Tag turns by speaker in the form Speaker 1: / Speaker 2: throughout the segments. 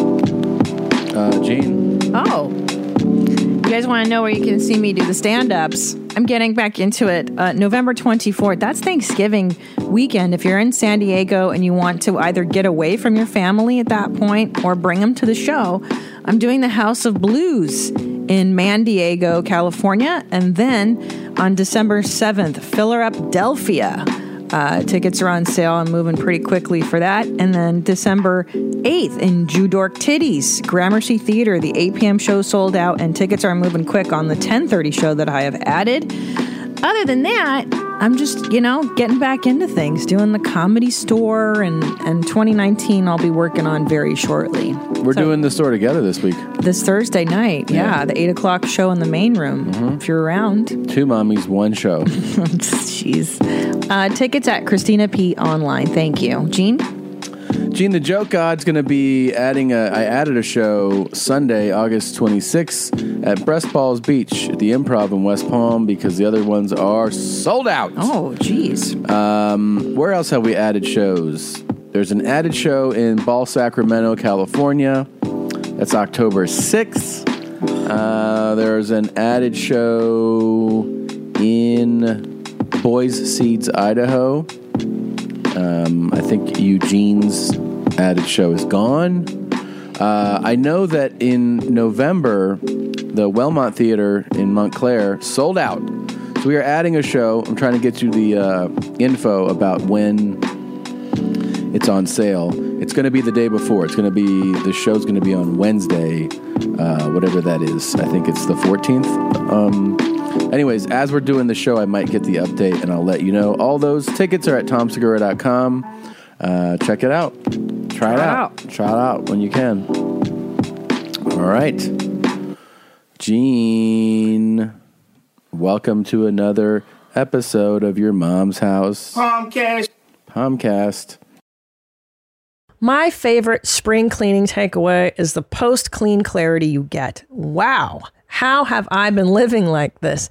Speaker 1: Uh, Gene.
Speaker 2: Oh. You guys want to know where you can see me do the stand ups? I'm getting back into it. Uh, November 24th, that's Thanksgiving weekend. If you're in San Diego and you want to either get away from your family at that point or bring them to the show, I'm doing the House of Blues in Man Diego, California. And then on December 7th, Filler Up Delphia. Uh, tickets are on sale. I'm moving pretty quickly for that. And then December 8th in Judork Titties, Gramercy Theater. The 8 p.m. show sold out, and tickets are moving quick on the 10:30 show that I have added. Other than that, I'm just you know getting back into things, doing the comedy store, and and 2019 I'll be working on very shortly.
Speaker 1: We're doing the store together this week.
Speaker 2: This Thursday night, yeah,
Speaker 1: Yeah.
Speaker 2: the eight o'clock show in the main room. If you're around.
Speaker 1: Two mommies, one show.
Speaker 2: Jeez. Uh, tickets at Christina P. Online. Thank you. Gene?
Speaker 1: Gene, the Joke God's going to be adding a. I added a show Sunday, August 26th at Breast Balls Beach at the Improv in West Palm because the other ones are sold out.
Speaker 2: Oh, jeez.
Speaker 1: Um, where else have we added shows? There's an added show in Ball, Sacramento, California. That's October 6th. Uh, there's an added show in Boise Seeds, Idaho. Um, I think Eugene's added show is gone. Uh, I know that in November, the Wellmont Theater in Montclair sold out. So we are adding a show. I'm trying to get you the uh, info about when it's on sale. It's going to be the day before. It's going to be the show's going to be on Wednesday, uh, whatever that is. I think it's the 14th. Um, anyways, as we're doing the show, I might get the update and I'll let you know. All those tickets are at tomsegura.com. Uh, check it out. Try, it
Speaker 2: it
Speaker 1: out. Try it out when you can. All right. Gene, welcome to another episode of your mom's house.
Speaker 3: Comcast.
Speaker 1: Pomcast.
Speaker 4: My favorite spring cleaning takeaway is the post clean clarity you get. Wow. How have I been living like this?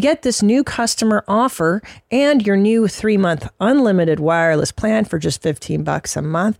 Speaker 4: get this new customer offer and your new 3-month unlimited wireless plan for just 15 bucks a month,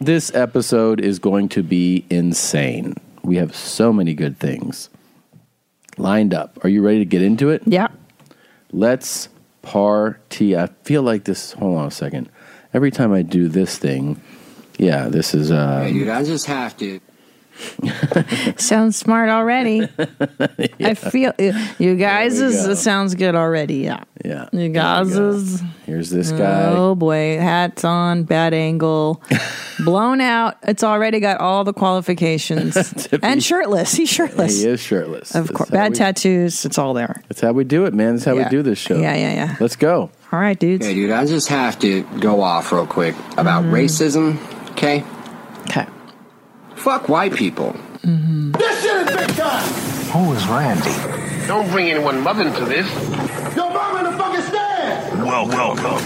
Speaker 1: this episode is going to be insane. We have so many good things lined up. Are you ready to get into it?
Speaker 2: Yeah.
Speaker 1: Let's party. I feel like this. Hold on a second. Every time I do this thing, yeah, this is. Um,
Speaker 3: Dude, I just have to.
Speaker 2: Sounds smart already. I feel uh, you guys
Speaker 1: There we
Speaker 2: is
Speaker 1: go.
Speaker 2: it sounds good already. Yeah.
Speaker 1: yeah.
Speaker 2: You guys
Speaker 1: There we go.
Speaker 2: is
Speaker 1: Here's this guy.
Speaker 2: Oh boy, hats on, bad angle, blown out. It's already got all the qualifications.
Speaker 1: To be-
Speaker 2: and shirtless. He's shirtless.
Speaker 1: He is shirtless.
Speaker 2: Of
Speaker 1: That's
Speaker 2: course.
Speaker 1: how
Speaker 2: Bad
Speaker 1: we-
Speaker 2: tattoos. It's all there.
Speaker 1: That's how we do it, man. That's how
Speaker 2: Yeah.
Speaker 1: we do this show.
Speaker 2: Yeah, yeah, yeah.
Speaker 1: Let's go.
Speaker 2: All right, dudes.
Speaker 3: Hey, dude, I just have to go off real quick about
Speaker 1: Mm.
Speaker 3: racism, okay?
Speaker 2: Okay.
Speaker 3: Fuck white people.
Speaker 5: This shit is big time.
Speaker 6: Who is Randy?
Speaker 7: Don't bring anyone mother into this.
Speaker 5: Your mom in the fucking stands.
Speaker 8: Welcome, welcome,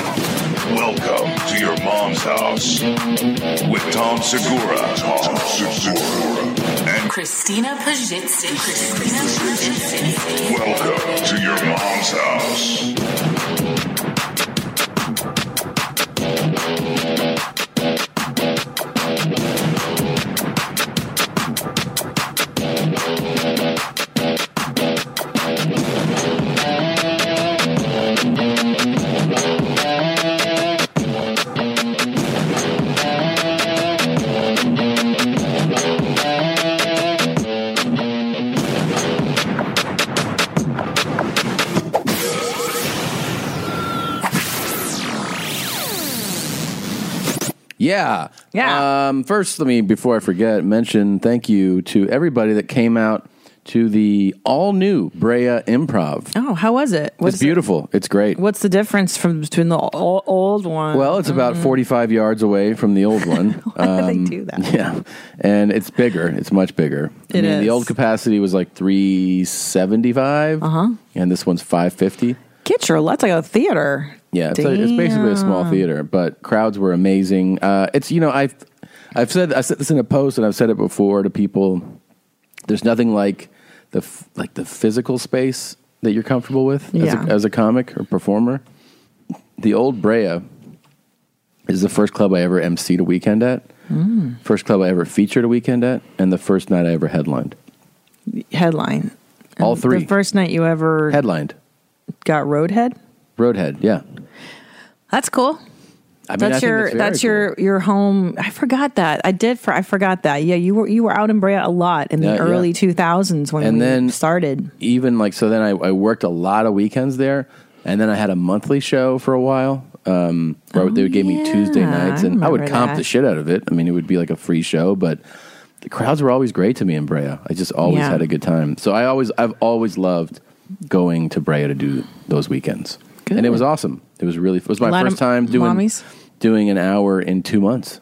Speaker 8: welcome to your mom's house with Tom Segura, Tom Segura, and
Speaker 9: Christina Pajitsin. Christina Pajitsin.
Speaker 1: Yeah.
Speaker 2: Yeah.
Speaker 1: Um, first, let me, before I forget, mention thank you to everybody that came out to the all new Brea Improv.
Speaker 2: Oh, how was it? What's
Speaker 1: it's beautiful. It's great.
Speaker 2: What's the difference from between the o- old one?
Speaker 1: Well, it's about
Speaker 2: Mm-hmm.
Speaker 1: 45 yards away from the old one. Uh,
Speaker 2: Why do they do that?
Speaker 1: Yeah, and it's bigger. It's much bigger. I
Speaker 2: It
Speaker 1: mean,
Speaker 2: is.
Speaker 1: The old capacity was like three seventy five, uh-huh. and this one's five fifty.
Speaker 2: Get your that's like a theater.
Speaker 1: Yeah, it's, a, it's basically a small
Speaker 2: Damn.
Speaker 1: theater, but crowds were amazing. Uh, it's you know I've I've said I said this in a post and I've said it before to people. There's nothing like the f- like the physical space that you're comfortable with
Speaker 2: Yeah.
Speaker 1: as, a, as a comic or performer. The old Brea is the first club I ever emceed a weekend at.
Speaker 2: Mm.
Speaker 1: First club I ever featured a weekend at, and the first night I ever headlined.
Speaker 2: Headline.
Speaker 1: All three
Speaker 2: The first night you ever
Speaker 1: headlined.
Speaker 2: got Roadhead.
Speaker 1: Roadhead, yeah.
Speaker 2: That's cool.
Speaker 1: I mean, I
Speaker 2: that's
Speaker 1: think
Speaker 2: your
Speaker 1: very
Speaker 2: that's
Speaker 1: cool.
Speaker 2: your your home. I forgot that. I did for I forgot that. Yeah, you were you were out in Brea a lot in
Speaker 1: Yeah,
Speaker 2: the
Speaker 1: yeah.
Speaker 2: early two thousands when
Speaker 1: And
Speaker 2: we
Speaker 1: then-
Speaker 2: started.
Speaker 1: even like so then I, I worked a lot of weekends there and then i had a monthly show for a while um, where they would give me
Speaker 2: Oh, yeah,
Speaker 1: tuesday nights
Speaker 2: I
Speaker 1: and i, would
Speaker 2: remember
Speaker 1: comp
Speaker 2: that.
Speaker 1: the shit out of it i mean it would be like a free show but the crowds were always great to me in brea i just always
Speaker 2: Yeah.
Speaker 1: had a good time so i always i've always loved going to brea to do those weekends and it was awesome it was really it was
Speaker 2: A
Speaker 1: my
Speaker 2: lot
Speaker 1: first
Speaker 2: of
Speaker 1: time doing
Speaker 2: mommies?
Speaker 1: doing an hour in two months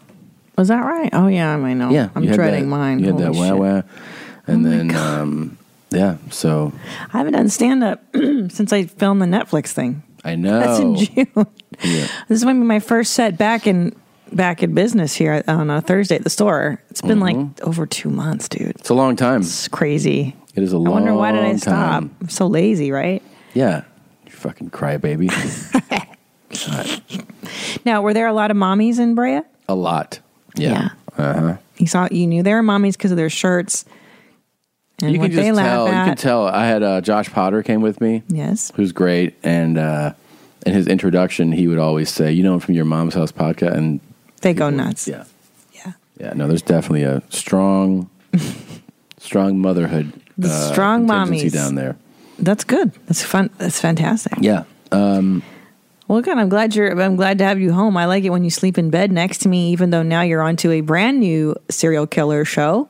Speaker 2: Was that right? Oh yeah, I might know.
Speaker 1: yeah
Speaker 2: I'm
Speaker 1: you had
Speaker 2: dreading
Speaker 1: that-
Speaker 2: mine.
Speaker 1: you had
Speaker 2: Holy
Speaker 1: that wow
Speaker 2: shit. Oh
Speaker 1: wow and
Speaker 2: my
Speaker 1: then
Speaker 2: God.
Speaker 1: um yeah so
Speaker 2: I haven't done stand up since I filmed the Netflix thing.
Speaker 1: i know
Speaker 2: That's in June.
Speaker 1: Yeah.
Speaker 2: This is going to be my first set back in back in business here on a Thursday at the store. It's been like over two months, dude.
Speaker 1: It's a long time.
Speaker 2: It's crazy.
Speaker 1: Mm-hmm. It is a
Speaker 2: I
Speaker 1: long
Speaker 2: wonder why did I stop?
Speaker 1: time.
Speaker 2: I'm so lazy, right?
Speaker 1: Yeah. You fucking crybaby.
Speaker 2: Now, were there a lot of mommies in Brea?
Speaker 1: a lot. Yeah. Uh-huh.
Speaker 2: You saw you knew there were mommies because of their shirts and
Speaker 1: You
Speaker 2: what
Speaker 1: can just
Speaker 2: they laugh
Speaker 1: tell. You
Speaker 2: at.
Speaker 1: can tell. I had uh, Josh Potter came with me.
Speaker 2: Yes.
Speaker 1: Who's great. And uh, in his introduction, he would always say, you know, him from your mom's house podcast. And
Speaker 2: They go Oh, nuts.
Speaker 1: yeah.
Speaker 2: Yeah.
Speaker 1: Yeah. No, there's definitely a strong, strong motherhood.
Speaker 2: The strong
Speaker 1: contingency
Speaker 2: mommies.
Speaker 1: uh, down there.
Speaker 2: That's good. That's fun. That's fantastic.
Speaker 1: Yeah.
Speaker 2: Well, good. I'm glad you're. I'm glad to have you home. I like it when you sleep in bed next to me, even though now you're onto a brand new serial killer show.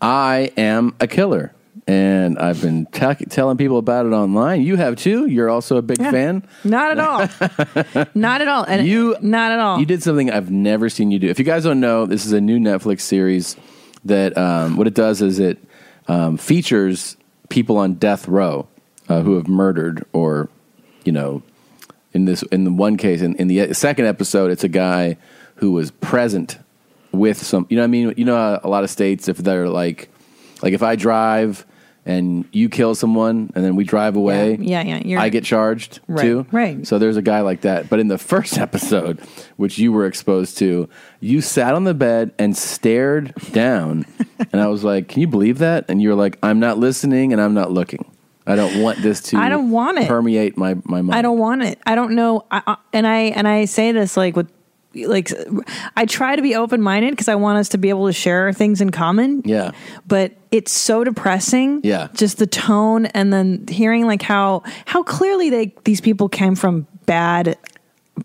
Speaker 1: I am a killer. And I've been t- telling people about it online. You have too. You're also a big
Speaker 2: Yeah.
Speaker 1: fan.
Speaker 2: Not at all. not at all. And
Speaker 1: You-
Speaker 2: not at all.
Speaker 1: You did something I've never seen you do. If you guys don't know, this is a new Netflix series that um, what it does is it um, features people on death row uh, who have murdered or, you know, in this in the one case in, in the second episode, it's a guy who was present with some. You know what I mean? You know, how a lot of states if they're like, like if I drive. And you kill someone, and then we drive away.
Speaker 2: Yeah, yeah, you're-
Speaker 1: eh? I get charged
Speaker 2: Right,
Speaker 1: too.
Speaker 2: right.
Speaker 1: So there's a guy like that. But in the first episode, which you were exposed to, you sat on the bed and stared down. and I was like, Can you believe that? And you were like, I'm not listening and I'm not looking. I don't want this to
Speaker 2: I don't want it.
Speaker 1: permeate my, my mind.
Speaker 2: I don't want it. I don't know. I, I, and I and I say this like with like I try to be open minded because I want us to be able to share things in common.
Speaker 1: Yeah.
Speaker 2: But it's so depressing.
Speaker 1: Yeah.
Speaker 2: Just the tone and then hearing like how how clearly they these people came from bad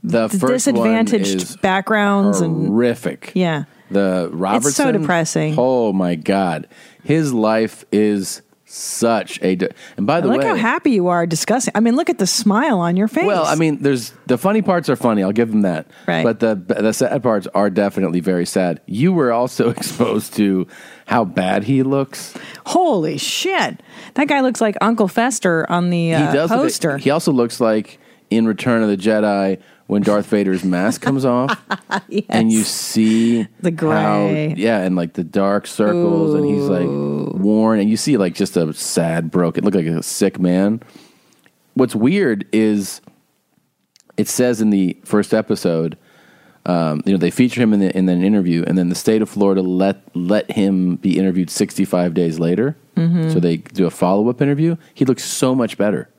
Speaker 1: The first
Speaker 2: disadvantaged
Speaker 1: one is
Speaker 2: backgrounds and
Speaker 1: horrific.
Speaker 2: yeah.
Speaker 1: The Robertson.
Speaker 2: depressing.
Speaker 1: Oh my God. His life is such a. De- and by
Speaker 2: I
Speaker 1: the
Speaker 2: like
Speaker 1: way,
Speaker 2: how happy you are discussing. I mean, look at the smile on your face.
Speaker 1: Well, I mean, there's the funny parts are funny. I'll give them that.
Speaker 2: Right.
Speaker 1: But the the sad parts are definitely very sad. You were also exposed to how bad he looks.
Speaker 2: holy shit! That guy looks like Uncle Fester on the uh,
Speaker 1: he does. look-
Speaker 2: poster.
Speaker 1: he also looks like in Return of the Jedi when Darth Vader's mask comes off and you see
Speaker 2: The gray.
Speaker 1: how- yeah, and like the dark circles, and he's like worn, and you see like just a sad, broken, look like a sick man. What's weird is it says in the first episode, um, you know, they feature him in, the, in an interview, and then the state of Florida let let him be
Speaker 2: Mm-hmm.
Speaker 1: interviewed 65 days later. So they do a follow up interview. He looks so much better.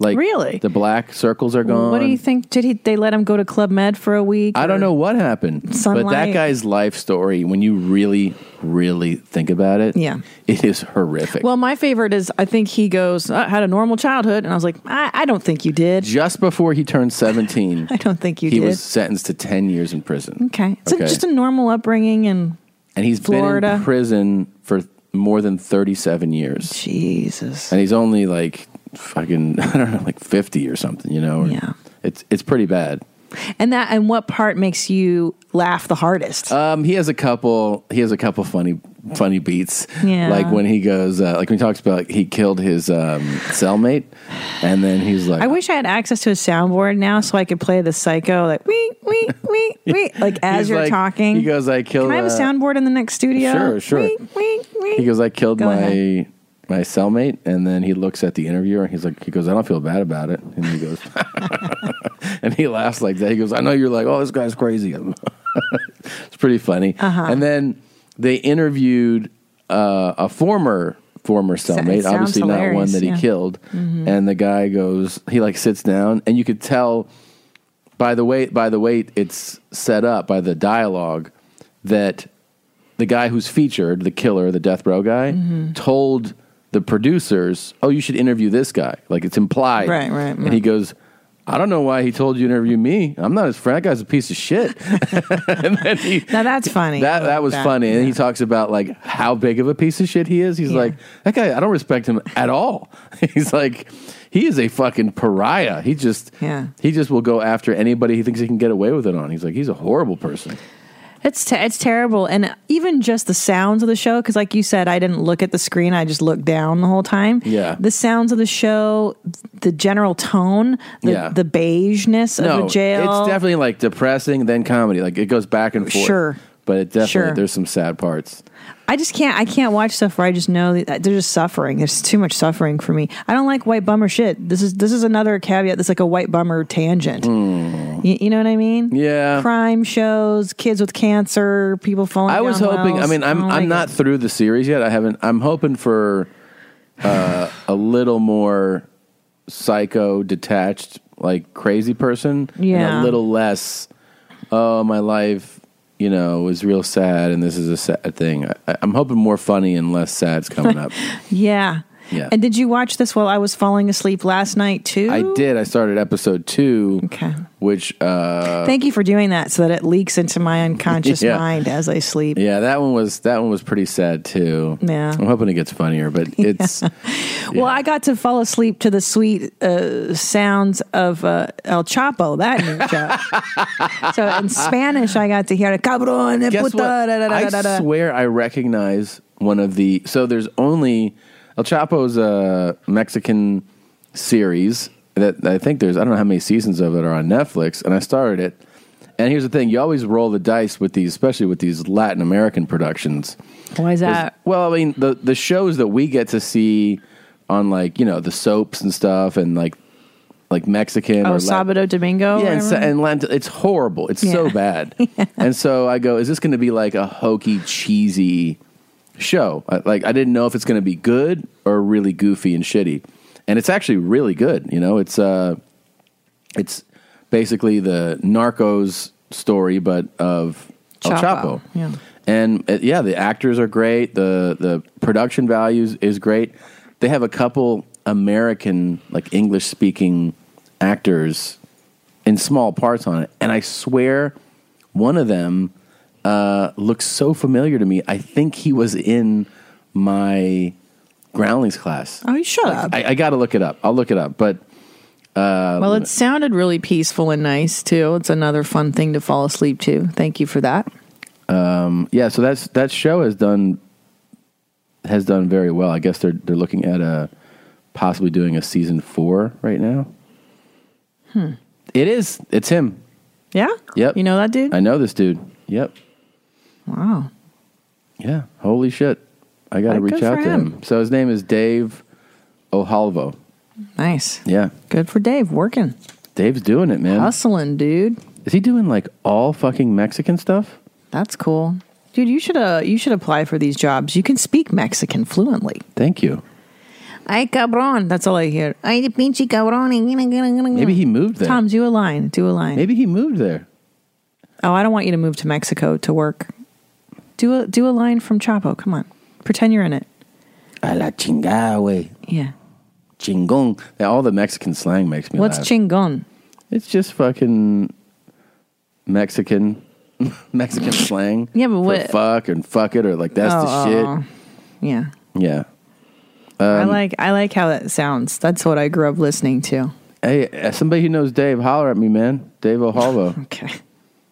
Speaker 1: Like
Speaker 2: Really?
Speaker 1: the black circles are gone.
Speaker 2: What do you think? Did he? They let him go to Club Med for a week?
Speaker 1: I don't know what happened, but that
Speaker 2: Sunlight.
Speaker 1: guy's life story, when you really, really think about it,
Speaker 2: Yeah.
Speaker 1: it is horrific.
Speaker 2: Well, my favorite is I think he goes I had a normal childhood, and I was like, I, I don't think you did.
Speaker 1: just before he turned seventeen,
Speaker 2: I don't think you
Speaker 1: he
Speaker 2: did.
Speaker 1: was sentenced to ten years in prison.
Speaker 2: okay, it's a-
Speaker 1: Okay.
Speaker 2: just a normal upbringing, and
Speaker 1: and he's been
Speaker 2: Florida.
Speaker 1: in prison for more than thirty-seven years,
Speaker 2: Jesus,
Speaker 1: and he's only like fucking I don't know, like fifty or something. You know?
Speaker 2: Yeah.
Speaker 1: it's it's pretty bad.
Speaker 2: and that and what part makes you laugh the hardest?
Speaker 1: Um, he has a couple. He has a couple funny, funny beats.
Speaker 2: Yeah.
Speaker 1: Like when he goes, uh, like when he talks about like, he killed his um, cellmate, and then he's like,
Speaker 2: I wish I had access to a soundboard now so I could play the psycho like wee wee wee wee like as
Speaker 1: He's
Speaker 2: you're
Speaker 1: like-
Speaker 2: talking.
Speaker 1: He goes, I killed.
Speaker 2: Can I have a
Speaker 1: uh,
Speaker 2: soundboard in the next studio?
Speaker 1: Sure, sure.
Speaker 2: Wee, wee, wee.
Speaker 1: He goes, I killed
Speaker 2: Go
Speaker 1: my
Speaker 2: ahead.
Speaker 1: my cellmate, and then he looks at the interviewer, and he's like, he goes, I don't feel bad about it, and he goes, and he laughs like that. He goes, I know you're like, oh, this guy's crazy. it's pretty funny.
Speaker 2: Uh-huh.
Speaker 1: And then they interviewed uh, a former former cellmate,
Speaker 2: sounds
Speaker 1: obviously not one
Speaker 2: hilarious,
Speaker 1: that he
Speaker 2: yeah. Mm-hmm.
Speaker 1: killed, and the guy goes, he like sits down, and you could tell by the way by the way it's set up by the dialogue that the guy who's featured, the killer, the death row guy,
Speaker 2: Mm-hmm.
Speaker 1: told the producers, "Oh, you should interview this guy." Like it's implied,
Speaker 2: Right, right,
Speaker 1: And
Speaker 2: right.
Speaker 1: he goes. I don't know why he told you to interview me. I'm not his friend. That guy's a piece of shit. and then he,
Speaker 2: Now that's funny.
Speaker 1: that that was funny. And he talks about like how big of a piece of shit he is. He's
Speaker 2: Yeah.
Speaker 1: like, that guy, I don't respect him at all. He's like, he is a fucking pariah. He just
Speaker 2: Yeah.
Speaker 1: he just will go after anybody he thinks he can get away with it on. He's like, he's a horrible person.
Speaker 2: It's te- it's terrible, and even just the sounds of the show. Because, like you said, I didn't look at the screen; I just looked down the whole time.
Speaker 1: Yeah.
Speaker 2: the sounds of the show, the general tone, the,
Speaker 1: Yeah.
Speaker 2: the beigeness of the jail.
Speaker 1: it's definitely like depressing then comedy. Like it goes back and forth.
Speaker 2: Sure.
Speaker 1: But it definitely
Speaker 2: Sure.
Speaker 1: there's some sad parts.
Speaker 2: I just can't. I can't watch stuff where I just know that they're just suffering. There's too much suffering for me. I don't like white bummer shit. This is this is another caveat. That's like a white bummer tangent. You, you know what I mean?
Speaker 1: Hmm. Yeah.
Speaker 2: Crime shows, kids with cancer, people falling.
Speaker 1: I was
Speaker 2: down
Speaker 1: hoping. I
Speaker 2: wells. Oh
Speaker 1: mean, I'm
Speaker 2: don't
Speaker 1: I'm
Speaker 2: like
Speaker 1: not
Speaker 2: it.
Speaker 1: through the series yet. I haven't. I'm hoping for uh, a little more psycho, detached, like crazy person. and
Speaker 2: Yeah.
Speaker 1: a little less. Oh, my life, you know, is real sad, and this is a sad thing. I- I, I'm hoping more funny and less sad's coming up.
Speaker 2: Yeah.
Speaker 1: Yeah.
Speaker 2: And did you watch this while I was falling asleep last night too?
Speaker 1: I did. I started episode two.
Speaker 2: Okay.
Speaker 1: Which uh,
Speaker 2: Thank you for doing that so that it leaks into my unconscious
Speaker 1: Yeah.
Speaker 2: mind as I sleep.
Speaker 1: Yeah, that one was that one was pretty sad too.
Speaker 2: Yeah.
Speaker 1: I'm hoping it gets funnier, but it's
Speaker 2: Well, I got to fall asleep to the sweet uh, sounds of uh, El Chapo, that new show. so in Spanish, I got to hear cabrón, eh,
Speaker 1: guess
Speaker 2: puta,
Speaker 1: what?
Speaker 2: da, da, da, da,
Speaker 1: I
Speaker 2: da.
Speaker 1: swear I recognize one of the so there's only El Chapo's a Mexican series that I think there's I don't know how many seasons of it are on Netflix, and I started it. And here's the thing: you always roll the dice with these, especially with these Latin American productions.
Speaker 2: Why is
Speaker 1: 'Cause-
Speaker 2: that?
Speaker 1: Well, I mean, the the shows that we get to see on like you know the soaps and stuff, and like like Mexican
Speaker 2: Oh,
Speaker 1: or Latin-
Speaker 2: Sabado Domingo.
Speaker 1: yeah, and, so,
Speaker 2: whatever?
Speaker 1: and Lent, it's uh, horrible. It's so
Speaker 2: Yeah.
Speaker 1: bad. And so I go, is this going to be like a hokey, cheesy show? I, like I didn't know if it's going to be good or really goofy and shitty. And it's actually really good. You know, it's uh, it's basically the Narcos story, but of El
Speaker 2: Chapo,
Speaker 1: Chapo.
Speaker 2: yeah.
Speaker 1: And uh, yeah, the actors are great. The the production values is great. They have a couple American, like English speaking actors in small parts on it, and I swear one of them uh, looks so familiar to me. I think he was in my Groundlings class.
Speaker 2: Oh, you shut up.
Speaker 1: I, I got to look it up. I'll look it up, but. uh,
Speaker 2: well, it sounded really peaceful and nice too. It's another fun thing to fall asleep to. Thank you for that.
Speaker 1: yeah, so that's that show has done has done very well. I guess they're they're looking at a possibly doing a season four right now. Hmm.
Speaker 2: Hmm.
Speaker 1: It is. It's him.
Speaker 2: Yeah.
Speaker 1: Yep.
Speaker 2: You know that dude?
Speaker 1: I know this dude. Yep.
Speaker 2: wow.
Speaker 1: Yeah. Holy shit. I got to
Speaker 2: Like, good
Speaker 1: reach out
Speaker 2: for
Speaker 1: to him.
Speaker 2: him.
Speaker 1: So his name is Dave Ohalvo.
Speaker 2: Nice.
Speaker 1: Yeah.
Speaker 2: Good for Dave working,
Speaker 1: Dave's doing it, man.
Speaker 2: hustling, dude.
Speaker 1: Is he doing like all fucking Mexican stuff?
Speaker 2: That's cool, dude. You should uh, you should apply for these jobs. You can speak Mexican fluently.
Speaker 1: Thank you.
Speaker 2: Ay, cabron. That's all I hear. Ay, de pinche cabron.
Speaker 1: Maybe he moved there.
Speaker 2: Tom, do a line. Do a line.
Speaker 1: Maybe he moved there.
Speaker 2: Oh, I don't want you to move to Mexico to work. Do a do a line from Chapo. Come on, pretend you're in it.
Speaker 1: A la chingada, wey.
Speaker 2: Yeah.
Speaker 1: Chingon. Now, All the Mexican slang makes me
Speaker 2: What's
Speaker 1: laugh.
Speaker 2: chingon?
Speaker 1: It's just fucking Mexican Mexican slang.
Speaker 2: Yeah, but
Speaker 1: for
Speaker 2: what-
Speaker 1: fuck and fuck it or like that's
Speaker 2: Oh,
Speaker 1: the shit.
Speaker 2: oh, Yeah.
Speaker 1: Yeah. Um,
Speaker 2: I like I like how that sounds. That's what I grew up listening to.
Speaker 1: Hey, uh, somebody who knows Dave, holler at me, man. Dave O'Halvo.
Speaker 2: Okay.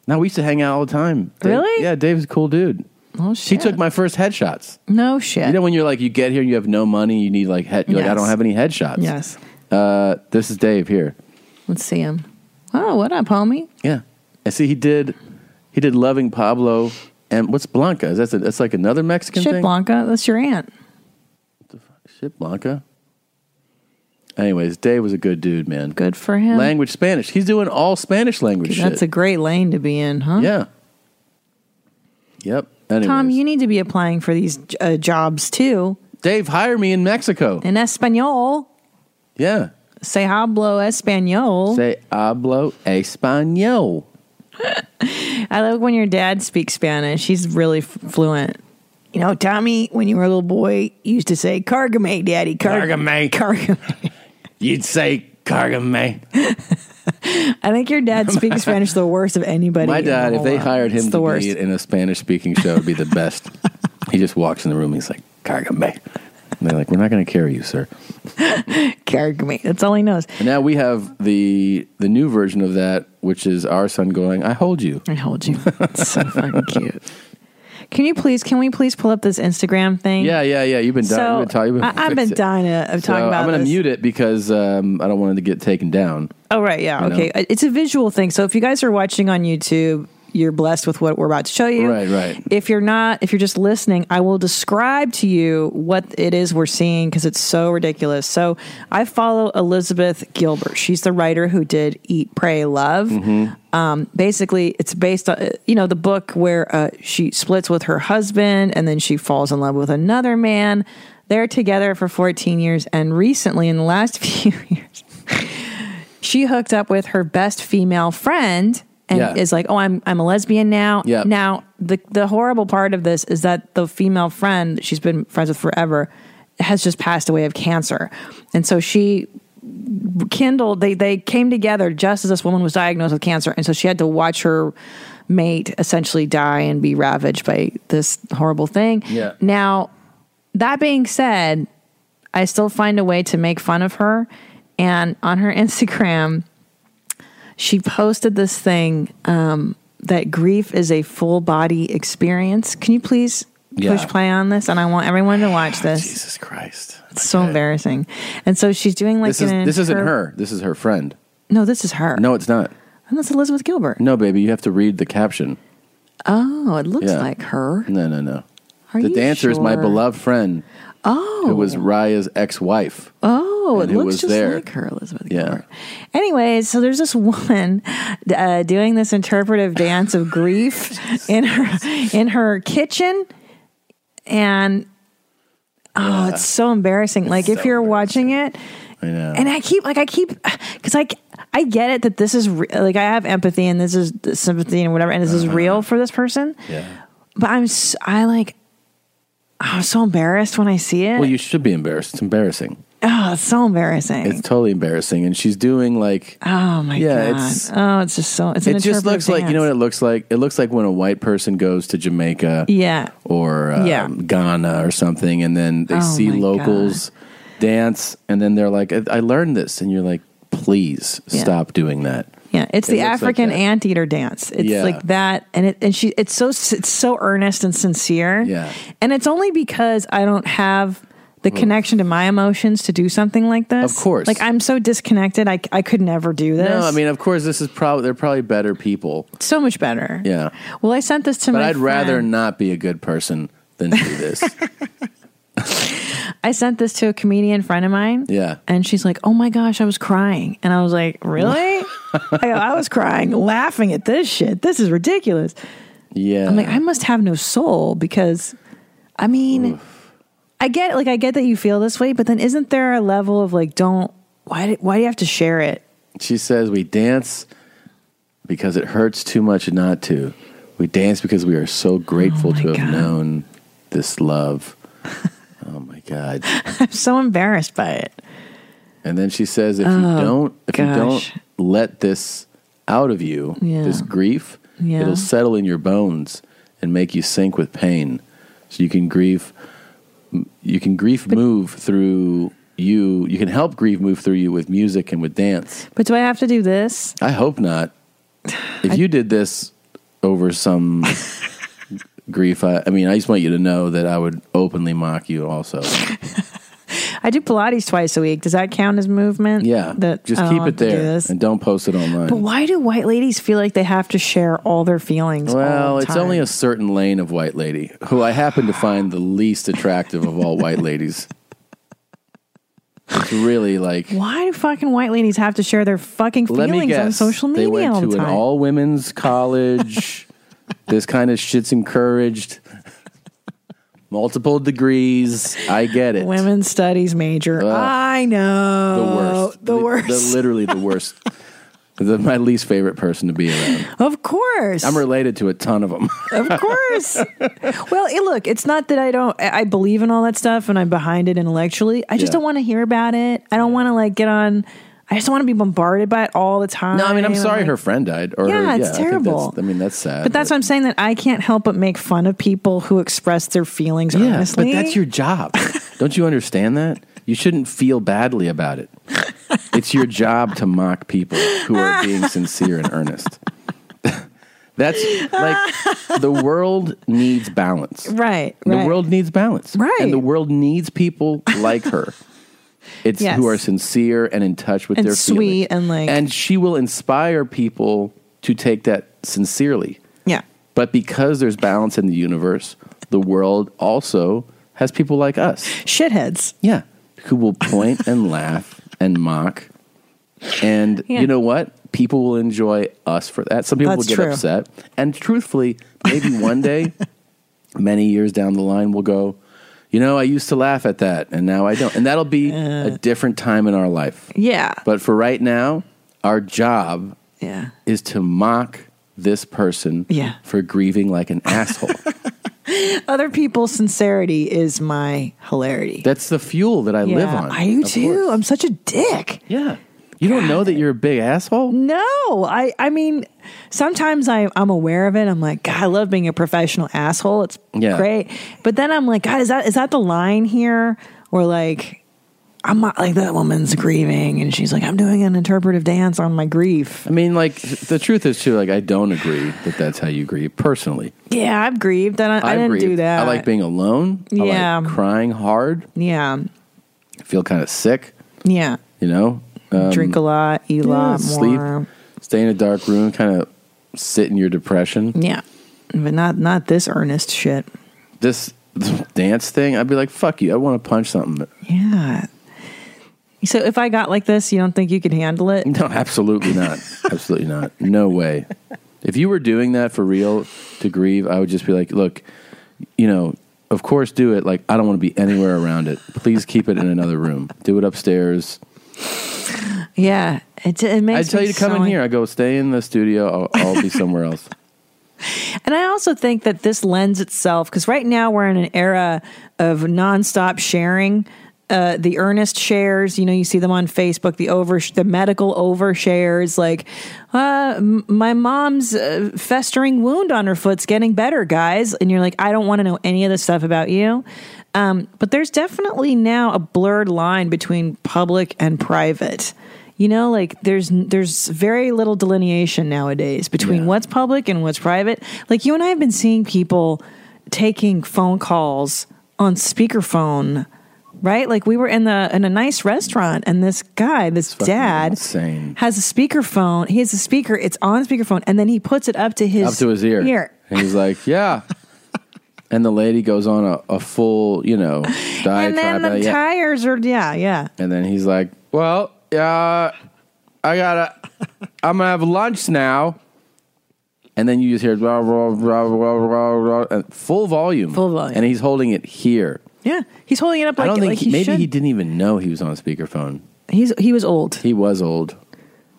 Speaker 1: now we used to hang out all the time. Dave-
Speaker 2: Really?
Speaker 1: Yeah, Dave's a cool dude.
Speaker 2: Oh
Speaker 1: She
Speaker 2: shit.
Speaker 1: took my first headshots.
Speaker 2: no shit.
Speaker 1: You know when you're like you get here, you have no money, you need like head. You're like I
Speaker 2: Yes.
Speaker 1: don't have any headshots.
Speaker 2: yes.
Speaker 1: Uh, this is Dave here.
Speaker 2: Let's see him. Oh, what up, homie?
Speaker 1: Yeah. And see, he did, he did loving Pablo. And what's Blanca? Is that a, that's like another Mexican
Speaker 2: Shit,
Speaker 1: thing?
Speaker 2: Blanca. That's your aunt.
Speaker 1: Shit, Blanca. Anyways, Dave was a good dude, man.
Speaker 2: Good for him.
Speaker 1: Language Spanish. He's doing all Spanish language
Speaker 2: That's a
Speaker 1: shit.
Speaker 2: great lane to be in, huh?
Speaker 1: yeah. Yep. Anyways.
Speaker 2: Tom, you need to be applying for these uh, jobs too.
Speaker 1: Dave, hire me in Mexico.
Speaker 2: In Espanol,
Speaker 1: yeah.
Speaker 2: say hablo Espanol.
Speaker 1: Say hablo español.
Speaker 2: I like when your dad speaks Spanish. He's really f- fluent. You know, Tommy, when you were a little boy, you used to say, Cargame, Daddy, Cargame. Cargame.
Speaker 1: You'd say cargame.
Speaker 2: I think your dad speaks Spanish the worst of anybody.
Speaker 1: My
Speaker 2: in the
Speaker 1: dad, if
Speaker 2: whole
Speaker 1: they
Speaker 2: world.
Speaker 1: hired
Speaker 2: It's
Speaker 1: him
Speaker 2: the
Speaker 1: to
Speaker 2: worst.
Speaker 1: be in a Spanish speaking show, it'd be the best. he just walks in the room. He's like, Cargame. And they're like, we're not going to carry you, sir.
Speaker 2: Cargame. That's all he knows.
Speaker 1: And now we have the the new version of that, which is our son going, I hold you.
Speaker 2: I hold you. It's so fucking cute. Can you please, can we please pull up this Instagram thing?
Speaker 1: Yeah, yeah, yeah. You've been dying.
Speaker 2: So
Speaker 1: you've been talking- you've
Speaker 2: I, I've been dying to- of
Speaker 1: So
Speaker 2: talking about
Speaker 1: I'm going to
Speaker 2: this.
Speaker 1: mute it because um, I don't want it to get taken down.
Speaker 2: Oh, right. Yeah.
Speaker 1: You know?
Speaker 2: Okay. It's a visual thing. So if you guys are watching on YouTube, you're blessed with what we're about to show you.
Speaker 1: Right, right.
Speaker 2: If you're not, if you're just listening, I will describe to you what it is we're seeing because it's so ridiculous. So I follow Elizabeth Gilbert. She's the writer who did Eat, Pray, Love.
Speaker 1: Mm-hmm.
Speaker 2: Um, basically, it's based on, you know, the book where uh, she splits with her husband and then she falls in love with another man. They're together for 14 years. And recently, in the last few years, she hooked up with her best female friend and
Speaker 1: Yeah.
Speaker 2: is like, "Oh, I'm I'm a lesbian now."
Speaker 1: Yeah.
Speaker 2: Now, the the horrible part of this is that the female friend that she's been friends with forever has just passed away of cancer. And so she kindled they they came together just as this woman was diagnosed with cancer and so she had to watch her mate essentially die and be ravaged by this horrible thing.
Speaker 1: Yeah.
Speaker 2: Now, that being said, I still find a way to make fun of her. And on her Instagram, she posted this thing um, that grief is a full body experience. Can you please
Speaker 1: Yeah.
Speaker 2: push play on this? And I want everyone to watch this.
Speaker 1: Jesus Christ.
Speaker 2: It's so
Speaker 1: Okay.
Speaker 2: embarrassing. And so she's doing like
Speaker 1: This, is,
Speaker 2: an
Speaker 1: this isn't her. This is her friend.
Speaker 2: No, this is her.
Speaker 1: No, it's not.
Speaker 2: and that's Elizabeth Gilbert.
Speaker 1: No, baby, you have to read the caption.
Speaker 2: Oh, it looks
Speaker 1: Yeah. Mm.
Speaker 2: like her.
Speaker 1: No, no, no.
Speaker 2: Are
Speaker 1: the
Speaker 2: you
Speaker 1: dancer is my
Speaker 2: sure?
Speaker 1: beloved friend
Speaker 2: Oh,
Speaker 1: who was Raya's ex wife.
Speaker 2: Oh,
Speaker 1: and
Speaker 2: it
Speaker 1: who
Speaker 2: looks
Speaker 1: was
Speaker 2: just
Speaker 1: there.
Speaker 2: like her, Elizabeth.
Speaker 1: Yeah.
Speaker 2: Gilbert. Anyways, so there's this woman uh, doing this interpretive dance of grief in her in her kitchen, and oh, it's so embarrassing. like if
Speaker 1: so
Speaker 2: you're watching it,
Speaker 1: I know.
Speaker 2: and I keep like I keep because I I get it that this is re- like I have empathy and this is sympathy and whatever, and this is
Speaker 1: Uh-huh.
Speaker 2: real for this person.
Speaker 1: yeah.
Speaker 2: But I'm s- I like I'm so embarrassed when I see it.
Speaker 1: Well, you should be embarrassed. It's embarrassing.
Speaker 2: oh, it's so embarrassing.
Speaker 1: It's totally embarrassing. And she's doing like,
Speaker 2: Oh my
Speaker 1: Yeah,
Speaker 2: god!
Speaker 1: it's-
Speaker 2: oh, it's just so. It's an
Speaker 1: it just
Speaker 2: interpretive
Speaker 1: looks like, you know what
Speaker 2: dance.
Speaker 1: it looks like? It looks like when a white person goes to Jamaica
Speaker 2: Yeah,
Speaker 1: or um,
Speaker 2: Yeah.
Speaker 1: Ghana or something, and then they
Speaker 2: Oh
Speaker 1: see
Speaker 2: my
Speaker 1: locals dance, and then they're like, I, I learned this. And you're like, please
Speaker 2: Yeah.
Speaker 1: stop doing that.
Speaker 2: yeah. It's
Speaker 1: It
Speaker 2: the
Speaker 1: looks like
Speaker 2: African
Speaker 1: that.
Speaker 2: anteater dance. It's
Speaker 1: Yeah.
Speaker 2: like that, and it and she. It's so it's so earnest and sincere.
Speaker 1: Yeah.
Speaker 2: and it's only because I don't have the connection to my emotions to do something like this.
Speaker 1: Of course.
Speaker 2: like I'm so disconnected. I I could never do this.
Speaker 1: No, I mean, of course, this is probably, they're probably better people.
Speaker 2: so much better.
Speaker 1: Yeah.
Speaker 2: Well, I sent this to
Speaker 1: But
Speaker 2: my.
Speaker 1: I'd rather
Speaker 2: friend.
Speaker 1: not be a good person than do this.
Speaker 2: I sent this to a comedian friend of mine.
Speaker 1: Yeah.
Speaker 2: And she's like, "Oh my gosh, I was crying," and I was like, "Really?" I go, "I was crying, laughing at this shit. This is ridiculous."
Speaker 1: yeah.
Speaker 2: I'm like, I must have no soul because, I mean, I get like I get that you feel this way, but then isn't there a level of like don't why do- why do you have to share it?
Speaker 1: She says we dance because it hurts too much not to. We dance because we are so
Speaker 2: Oh
Speaker 1: grateful to have known this love. oh my god.
Speaker 2: I'm so embarrassed by it.
Speaker 1: And then she says, if you
Speaker 2: Oh,
Speaker 1: don't, if you
Speaker 2: gosh.
Speaker 1: don't let this out of you,
Speaker 2: Yeah.
Speaker 1: this grief,
Speaker 2: Yeah.
Speaker 1: it'll settle in your bones and make you sink with pain. So you can grieve, you can grief move through you. You can help grief move through you with music and with dance.
Speaker 2: But do I have to do this?
Speaker 1: I hope not. If you did this over some grief, I, I mean, I just want you to know that I would openly mock you. Also,
Speaker 2: I do Pilates twice a week. Does that count as movement?
Speaker 1: yeah,
Speaker 2: That
Speaker 1: just
Speaker 2: I don't
Speaker 1: keep
Speaker 2: have
Speaker 1: it
Speaker 2: to do
Speaker 1: there
Speaker 2: this?
Speaker 1: and don't post it online.
Speaker 2: But why do white ladies feel like they have to share all their feelings?
Speaker 1: Well,
Speaker 2: all the
Speaker 1: it's only
Speaker 2: time?
Speaker 1: a certain lane of white lady who I happen to find the least attractive of all white ladies. It's really like
Speaker 2: Why do fucking white ladies have to share their fucking
Speaker 1: let me
Speaker 2: feelings
Speaker 1: guess.
Speaker 2: on social media
Speaker 1: they went
Speaker 2: all
Speaker 1: to
Speaker 2: the
Speaker 1: an
Speaker 2: time?
Speaker 1: all women's college. this kind of shit's encouraged. Multiple degrees. I get it.
Speaker 2: Women's studies major.
Speaker 1: Ugh.
Speaker 2: I
Speaker 1: the
Speaker 2: know
Speaker 1: worst.
Speaker 2: Oh, The
Speaker 1: Li-
Speaker 2: worst.
Speaker 1: literally the worst. the, my least favorite person to be around.
Speaker 2: of course.
Speaker 1: I'm related to a ton of them.
Speaker 2: of course. well, it, look, it's not that I don't. I I believe in all that stuff and I'm behind it intellectually. I just
Speaker 1: Yeah.
Speaker 2: don't want to hear about it. I don't want to like get on. I just want to be bombarded by it all the time.
Speaker 1: No, I mean, I'm sorry
Speaker 2: like-
Speaker 1: her friend died. Or her,
Speaker 2: Yeah, it's
Speaker 1: I think that's-
Speaker 2: terrible.
Speaker 1: I, mean, that's sad.
Speaker 2: But that's what I'm saying that I can't help but make fun of people who express their feelings
Speaker 1: Yeah,
Speaker 2: honestly.
Speaker 1: but that's your job. Don't you understand that? You shouldn't feel badly about it. It's your job to mock people who are being sincere and earnest. that's like the world needs balance.
Speaker 2: right.
Speaker 1: The
Speaker 2: right.
Speaker 1: world needs balance.
Speaker 2: Right.
Speaker 1: And the world needs people like her. It's
Speaker 2: Yes.
Speaker 1: who are sincere and in touch with
Speaker 2: And
Speaker 1: their
Speaker 2: sweet
Speaker 1: feelings.
Speaker 2: and, like-
Speaker 1: and she will inspire people to take that sincerely.
Speaker 2: Yeah.
Speaker 1: But because there's balance in the universe, the world also has people like us.
Speaker 2: Shitheads.
Speaker 1: Yeah. Who will point and laugh and mock. And
Speaker 2: Yeah.
Speaker 1: you know what? People will enjoy us for that. Some people
Speaker 2: That's
Speaker 1: will get
Speaker 2: true.
Speaker 1: upset. And truthfully, maybe one day, many years down the line, we'll go, you know, I used to laugh at that and now I don't. And that'll be a different time in our life.
Speaker 2: Yeah.
Speaker 1: But for right now, our job
Speaker 2: yeah.
Speaker 1: is to mock this person
Speaker 2: Yeah.
Speaker 1: for grieving like an asshole.
Speaker 2: Other people's sincerity is my hilarity.
Speaker 1: That's the fuel that I
Speaker 2: yeah.
Speaker 1: live on.
Speaker 2: I do
Speaker 1: of
Speaker 2: too.
Speaker 1: course.
Speaker 2: I'm such a dick.
Speaker 1: yeah. You don't know that you're a big asshole?
Speaker 2: No, I, I mean, sometimes I, I'm aware of it. I'm like, God, I love being a professional asshole. It's
Speaker 1: Yeah.
Speaker 2: great. But then I'm like, God, is that is that the line here? Or like, I'm not like that woman's grieving, and she's like, I'm doing an interpretive dance on my grief.
Speaker 1: I mean, like, the truth is, too, like, I don't agree that that's how you grieve personally.
Speaker 2: Yeah, I've grieved, and I, I, didn't
Speaker 1: grieve.
Speaker 2: do that.
Speaker 1: I like being alone. I
Speaker 2: Yeah.
Speaker 1: like crying hard.
Speaker 2: yeah,
Speaker 1: I feel kind of sick,
Speaker 2: yeah.
Speaker 1: you know? Um,
Speaker 2: Drink a lot, eat a
Speaker 1: yeah,
Speaker 2: lot,
Speaker 1: sleep.
Speaker 2: more.
Speaker 1: Stay in a dark room, kind of sit in your depression.
Speaker 2: Yeah, but not not this earnest shit.
Speaker 1: This dance thing, I'd be like, fuck you. I want to punch something.
Speaker 2: Yeah. So if I got like this, you don't think you could handle it?
Speaker 1: No, absolutely not. absolutely not. No way. If you were doing that for real to grieve, I would just be like, look, you know, of course do it. Like, I don't want to be anywhere around it. Please keep it in another room. Do it upstairs.
Speaker 2: Yeah, it, it
Speaker 1: I
Speaker 2: makes.
Speaker 1: tell
Speaker 2: me
Speaker 1: you to come
Speaker 2: so
Speaker 1: in here. I go, stay in the studio. I'll, I'll be somewhere else.
Speaker 2: And I also think that this lends itself because right now we're in an era of nonstop sharing. Uh, the earnest shares, you know, you see them on Facebook. The over, the medical overshares, like uh, m- my mom's uh, festering wound on her foot's getting better, guys. And you're like, I don't want to know any of this stuff about you. Um, but there's definitely now a blurred line between public and private. You know, like there's there's very little delineation nowadays between
Speaker 1: Yeah.
Speaker 2: what's public and what's private. Like you and I have been seeing people taking phone calls on speakerphone, right? Like we were in the in a nice restaurant and this guy, this
Speaker 1: fucking
Speaker 2: dad
Speaker 1: insane.
Speaker 2: has a speakerphone. He has a speaker, it's on speakerphone and then he puts it up to his
Speaker 1: Up to his ear. And he's like, yeah. And the lady goes on a, a full, you know, diatribe.
Speaker 2: And then the
Speaker 1: about, yeah.
Speaker 2: tires are yeah, yeah.
Speaker 1: And then he's like, "Well, uh, I gotta, I'm gonna have lunch now." And then you just hear blah, blah, blah, blah, blah, blah, and full volume,
Speaker 2: Full volume.
Speaker 1: and he's holding it here.
Speaker 2: Yeah, he's holding it up. Like,
Speaker 1: I don't think
Speaker 2: like
Speaker 1: he, maybe he didn't even know he was on speakerphone.
Speaker 2: He's he was old.
Speaker 1: He was old.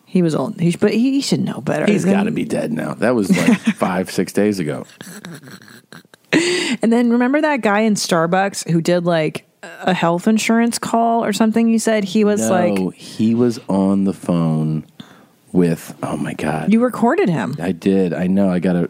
Speaker 2: He was old. He, sh- but he, he should know better.
Speaker 1: He's
Speaker 2: than-
Speaker 1: got to be dead now. That was like five, six days ago.
Speaker 2: And then remember that guy in Starbucks who did like a health insurance call or something? You said he was
Speaker 1: no,
Speaker 2: like
Speaker 1: he was on the phone with. Oh my god,
Speaker 2: you recorded him.
Speaker 1: I did. I know. I got to.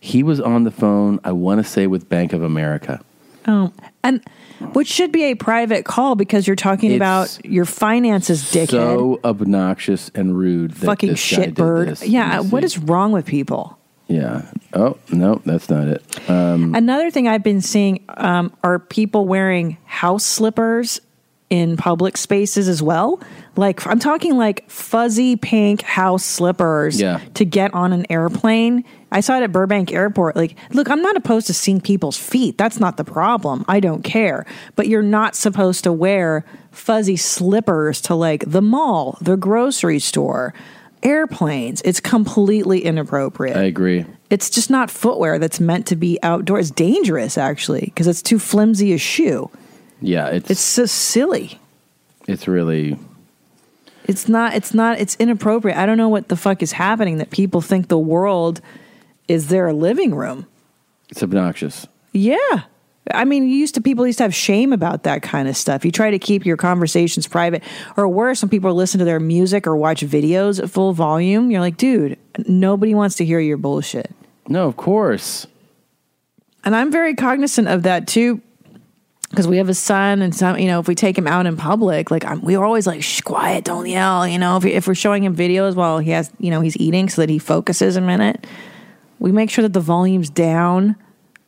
Speaker 1: He was on the phone. I want to say with Bank of America.
Speaker 2: Oh, and which should be a private call because you're talking
Speaker 1: It's
Speaker 2: about your finances, dickhead.
Speaker 1: So obnoxious and rude. That
Speaker 2: Fucking
Speaker 1: this guy did
Speaker 2: shitbird.
Speaker 1: this.
Speaker 2: Yeah,
Speaker 1: You
Speaker 2: what
Speaker 1: see?
Speaker 2: is wrong with people?
Speaker 1: Yeah. Oh no, that's not it.
Speaker 2: Another thing I've been seeing um, are people wearing house slippers in public spaces as well. Like I'm talking like fuzzy pink house slippers
Speaker 1: Yeah.
Speaker 2: to get on an airplane. I saw it at Burbank Airport. Like, look, I'm not opposed to seeing people's feet. That's not the problem. I don't care. But you're not supposed to wear fuzzy slippers to like the mall, the grocery store, airplanes. It's completely inappropriate.
Speaker 1: I agree.
Speaker 2: It's just not footwear that's meant to be outdoors. It's dangerous, actually, because it's too flimsy a shoe.
Speaker 1: Yeah, it's
Speaker 2: It's
Speaker 1: it's,
Speaker 2: so silly.
Speaker 1: really
Speaker 2: It's not. It's not. It's inappropriate. I don't know what the fuck is happening that people think the world is their living room.
Speaker 1: it's obnoxious.
Speaker 2: Yeah. I mean, you used to people used to have shame about that kind of stuff. You try to keep your conversations private, or worse, when people listen to their music or watch videos at full volume, you're like, dude, nobody wants to hear your bullshit.
Speaker 1: No, of course.
Speaker 2: and I'm very cognizant of that too. Because we have a son, and some, you know, if we take him out in public, like I'm, we were always like, "Shh, quiet, don't yell." You know, if, we- if we're showing him videos while he has, you know, he's eating, so that he focuses a minute, we make sure that the volume's down,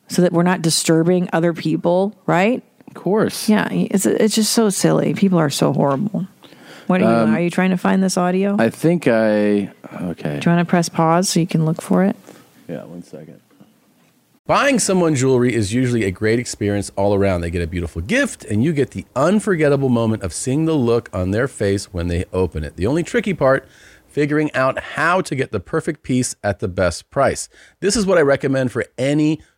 Speaker 2: so that we're not disturbing other people, right?
Speaker 1: Of course.
Speaker 2: Yeah, it's it's just so silly. People are so horrible. What are you? are you trying to find this audio?
Speaker 1: Um, I think I okay.
Speaker 2: Do you want to press pause so you can look for it?
Speaker 1: Yeah, one second.
Speaker 6: Buying someone jewelry is usually a great experience all around. They get a beautiful gift, and you get the unforgettable moment of seeing the look on their face when they open it. The only tricky part, figuring out how to get the perfect piece at the best price. This is what I recommend for any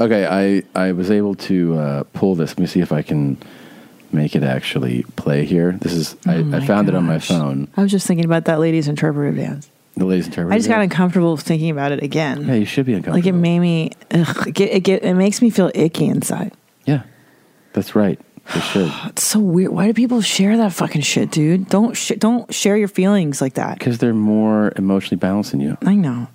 Speaker 1: Okay, I I was able to uh, pull this. Let me see if I can make it actually play here. This is
Speaker 2: Oh
Speaker 1: I, I found it on my phone.
Speaker 2: I was just thinking about that lady's interpretive dance.
Speaker 1: The latest interpreter.
Speaker 2: I just got uncomfortable thinking about it again.
Speaker 1: Yeah, you should be
Speaker 2: Like
Speaker 1: uncomfortable.
Speaker 2: it made me, ugh, it, get, it, get, it makes me feel icky inside.
Speaker 1: yeah, that's right. It should
Speaker 2: It's so weird. Why do people share that fucking shit, dude? Don't sh- don't share your feelings like that.
Speaker 1: because they're more emotionally balanced than you.
Speaker 2: I know.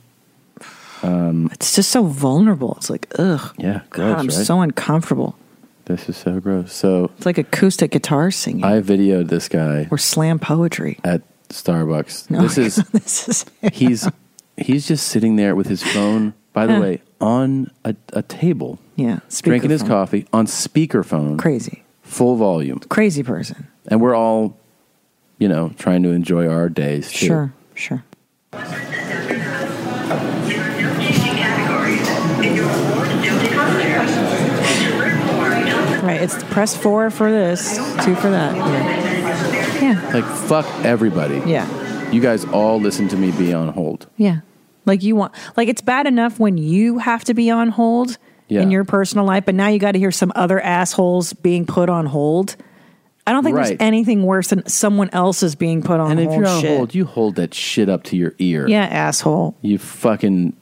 Speaker 2: it's just so vulnerable. It's like ugh.
Speaker 1: Um, Yeah,
Speaker 2: God, I'm
Speaker 1: gross, right?
Speaker 2: so uncomfortable.
Speaker 1: This is so gross. So
Speaker 2: It's like acoustic guitar singing
Speaker 1: I videoed this guy
Speaker 2: or slam poetry.
Speaker 1: at Starbucks.
Speaker 2: No,
Speaker 1: This is
Speaker 2: this is
Speaker 1: he's he's just sitting there with his phone. By the way, on a, a table,
Speaker 2: Yeah.
Speaker 1: drinking his
Speaker 2: speakerphone.
Speaker 1: coffee on speakerphone,
Speaker 2: Crazy.
Speaker 1: full volume,
Speaker 2: Crazy person.
Speaker 1: and we're all, you know, trying to enjoy our days. too.
Speaker 2: Sure. Sure. Right. It's press four for this, two for that. Yeah.
Speaker 1: Like fuck everybody.
Speaker 2: Yeah. Yeah.
Speaker 1: You guys all listen to me be on hold.
Speaker 2: Yeah. Like you want, like it's bad enough when you have to be on hold
Speaker 1: Yeah.
Speaker 2: in your personal life, but now you got to hear some other assholes being put on hold. I don't think
Speaker 1: Right.
Speaker 2: there's anything worse than someone else's being put on
Speaker 1: And if
Speaker 2: hold.
Speaker 1: you're on
Speaker 2: shit.
Speaker 1: hold, you hold that shit up to your ear.
Speaker 2: yeah, asshole.
Speaker 1: You fucking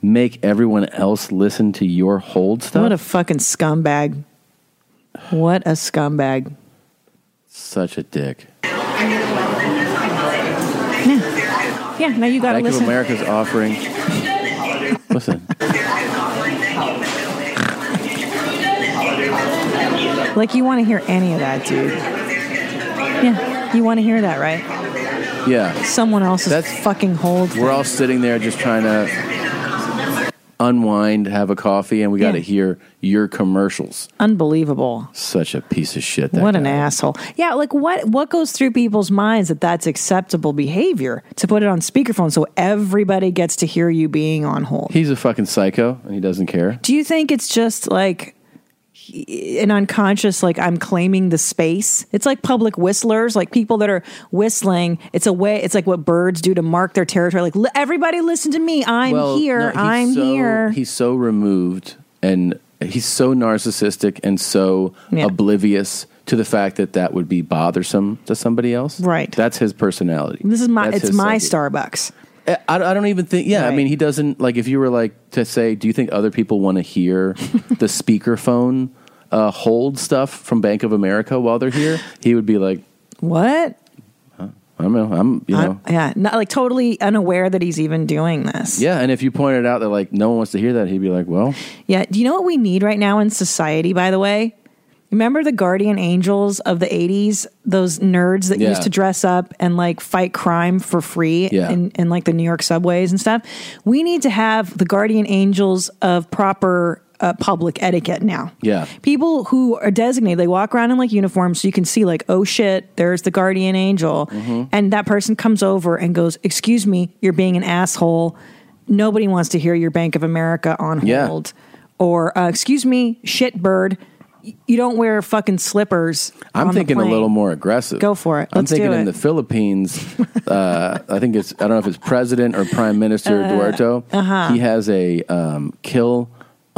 Speaker 1: make everyone else listen to your hold stuff.
Speaker 2: What a fucking scumbag. What a scumbag.
Speaker 1: Such a dick.
Speaker 2: Yeah, now you got to
Speaker 1: Bank of
Speaker 2: listen.
Speaker 1: America's offering. Listen,
Speaker 2: Like, you want to hear any of that, dude. Yeah, you want to hear that, right?
Speaker 1: yeah,
Speaker 2: Someone else's
Speaker 1: That's-
Speaker 2: fucking hold.
Speaker 1: we're all sitting there just trying to unwind, have a coffee, and we got to
Speaker 2: Yeah.
Speaker 1: hear your commercials.
Speaker 2: Unbelievable.
Speaker 1: Such a piece of shit. That
Speaker 2: what an
Speaker 1: guy.
Speaker 2: asshole. Yeah, like, what, what goes through people's minds that that's acceptable behavior to put it on speakerphone so everybody gets to hear you being on hold?
Speaker 1: He's a fucking psycho, and he doesn't care.
Speaker 2: Do you think it's just like he- an unconscious, like I'm claiming the space? It's like public whistlers, like people that are whistling. It's a way, it's like what birds do to mark their territory. Like, "Li- everybody listen to me. I'm
Speaker 1: Well, no,
Speaker 2: here.
Speaker 1: he's
Speaker 2: I'm
Speaker 1: so-
Speaker 2: here.
Speaker 1: He's so removed and he's so narcissistic and so
Speaker 2: Yeah.
Speaker 1: oblivious to the fact that that would be bothersome to somebody else.
Speaker 2: Right.
Speaker 1: That's his personality.
Speaker 2: This is my,
Speaker 1: That's
Speaker 2: it's
Speaker 1: his
Speaker 2: my
Speaker 1: psyche.
Speaker 2: Starbucks.
Speaker 1: I, I don't even think, yeah, I
Speaker 2: Right.
Speaker 1: mean, he doesn't, like, if you were like to say, do you think other people want to hear the speakerphone uh, hold stuff from Bank of America while they're here? He would be like,
Speaker 2: What?
Speaker 1: I don't know. I'm, you know.
Speaker 2: I- yeah. Not like totally unaware that he's even doing this.
Speaker 1: yeah, and if you pointed out that like no one wants to hear that, he'd be like, "Well,
Speaker 2: Yeah. Do you know what we need right now in society, by the way? Remember the guardian angels of the 80s? Those nerds that
Speaker 1: Yeah.
Speaker 2: used to dress up and like fight crime for free
Speaker 1: Yeah.
Speaker 2: in, in like the New York subways and stuff? We need to have the guardian angels of proper uh, public etiquette now.
Speaker 1: Yeah.
Speaker 2: People who are designated, they walk around in like uniforms so you can see, like, oh shit, there's the guardian angel.
Speaker 1: Mm-hmm.
Speaker 2: And that person comes over and goes, Excuse me, you're being an asshole. Nobody wants to hear your Bank of America on
Speaker 1: Yeah.
Speaker 2: hold. Or, uh, Excuse me, shit bird, y- you don't wear fucking slippers.
Speaker 1: I'm
Speaker 2: on the
Speaker 1: thinking a
Speaker 2: plane."
Speaker 1: little more aggressive.
Speaker 2: Go for it.
Speaker 1: I'm
Speaker 2: Let's
Speaker 1: thinking
Speaker 2: do
Speaker 1: in
Speaker 2: it.
Speaker 1: the Philippines. uh, I think it's I don't know if it's President or Prime Minister
Speaker 2: Uh-huh.
Speaker 1: Duarte. He has a um, kill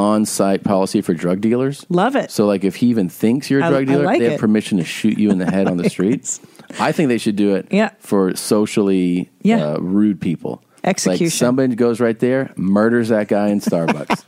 Speaker 1: on site policy for drug dealers.
Speaker 2: Love it.
Speaker 1: So like if he even thinks you're a
Speaker 2: I-
Speaker 1: drug
Speaker 2: I
Speaker 1: dealer,
Speaker 2: like
Speaker 1: they have
Speaker 2: it.
Speaker 1: permission to shoot you in the head on the streets. I think they should do it
Speaker 2: Yeah.
Speaker 1: for socially
Speaker 2: Yeah.
Speaker 1: uh, rude people. Like
Speaker 2: Execution.
Speaker 1: somebody goes right there, murders that guy in Starbucks.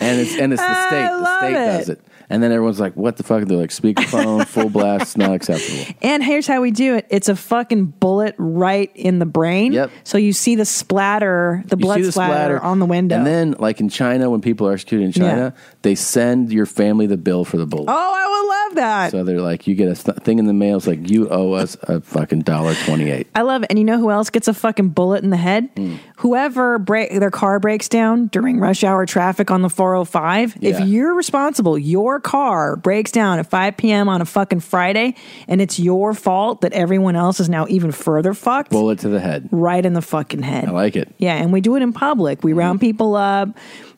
Speaker 1: and it's and it's the
Speaker 2: I
Speaker 1: state. The
Speaker 2: love
Speaker 1: state does
Speaker 2: it.
Speaker 1: it. And then everyone's like, what the fuck? They're like, speakerphone, full blast, not acceptable.
Speaker 2: And here's how we do it. It's a fucking bullet right in the brain.
Speaker 1: Yep.
Speaker 2: So you see the splatter, the
Speaker 1: You
Speaker 2: blood
Speaker 1: see the
Speaker 2: splatter, on the window.
Speaker 1: And then, like in China, when people are executed in China, they send your family the bill for the bullet.
Speaker 2: oh, I would love that.
Speaker 1: So they're like, you get a th- thing in the mail. It's like, you owe us a fucking dollar twenty-eight.
Speaker 2: I love it. And you know who else gets a fucking bullet in the head?
Speaker 1: Hmm.
Speaker 2: Whoever break their car breaks down during rush hour traffic on the 405.
Speaker 1: Yeah.
Speaker 2: If you're responsible, your car breaks down at 5 p.m. on a fucking Friday, and it's your fault that everyone else is now even further fucked
Speaker 1: Bullet to the head.
Speaker 2: right in the fucking head.
Speaker 1: I like Hmm. it.
Speaker 2: Yeah, and we do it in public. We round people up.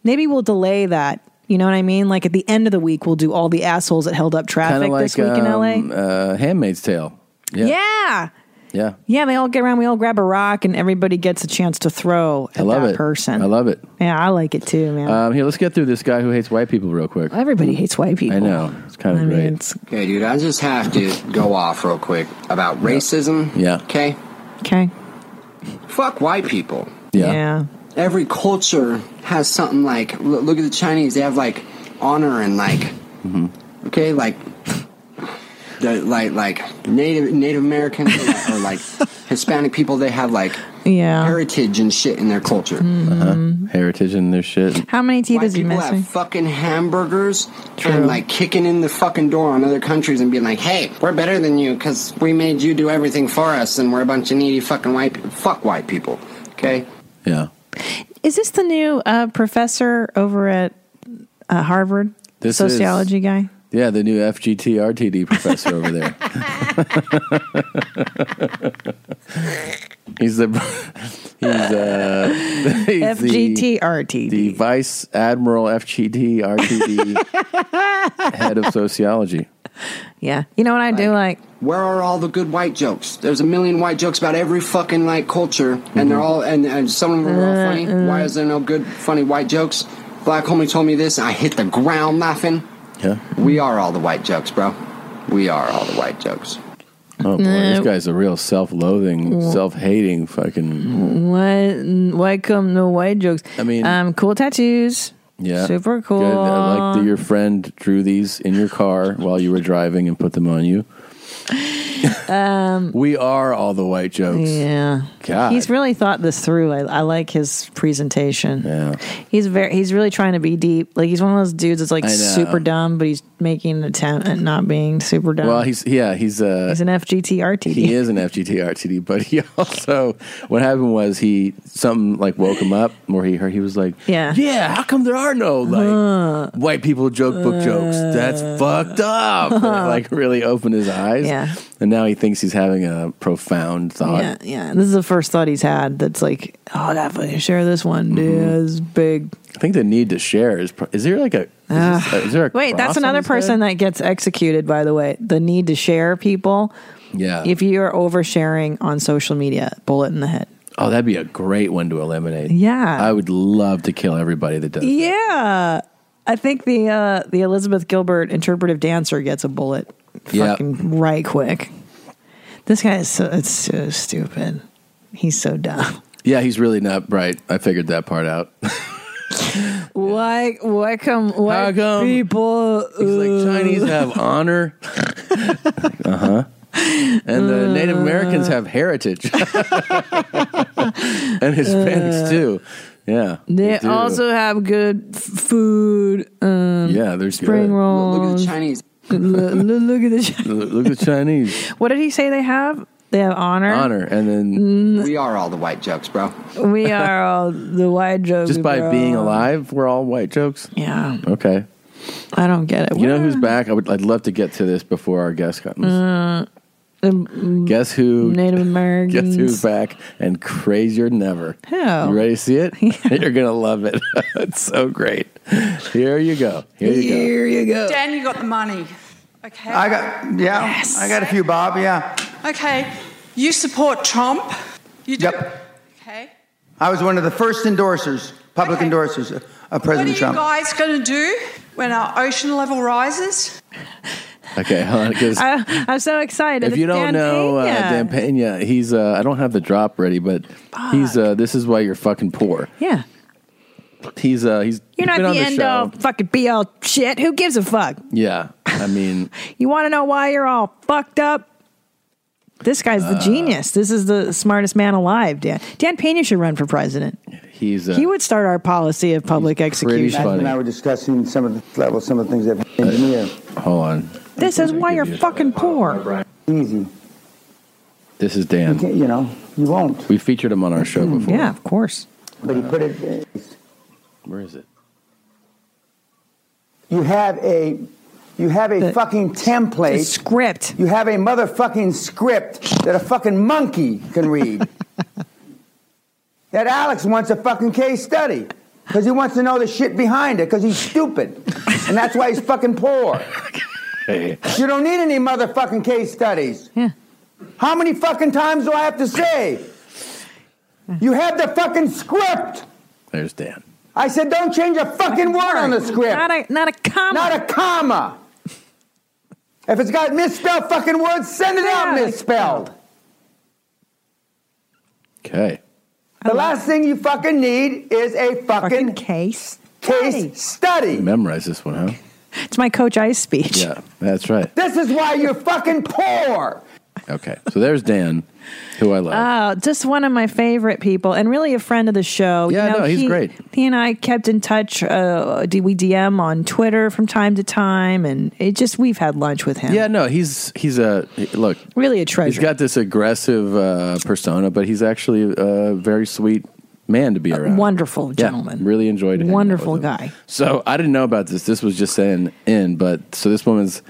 Speaker 2: Maybe we'll delay that. You know what I mean? Like at the end of the week, we'll do all the assholes that held up
Speaker 1: Kind
Speaker 2: traffic
Speaker 1: of like
Speaker 2: this week in LA.
Speaker 1: um, Uh, Handmaid's Tale. Yeah.
Speaker 2: yeah.
Speaker 1: Yeah.
Speaker 2: Yeah, they all get around. We all grab a rock, and everybody gets a chance to throw at
Speaker 1: I love
Speaker 2: that
Speaker 1: it.
Speaker 2: person.
Speaker 1: I love it.
Speaker 2: Yeah, I like it too, man.
Speaker 1: Um, here, let's get through this guy who hates white people real quick.
Speaker 2: Everybody hates white people.
Speaker 1: I know. It's kind of
Speaker 2: Oh, I
Speaker 1: great.
Speaker 2: mean, it's,
Speaker 3: Okay, dude, I just have to go off real quick about racism.
Speaker 1: Yeah.
Speaker 3: Okay?
Speaker 2: okay.
Speaker 3: Fuck white people.
Speaker 1: yeah.
Speaker 2: Yeah.
Speaker 3: Every culture has something like, l- look at the Chinese, they have like honor and like,
Speaker 1: Mm-hmm.
Speaker 3: okay, like, the, like like Native Native Americans or, or like Hispanic people, they have like
Speaker 2: Yeah.
Speaker 3: heritage and shit in their culture.
Speaker 1: Heritage and their shit.
Speaker 2: How many teeth
Speaker 3: White
Speaker 2: is he
Speaker 3: people
Speaker 2: missing?
Speaker 3: have fucking hamburgers and like kicking in the fucking door on other countries and being like, "Hey, we're better than you because we made you do everything for us, and we're a bunch of needy fucking white people." Fuck white people, okay?
Speaker 1: Yeah.
Speaker 2: is this the new uh, professor over at uh, Harvard?
Speaker 1: This is-
Speaker 2: sociology guy.
Speaker 1: Yeah, the new FGT RTD professor over there. he's the he's uh he's the,
Speaker 2: FGTRT.
Speaker 1: the Vice Admiral FGT RTD head of sociology.
Speaker 2: yeah, you know what I do like.
Speaker 3: Where are all the good white jokes? There's a million white jokes about every fucking like culture, and they're all and, and some of them are all funny. Why is there no good funny white jokes? Black homie told me this, and I hit the ground laughing.
Speaker 1: Yeah.
Speaker 3: We are all the white jokes, bro. We are all the white jokes.
Speaker 1: Oh boy, this guy's a real self-loathing, self-hating fucking
Speaker 2: Why? Why come no white jokes?
Speaker 1: I mean-
Speaker 2: um, cool tattoos.
Speaker 1: yeah.
Speaker 2: super cool.
Speaker 1: Good. I like that your friend drew these in your car while you were driving and put them on you. Um, we are all the white jokes.
Speaker 2: Yeah,
Speaker 1: God.
Speaker 2: he's really thought this through. I, I like his presentation.
Speaker 1: Yeah.
Speaker 2: He's very he's really trying to be deep. Like he's one of those dudes that's like
Speaker 1: I know.
Speaker 2: super dumb, but he's making an attempt at not being super dumb.
Speaker 1: Well, he's yeah, he's uh
Speaker 2: he's an FGTRT.
Speaker 1: he is an FGT RTD, but he also what happened was he something like woke him up where he heard he was like
Speaker 2: Yeah. Uh-huh.
Speaker 1: yeah how come there are no like white people joke book jokes that's fucked up And it, like really opened his eyes
Speaker 2: Yeah.
Speaker 1: and now he thinks he's having a profound thought
Speaker 2: Yeah, yeah. This is the first thought he's had that's like, oh, that fucking share this one, dude. It's big.
Speaker 1: Mm-hmm. I think the need to share is pro- is there like a is, this- uh, is there a
Speaker 2: Wait,
Speaker 1: cross
Speaker 2: that's
Speaker 1: on
Speaker 2: another
Speaker 1: his head?
Speaker 2: person that gets executed, by the way. The need to share people.
Speaker 1: yeah
Speaker 2: If you're oversharing on social media, bullet in the head.
Speaker 1: oh that'd be a great one to eliminate
Speaker 2: Yeah.
Speaker 1: I would love to kill everybody that does that.
Speaker 2: Yeah. I think the uh, the Elizabeth Gilbert interpretive dancer gets a bullet
Speaker 1: Yeah.
Speaker 2: fucking right quick. This guy is so it's so stupid. He's so dumb.
Speaker 1: yeah he's really not bright I figured that part out.
Speaker 2: Why why come why
Speaker 1: How come-
Speaker 2: people
Speaker 1: He's like Chinese have honor. uh huh. And
Speaker 2: Uh.
Speaker 1: the Native Americans have heritage. and Hispanics too. Yeah.
Speaker 2: They
Speaker 1: do.
Speaker 2: also have good f- food, um,
Speaker 1: Yeah, there's
Speaker 2: spring rolls.
Speaker 3: Look at the Chinese.
Speaker 2: Look, look at the. Chi-
Speaker 1: Look at the Chinese
Speaker 2: What did he say they have? They have honor.
Speaker 1: honor, and then
Speaker 3: We are all the white jokes, bro.
Speaker 2: We are all the white jokes.
Speaker 10: Mm,
Speaker 1: just by
Speaker 2: bro.
Speaker 1: being alive, we're all white jokes.
Speaker 2: Yeah,
Speaker 1: Okay,
Speaker 2: I don't get it.
Speaker 1: you know who's back? I would, I'd love to get to this before our guest comes.
Speaker 10: Mm.
Speaker 1: Guess who?
Speaker 2: Native Americans.
Speaker 1: Guess who's back and crazier than ever?
Speaker 2: Who?
Speaker 1: You ready to see it? You're gonna love it. it's so great. Here you go. Here you go.
Speaker 2: Here you go.
Speaker 9: Dan, you got the money. Okay.
Speaker 10: I got, yeah, I got a few bob, yeah.
Speaker 9: okay. You support Trump. You do.
Speaker 10: Yep.
Speaker 9: Okay.
Speaker 10: I was one of the first endorsers, public
Speaker 9: Okay.
Speaker 10: endorsers of- of
Speaker 9: what are
Speaker 10: President
Speaker 9: you
Speaker 10: Trump.
Speaker 9: guys going to do when our ocean level rises?
Speaker 1: Okay, hold on. 'cause
Speaker 2: I, I'm so excited.
Speaker 1: if you
Speaker 2: It's
Speaker 1: don't
Speaker 2: Dan
Speaker 1: know uh,
Speaker 2: Pena.
Speaker 1: Dan Pena, he's uh, I don't have the drop ready, but he's uh, this is why you're fucking poor.
Speaker 2: yeah,
Speaker 1: He's uh, he's
Speaker 2: you're not
Speaker 1: been on
Speaker 2: the end
Speaker 1: show.
Speaker 2: all fucking be all shit. Who gives a fuck?
Speaker 1: Yeah, I mean,
Speaker 2: You want to know why you're all fucked up? This guy's
Speaker 1: Uh,
Speaker 2: the genius. This is the smartest man alive, Dan. Dan Pena should run for president.
Speaker 1: he's uh,
Speaker 2: He would start our policy of public
Speaker 1: pretty
Speaker 2: execution.
Speaker 1: funny. Uh,
Speaker 10: And I were discussing some of the levels, some of the things that engineer.
Speaker 1: hold on.
Speaker 2: This is why you're fucking poor.
Speaker 10: Easy.
Speaker 1: This is
Speaker 10: You
Speaker 1: Dan.
Speaker 10: can't- you know, you won't. Mm-hmm.
Speaker 1: We featured him on our show before.
Speaker 2: Yeah, of course.
Speaker 10: But he put it,
Speaker 1: Where is it?
Speaker 10: you have a, you have a
Speaker 2: The-
Speaker 10: fucking
Speaker 2: The
Speaker 10: template.
Speaker 2: script.
Speaker 10: You have a motherfucking script that a fucking monkey can read. that Alex wants a fucking case study because he wants to know the shit behind it because he's stupid. and that's why he's fucking poor.
Speaker 1: Hey,
Speaker 10: You don't need any motherfucking case studies.
Speaker 2: Yeah.
Speaker 10: How many fucking times do I have to say? You have the fucking script.
Speaker 1: there's Dan.
Speaker 10: I said, don't change a fucking word on the script.
Speaker 2: Not a not a comma.
Speaker 10: Not a comma. If it's got misspelled fucking words, send it out
Speaker 2: Yeah.
Speaker 10: misspelled.
Speaker 1: Okay.
Speaker 10: The last thing you fucking need is a
Speaker 2: fucking
Speaker 10: fucking
Speaker 2: case. study.
Speaker 10: case study.
Speaker 1: Memorize this one, huh?
Speaker 2: It's my coach ice speech.
Speaker 1: Yeah, that's right.
Speaker 10: This is why you're fucking poor.
Speaker 1: Okay, so there's Dan, who I love.
Speaker 2: Oh, just one of my favorite people, and really a friend of the show.
Speaker 1: Yeah, no, he's
Speaker 2: he-
Speaker 1: great.
Speaker 2: He and I kept in touch. Uh, d- we DM on Twitter from time to time, and it just we've had lunch with him.
Speaker 1: yeah, no, he's he's a look.
Speaker 2: really a
Speaker 1: He's
Speaker 2: treasure.
Speaker 1: got this aggressive uh, persona, but he's actually a very sweet man to be around.
Speaker 2: Wonderful gentleman.
Speaker 1: Yeah, really enjoyed hanging out
Speaker 2: Wonderful
Speaker 1: with him.
Speaker 2: guy.
Speaker 1: So I didn't know about this. This was just saying in, but so this woman's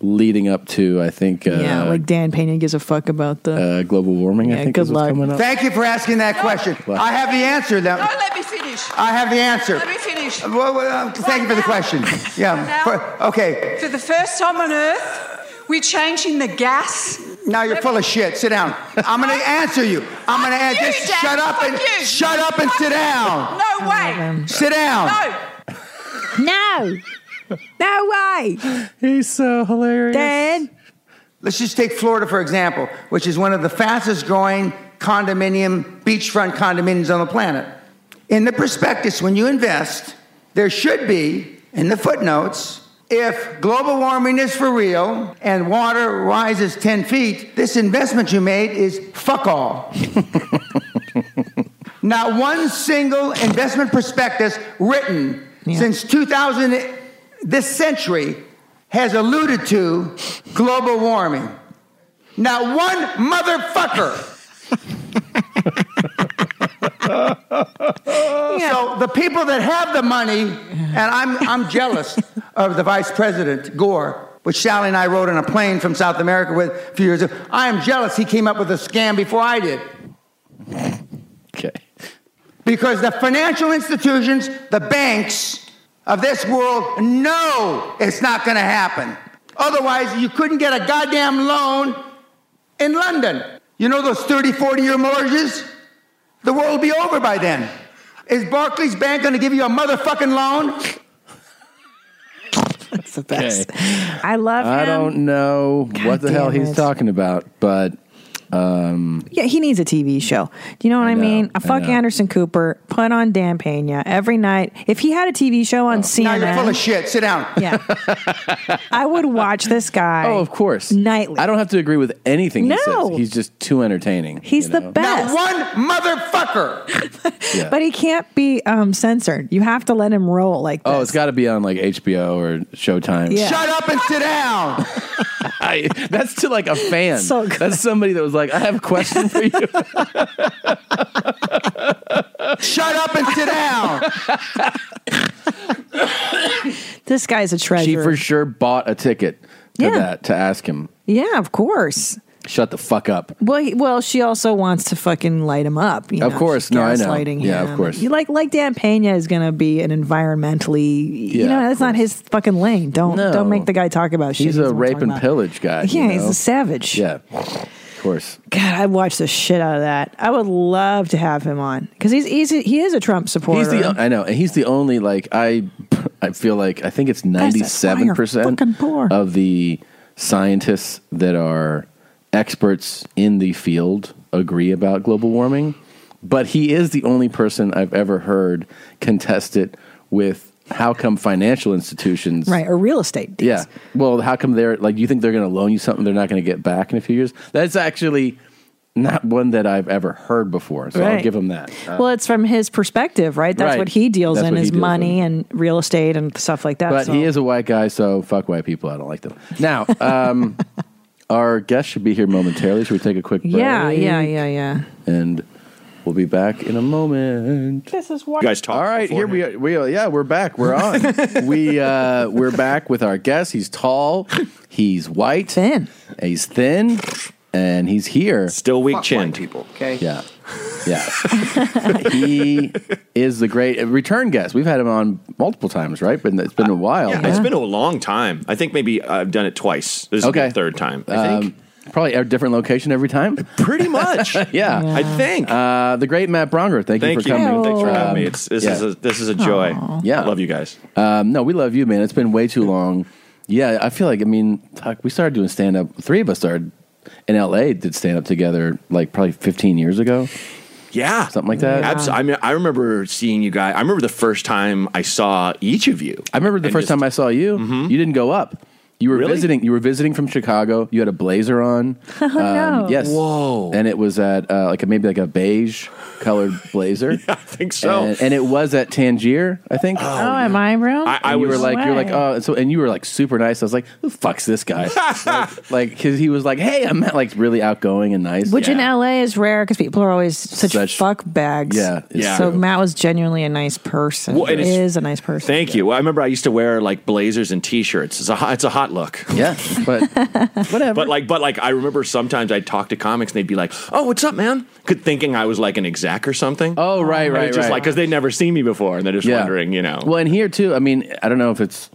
Speaker 1: leading up to I think uh,
Speaker 2: yeah, like Dan Pena gives a fuck about the.
Speaker 1: uh, global warming. I
Speaker 2: Yeah,
Speaker 1: think
Speaker 2: good
Speaker 1: is what's
Speaker 2: luck.
Speaker 1: coming up.
Speaker 10: Thank you for asking that question.
Speaker 1: Well-
Speaker 10: I have the answer. That
Speaker 9: No, let me finish.
Speaker 10: I have the answer.
Speaker 9: Let me finish.
Speaker 10: Well, well, uh, thank you for the question. Yeah.
Speaker 9: Now-
Speaker 10: for- okay.
Speaker 9: For the first time on Earth, we're changing the gas.
Speaker 10: Now you're full of shit. Sit down. I'm gonna answer you. I'm gonna
Speaker 9: Fuck
Speaker 10: answer.
Speaker 9: you,
Speaker 10: Just
Speaker 9: Jack.
Speaker 10: shut up
Speaker 9: Fuck
Speaker 10: and
Speaker 9: you.
Speaker 10: shut up and
Speaker 9: Fuck
Speaker 10: sit
Speaker 9: you.
Speaker 10: down.
Speaker 9: No way.
Speaker 10: Sit
Speaker 1: Oh,
Speaker 10: down.
Speaker 9: No.
Speaker 2: no, no way,
Speaker 1: He's so hilarious.
Speaker 2: Dan.
Speaker 10: Let's just take Florida, for example, which is one of the fastest growing condominium, beachfront condominiums on the planet. In the prospectus, when you invest, there should be, in the footnotes, if global warming is for real and water rises 10 feet, this investment you made is fuck all. Not one single investment prospectus written since 2000, this century, has alluded to global warming. Not one motherfucker. So the people that have the money, and I'm, I'm jealous of the vice president, Gore, which Sally and I rode on a plane from South America with a few years ago. I am jealous he came up with a scam before I did.
Speaker 1: Okay.
Speaker 10: Because the financial institutions, the banks of this world know it's not going to happen. Otherwise, you couldn't get a goddamn loan in London. You know those 30, 40 year mortgages? The world will be over by then. Is Barclays Bank going to give you a motherfucking loan?
Speaker 2: That's the best.
Speaker 1: Okay.
Speaker 2: I love him.
Speaker 1: I don't know what the hell
Speaker 2: damn
Speaker 1: he's
Speaker 2: it.
Speaker 1: talking about, but um,
Speaker 2: Yeah, he needs a TV show. Do you know what I,
Speaker 1: know,
Speaker 2: mean?
Speaker 1: I
Speaker 2: fuck
Speaker 1: know.
Speaker 2: Anderson Cooper. Put on Dan Pena every night. If he had a TV
Speaker 1: Oh.
Speaker 2: show on
Speaker 10: Now
Speaker 2: CNN,
Speaker 10: you're full of shit. Sit down.
Speaker 2: yeah, I would watch this guy.
Speaker 1: oh, of course,
Speaker 2: nightly.
Speaker 1: I don't have to agree with anything he
Speaker 2: No.
Speaker 1: says. He's just too entertaining.
Speaker 2: He's
Speaker 1: you
Speaker 2: the
Speaker 1: know?
Speaker 2: best.
Speaker 10: Not one motherfucker.
Speaker 1: Yeah.
Speaker 2: But he can't be um, censored. You have to let him roll like this.
Speaker 1: Oh, it's got to be on like HBO or Showtime.
Speaker 2: Yeah.
Speaker 10: Shut up and sit down.
Speaker 1: I, that's to like a fan.
Speaker 2: So good.
Speaker 1: That's somebody that was like, I have a question for you.
Speaker 10: Shut up and sit down.
Speaker 2: This guy's a treasure.
Speaker 1: she for sure bought a ticket to
Speaker 2: Yeah.
Speaker 1: that to ask him.
Speaker 2: yeah, of course.
Speaker 1: Shut the fuck up.
Speaker 2: Well, he- well, she also wants to fucking light him up. You
Speaker 1: Of
Speaker 2: know,
Speaker 1: course.
Speaker 2: she's
Speaker 1: No, I know.
Speaker 2: gaslighting
Speaker 1: Yeah,
Speaker 2: him.
Speaker 1: of course.
Speaker 2: You like like Dan Pena is going to be an environmentally.
Speaker 1: Yeah,
Speaker 2: you know,
Speaker 1: of
Speaker 2: that's not
Speaker 1: course.
Speaker 2: his fucking lane. Don't
Speaker 1: No.
Speaker 2: don't make the guy talk about shit.
Speaker 1: He's
Speaker 2: he
Speaker 1: a
Speaker 2: doesn't wanna
Speaker 1: rape
Speaker 2: talk
Speaker 1: and
Speaker 2: about.
Speaker 1: pillage guy. you
Speaker 2: Yeah, he's
Speaker 1: know?
Speaker 2: a savage.
Speaker 1: Yeah, of course.
Speaker 2: God, I watched the shit out of that. I would love to have him on because he's, he's he is a Trump supporter.
Speaker 1: He's the I know, and he's the only like I I feel like I think it's
Speaker 2: Guys,
Speaker 1: ninety
Speaker 2: that's why you're
Speaker 1: seven percent
Speaker 2: fucking poor.
Speaker 1: of the scientists that are experts in the field agree about global warming, but he is the only person I've ever heard contest it with how come financial institutions
Speaker 2: right or real estate. Deals.
Speaker 1: yeah. Well, how come they're like you think they're going to loan you something they're not going to get back in a few years? That's actually not one that I've ever heard before. So I'll
Speaker 2: Right.
Speaker 1: give him that. Uh,
Speaker 2: Well, it's from his perspective, right? That's
Speaker 1: Right.
Speaker 2: what he deals
Speaker 1: That's
Speaker 2: in
Speaker 1: what he
Speaker 2: is
Speaker 1: deals
Speaker 2: money
Speaker 1: in.
Speaker 2: and real estate and stuff like that.
Speaker 1: but
Speaker 2: so-
Speaker 1: he is a white guy, so fuck white people. I don't like them. Now, um, our guest should be here momentarily. Should we take a quick break?
Speaker 2: Yeah, yeah, yeah, yeah.
Speaker 1: And we'll be back in a moment.
Speaker 2: This is why.
Speaker 11: guys talk.
Speaker 1: All right, here we are. We are, yeah, we're back. We're on. we uh, we're back with our guest. He's tall. He's white.
Speaker 2: Thin.
Speaker 1: He's thin, and he's here.
Speaker 11: Still weak
Speaker 10: Fuck
Speaker 11: chin.
Speaker 10: white people. Okay.
Speaker 1: Yeah. Yeah. he is the great return guest. We've had him on multiple times, right? But it's been a while.
Speaker 11: It's been a long time. I think maybe I've done it twice. This is
Speaker 1: Okay. Um,
Speaker 11: the third time. I think.
Speaker 1: Probably a different location every time.
Speaker 11: Pretty much.
Speaker 1: Yeah.
Speaker 11: I think.
Speaker 1: Uh, the great Matt Bronger. Thank,
Speaker 11: Thank
Speaker 1: you for
Speaker 11: you.
Speaker 1: coming.
Speaker 11: Thanks for having
Speaker 1: Um,
Speaker 11: me. It's, this
Speaker 1: yeah.
Speaker 11: is a, this is a joy.
Speaker 1: Yeah.
Speaker 11: love you guys.
Speaker 1: Um, no, we love you, man. It's been way too long. Yeah, I feel like I mean, fuck, we started doing stand up. Three of us started in L.A. did stand up together like probably 15 years ago,
Speaker 11: Yeah,
Speaker 1: something like that.
Speaker 11: Abs- I mean, I remember seeing you guys. I remember the first time I saw each of you.
Speaker 1: I remember the
Speaker 11: And
Speaker 1: first
Speaker 11: just- Mm-hmm.
Speaker 1: time I saw you. You didn't go up. You were visiting. You were visiting from Chicago. You had a blazer on.
Speaker 2: Oh,
Speaker 1: Um,
Speaker 2: no.
Speaker 1: Yes. Whoa. And it was at uh, like a, maybe like a beige colored blazer. I think
Speaker 11: so. Uh,
Speaker 1: And, and it was at Tangier, I think.
Speaker 2: Oh, am I real?
Speaker 1: I, I you were like, you're like, oh, so, and you were like super nice. I was like, who the fucks this guy? like, like, 'cause he was like, hey, I'm like really outgoing and nice.
Speaker 2: Which in LA is rare because people are always such, fuck bags.
Speaker 1: Yeah, it's
Speaker 2: So
Speaker 11: true.
Speaker 2: Matt was genuinely a nice person.
Speaker 11: Well, and it's-
Speaker 2: is a nice person.
Speaker 11: Thank you. Well, I remember I used to wear like blazers and t-shirts. It's a hot, it's a hot look.
Speaker 1: Yeah, but whatever.
Speaker 11: But like, but like, I remember sometimes I'd talk to comics and they'd be like, "Oh, what's up, man?" Could thinking I was like an exec or something.
Speaker 1: Oh, right,
Speaker 11: And
Speaker 1: right,
Speaker 11: it's just
Speaker 1: right.
Speaker 11: like because they'd never seen me before and they're just wondering, you know.
Speaker 1: Well, and here too. I mean, I don't know if it's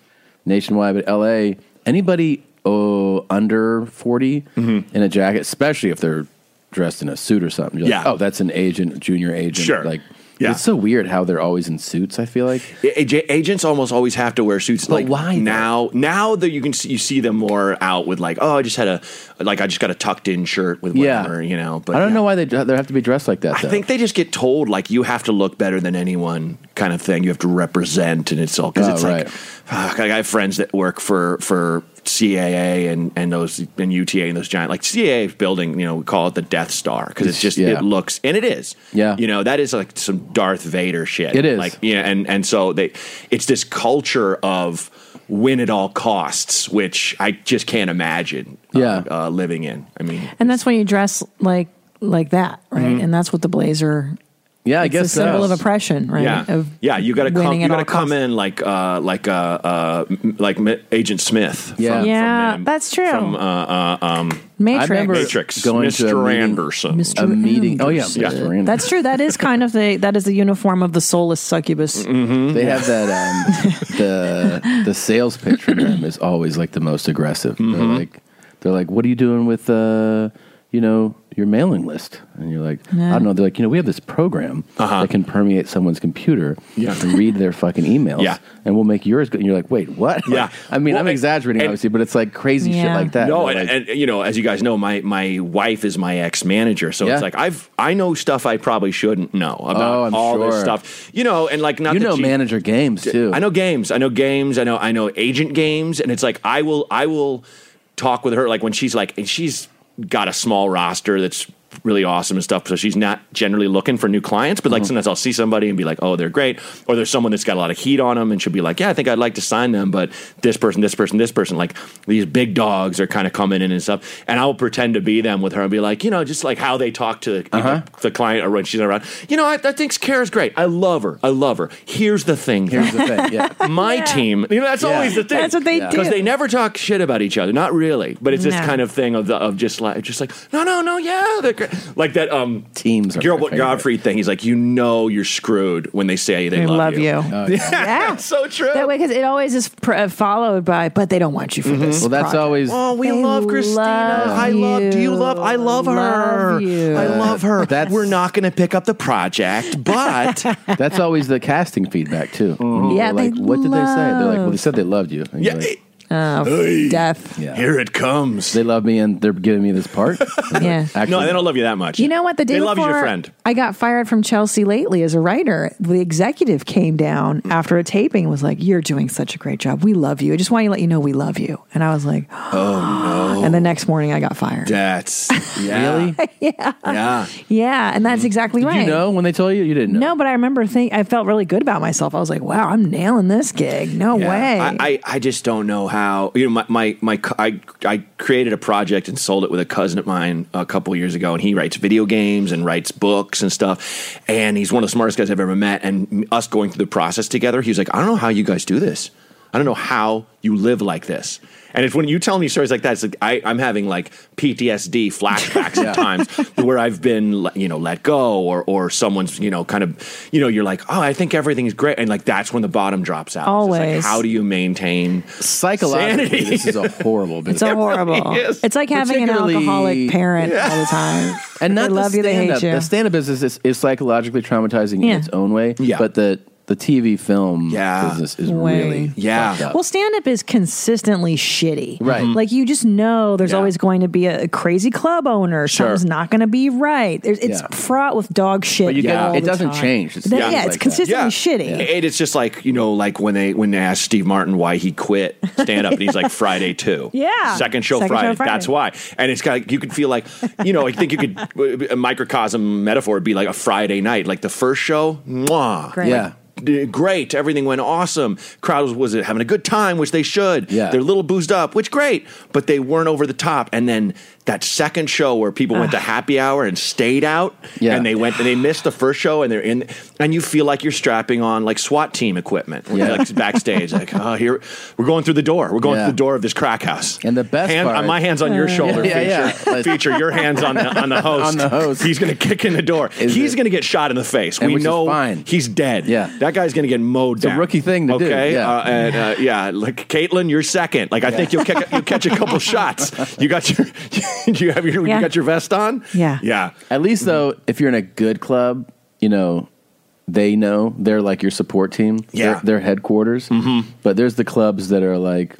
Speaker 1: nationwide, but LA, anybody oh, under 40
Speaker 11: Mm-hmm.
Speaker 1: in a jacket, especially if they're dressed in a suit or something. You're like,
Speaker 11: Yeah.
Speaker 1: oh, that's an agent, junior agent.
Speaker 11: Sure.
Speaker 1: Like,
Speaker 11: Yeah.
Speaker 1: it's so weird how they're always in suits. I feel like
Speaker 11: A- ag- agents almost always have to wear suits. like why now? Now that you can see, you see them more out with like, oh, I just had a like I just got a tucked in shirt with
Speaker 1: Yeah.
Speaker 11: whatever, you know. But
Speaker 1: I don't know why they they have to be dressed like that.
Speaker 11: I
Speaker 1: Though.
Speaker 11: think they just get told like you have to look better than anyone kind of thing. You have to represent, and it's all because
Speaker 1: Oh,
Speaker 11: it's like fuck, like, I have friends that work for for CAA and and those and UTA and those giant like CAA building. You know, we call it the Death Star because it's
Speaker 1: It's-
Speaker 11: just
Speaker 1: yeah.
Speaker 11: it looks and it is.
Speaker 1: Yeah.
Speaker 11: you know that is like some Darth Vader shit.
Speaker 1: It is.
Speaker 11: like yeah, and and so they it's this culture of win at all costs, which I just can't imagine. Yeah, uh, uh, living in. I mean,
Speaker 2: And that's when you dress like like that, right?
Speaker 1: Mm-hmm.
Speaker 11: Mhm.
Speaker 2: And that's what the blazer.
Speaker 1: Yeah, I
Speaker 2: it's
Speaker 1: guess
Speaker 2: a symbol
Speaker 1: so.
Speaker 2: of oppression, right?
Speaker 11: Yeah,
Speaker 2: Of
Speaker 11: yeah. You got to come.
Speaker 2: winning
Speaker 11: You
Speaker 2: at
Speaker 11: got to
Speaker 2: all
Speaker 11: come in like uh, like uh, uh, m- like M- Agent Smith.
Speaker 2: Yeah,
Speaker 11: from,
Speaker 2: yeah, that's true.
Speaker 11: From, uh, uh, um,
Speaker 2: Matrix. I remember
Speaker 11: Matrix.
Speaker 1: going to a
Speaker 11: Mr.
Speaker 1: meeting-
Speaker 11: Anderson.
Speaker 1: Mr. A meeting- oh, yeah, Anderson. Mr. Anderson.
Speaker 2: That's true. That is kind of the that is the uniform of the soulless succubus.
Speaker 11: Mm-hmm.
Speaker 1: They have that um, the the sales pitch from them is always like the most aggressive. They're
Speaker 11: Mm-hmm.
Speaker 2: Mhm.
Speaker 1: like they're like, "What are you doing with uh, you know your mailing list?" And you're like,
Speaker 2: Yeah.
Speaker 1: "I don't know." They're like, "You know, we have this program that can permeate someone's computer
Speaker 11: Uh-huh. Yeah.
Speaker 1: and read their fucking emails,
Speaker 11: Yeah.
Speaker 1: and we'll make yours good." And you're like, "Wait, what?"
Speaker 11: Yeah.
Speaker 1: I mean,
Speaker 11: Well,
Speaker 1: I'm exaggerating, obviously, but it's like crazy shit like that.
Speaker 11: No,
Speaker 1: They're
Speaker 11: and,
Speaker 1: like,
Speaker 11: and you know, as you guys know, my my wife is my ex manager, so
Speaker 1: Yeah.
Speaker 11: it's like I've I know stuff I probably shouldn't know about
Speaker 1: Oh, I'm
Speaker 11: all this
Speaker 1: sure.
Speaker 11: stuff. You know, and like not
Speaker 1: You
Speaker 11: that
Speaker 1: know manager games too.
Speaker 11: I know games. I know games. I know I know agent games, and it's like I will I will talk with her like when she's like and she's got a small roster that's really awesome and stuff so she's not generally looking for new clients
Speaker 1: Mm-hmm.
Speaker 11: but like sometimes i'll see somebody and be like oh they're great or there's someone that's got a lot of heat on them and she'll be like yeah i think i'd like to sign them but this person this person this person like these big dogs are kind of coming in and stuff and i'll pretend to be them with her and be like you know just like how they talk to you know,
Speaker 1: Uh-huh.
Speaker 11: the client or when she's around you know i, I think kara's great i love her i love her here's the thing
Speaker 1: Here's the thing, yeah.
Speaker 11: my team you know that's
Speaker 1: Yeah.
Speaker 11: always the thing
Speaker 1: That's what they Yeah. do.
Speaker 11: because they never talk shit about each other not really but it's this
Speaker 1: No.
Speaker 11: kind of thing of the of just like just like no no no yeah they're great. like that um
Speaker 1: teams are
Speaker 11: Gerald Godfrey thing he's like you know you're screwed when they say they,
Speaker 2: They love
Speaker 11: love, you,
Speaker 2: you.
Speaker 1: Uh,
Speaker 2: Oh, yeah.
Speaker 11: yeah so true
Speaker 2: That way, because it always is pr- followed by, but they don't want you for
Speaker 11: Mm-hmm.
Speaker 1: Mhm.
Speaker 2: this.
Speaker 1: Well, that's
Speaker 2: project."
Speaker 1: always-
Speaker 11: Oh, we love Christina. I love. Do you love? I love, her. I love her. We're not going to pick up the project, but
Speaker 1: that's always the casting feedback too.
Speaker 2: Yeah,
Speaker 1: They're like,
Speaker 2: they
Speaker 1: what did they say? They're like, well, they
Speaker 2: love-
Speaker 1: said they loved you. And you're
Speaker 11: Mm-hmm. Yeah.
Speaker 1: like,
Speaker 2: Oh, death.
Speaker 11: Here it comes.
Speaker 1: They love me and they're giving me this part.
Speaker 2: Yeah.
Speaker 11: no, they don't love you that much.
Speaker 2: You know what? The day
Speaker 11: they love you,
Speaker 2: before
Speaker 11: your friend.
Speaker 2: I got fired from Chelsea lately as a writer, the executive came down after a taping and was like, "You're doing such a great job. We love you. I just want to let you know we love you." And I was like,
Speaker 11: Oh no!
Speaker 2: and the next morning I got fired.
Speaker 11: That's yeah.
Speaker 1: Really?
Speaker 2: yeah,
Speaker 11: Yeah.
Speaker 2: yeah, and that's exactly
Speaker 1: Did
Speaker 2: right.
Speaker 1: you know when they told you? You didn't know.
Speaker 2: No, but I remember think I felt really good about myself. I was like, "Wow, I'm nailing this gig. No
Speaker 11: Yeah.
Speaker 2: way."
Speaker 11: I, I, I just don't know how you know my my, my co- I, I created a project and sold it with a cousin of mine a couple years ago and he writes video games and writes books and stuff and he's one of the smartest guys I've ever met and us going through the process together he was like I don't know how you guys do this I don't know how you live like this and it's when you tell me stories like that it's like I, I'm having like PTSD flashbacks at times where I've been like, you know let go or or someone's you know kind of you know you're like oh I think everything's great and like that's when the bottom drops out It's just like,
Speaker 2: Always.
Speaker 11: how do you maintain
Speaker 1: Psychologically,
Speaker 11: sanity?
Speaker 1: this is a horrible
Speaker 2: it's
Speaker 1: business.
Speaker 2: a horrible. it's like having an
Speaker 1: Particularly-
Speaker 2: alcoholic parent all the time.
Speaker 1: And not
Speaker 2: they love
Speaker 1: the
Speaker 2: you, they
Speaker 1: stand-up.
Speaker 2: hate you.
Speaker 1: The stand-up business is, is psychologically traumatizing
Speaker 2: Yeah.
Speaker 1: in its own way. Yeah. But the the TV film business is
Speaker 2: Way.
Speaker 1: really fucked up.
Speaker 2: Well, stand up is consistently shitty.
Speaker 1: Right. Mhm.
Speaker 2: Like you just know there's always going to be a, a crazy club owner.
Speaker 1: Sure.
Speaker 2: Something's not going to be right. There's, it's
Speaker 11: Yeah.
Speaker 2: fraught with dog shit.
Speaker 11: But you get-
Speaker 2: all
Speaker 11: it
Speaker 2: the
Speaker 11: doesn't
Speaker 2: time.
Speaker 11: change. It's-
Speaker 2: Then-
Speaker 11: yeah,
Speaker 2: yeah,
Speaker 11: it's
Speaker 2: it's
Speaker 11: like that.
Speaker 2: consistently shitty.
Speaker 11: And it's just like you know, like when they when they asked Steve Martin why he quit stand up, and he's like Friday too,
Speaker 12: Yeah.
Speaker 11: second show,
Speaker 12: Second show
Speaker 11: Friday.
Speaker 12: Friday.
Speaker 11: That's why. And it's kind of you could feel like you know, I think you could a microcosm metaphor would be like a Friday night, like the first show, mwah,
Speaker 1: Great. Yeah.
Speaker 11: d- Great, everything went awesome. Crowd was, was having a good time, which they should. Yeah. They're a little boozed up, which great, but they weren't over the top. And then that second show where people went to happy hour and stayed out,
Speaker 1: Yeah.
Speaker 11: and they went and they missed the first show and they're in and you feel like you're strapping on like SWAT team equipment.
Speaker 1: Yeah.
Speaker 11: Yeah. Like backstage. Like, oh here we're going through the door. We're going
Speaker 1: Yeah.
Speaker 11: through the door of this crack house.
Speaker 1: And the best
Speaker 11: Hand-
Speaker 1: part,
Speaker 11: my hands on your shoulder
Speaker 1: Yeah, yeah,
Speaker 11: feature,
Speaker 1: yeah. Like-
Speaker 11: feature your hands on the on the host.
Speaker 1: On the host.
Speaker 11: He's gonna kick in the door.
Speaker 1: Is
Speaker 11: he's
Speaker 1: it-
Speaker 11: gonna get shot in the face.
Speaker 1: And
Speaker 11: we
Speaker 1: which is
Speaker 11: know
Speaker 1: fine.
Speaker 11: he's dead.
Speaker 1: Yeah.
Speaker 11: That guy's gonna get mowed
Speaker 1: It's a
Speaker 11: down.
Speaker 1: rookie thing to do,
Speaker 11: okay?
Speaker 1: yeah.
Speaker 11: Uh, and uh, yeah, like Caitlin, you're second. Like I think you'll catch you'll catch a couple shots. You got your you have your
Speaker 1: Yeah.
Speaker 11: you got your vest on?
Speaker 1: Yeah.
Speaker 11: Yeah.
Speaker 1: At least though, if you're in a good club, you know, they know they're like your support team.
Speaker 11: Yeah.
Speaker 1: They're, they're headquarters. Mm-hmm. But there's the clubs that are like,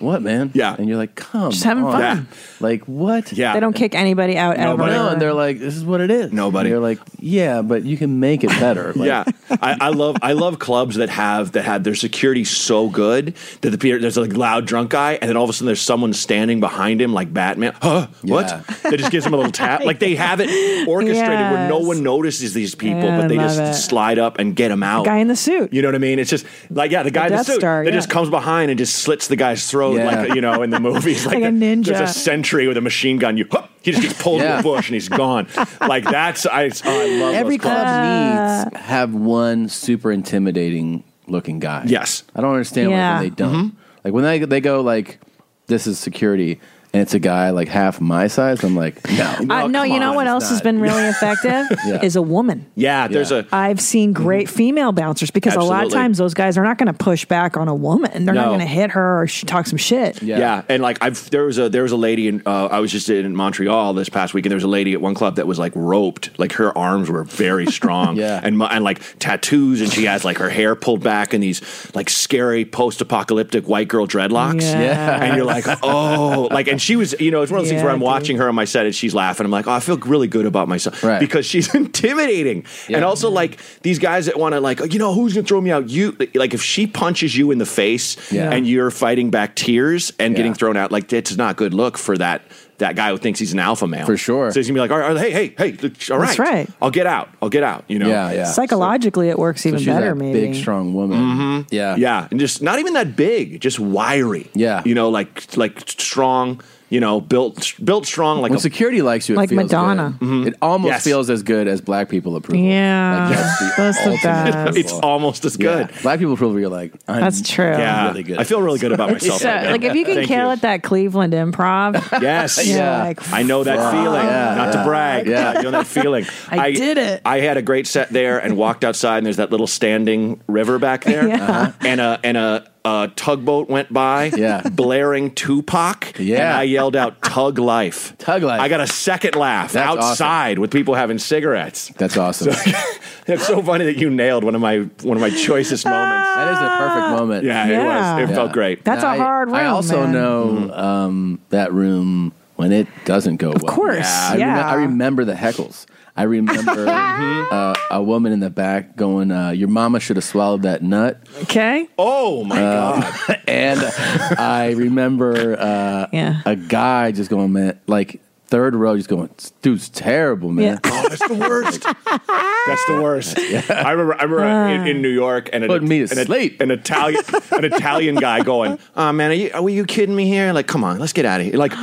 Speaker 1: what man? Yeah. And you're like, come,
Speaker 2: Just having
Speaker 1: on."
Speaker 2: fun. Yeah.
Speaker 1: Like what? Yeah.
Speaker 2: They don't kick anybody out ever.
Speaker 1: No, and they're like, this is what it is. Nobody. They're like, yeah, but you can make it better. Like,
Speaker 11: yeah, I, I love I love clubs that have that have their security so good that the Peter there's a loud drunk guy and then all of a sudden there's someone standing behind him like Batman. Huh?
Speaker 1: Yeah.
Speaker 11: What? That just gives him a little tap. Like they have it orchestrated where no
Speaker 2: Yes.
Speaker 11: one notices these people,
Speaker 2: Yeah,
Speaker 11: but
Speaker 2: I
Speaker 11: they just
Speaker 2: love it.
Speaker 11: slide up and get him out.
Speaker 2: guy in the suit.
Speaker 11: You know what I mean? It's just like yeah, the guy in the
Speaker 2: Death
Speaker 11: suit
Speaker 2: Star,
Speaker 11: that
Speaker 2: yeah.
Speaker 11: just comes behind and just slits the guy's throat
Speaker 1: Yeah.
Speaker 11: like you know in the movies
Speaker 1: Like a
Speaker 11: the-
Speaker 1: ninja.
Speaker 11: There's a sentry with a machine gun. You hup, he just gets pulled in
Speaker 1: Yeah.
Speaker 11: the bush and he's gone. Like that's I, oh, I love those
Speaker 1: Every club
Speaker 11: clubs.
Speaker 2: Uh,
Speaker 1: needs have one super intimidating looking guy. Yes, I don't understand
Speaker 11: Yeah.
Speaker 1: why they don't. Like when they they go like, this is security, and it's a guy like half my size. I'm like, no,
Speaker 2: uh, no, you know what else has been really effective
Speaker 1: Yeah.
Speaker 2: is a woman.
Speaker 11: Yeah, there's a
Speaker 2: I've seen great female bouncers because a lot of
Speaker 11: Mm-hmm. Absolutely.
Speaker 2: times those guys are not going to push back on a woman. They're not
Speaker 11: No.
Speaker 2: going to hit her or she talk some shit.
Speaker 11: Yeah. and like I've there was a there was a lady in uh, I was just in Montreal this past week, and there was a lady at one club that was like roped, like her arms were very strong, yeah, and mu- and like tattoos, and she has like her hair pulled back and these like scary post apocalyptic white girl dreadlocks,
Speaker 1: Yeah. Yeah.
Speaker 11: and you're like oh, like and she was you know it's one of those things
Speaker 1: Yeah,
Speaker 11: where I'm
Speaker 1: dude.
Speaker 11: watching her on my set and she's laughing, I'm like oh I feel really good about myself
Speaker 1: Right.
Speaker 11: because she's intimidating, and also like these guys that want to like you know who's gonna throw me out you like if she punches you in the face
Speaker 1: Yeah.
Speaker 11: and you're fighting back tears and getting thrown out. Like it's not a good look for that that guy who thinks he's an alpha male
Speaker 1: For sure.
Speaker 11: So he's gonna be like, all right, all right, hey, hey, hey, look, all
Speaker 2: That's right.
Speaker 11: I'll get out, I'll get out. You know,
Speaker 2: Psychologically, it works even
Speaker 11: she's
Speaker 2: better.
Speaker 11: that
Speaker 2: Maybe
Speaker 11: big,
Speaker 1: strong woman. Yeah,
Speaker 11: yeah, and just not even that big, just wiry. Yeah, you know, like like strong. You know, built built strong like
Speaker 1: when
Speaker 11: a
Speaker 1: security likes you, it
Speaker 2: Like
Speaker 1: feels
Speaker 2: Madonna.
Speaker 1: good. It almost
Speaker 11: Yes.
Speaker 1: feels as good as black people approval.
Speaker 2: Yeah,
Speaker 1: Like, that's the
Speaker 2: that's the
Speaker 1: ultimate
Speaker 2: best.
Speaker 1: approval.
Speaker 11: It's almost as good.
Speaker 1: Black people approval. You're like, I'm,
Speaker 2: That's true.
Speaker 1: I'm
Speaker 2: Yeah.
Speaker 1: really good.
Speaker 11: I feel really good about
Speaker 1: It's
Speaker 11: myself.
Speaker 2: So,
Speaker 11: right now.
Speaker 2: like if you can
Speaker 11: Thank
Speaker 2: kill at that Cleveland improv,
Speaker 11: Yes.
Speaker 2: you're like,
Speaker 11: I know that
Speaker 2: "Fuck."
Speaker 11: feeling. Not
Speaker 1: yeah.
Speaker 11: to brag.
Speaker 1: Yeah.
Speaker 11: Yeah. I know that feeling.
Speaker 2: I did it.
Speaker 11: I had a great set there and walked outside and there's that little standing river back there.
Speaker 1: Yeah. Uh-huh.
Speaker 11: And a and a, a tugboat went by,
Speaker 1: Yeah.
Speaker 11: blaring Tupac. And
Speaker 1: Yeah.
Speaker 11: I yelled out Tug Life. Tug Life. I got a second laugh
Speaker 1: That's awesome.
Speaker 11: outside with people having cigarettes.
Speaker 1: That's awesome.
Speaker 11: It's so funny that you nailed one of my one of my choicest moments.
Speaker 1: That is a perfect moment.
Speaker 11: Yeah, it was. It felt great.
Speaker 1: a I also know
Speaker 11: Mm-hmm.
Speaker 1: um, that room when it doesn't go well. Of
Speaker 2: course, yeah.
Speaker 1: I, remem- I remember the heckles. I remember
Speaker 11: Mm-hmm.
Speaker 1: uh, a woman in the back going, uh, "Your mama should have swallowed that nut."
Speaker 2: Okay.
Speaker 11: Oh my
Speaker 1: Uh, god! And I remember uh,
Speaker 2: yeah.
Speaker 1: a guy just going, "Man, like third row, just going, dude's terrible, man."
Speaker 11: Oh, that's the worst. that's the worst. I remember. I remember in, in New York and an,
Speaker 1: Put me to
Speaker 11: an- an Italian an Italian guy going, "Oh man, are you, are you kidding me here? Like, come on, let's get out of here!" Like,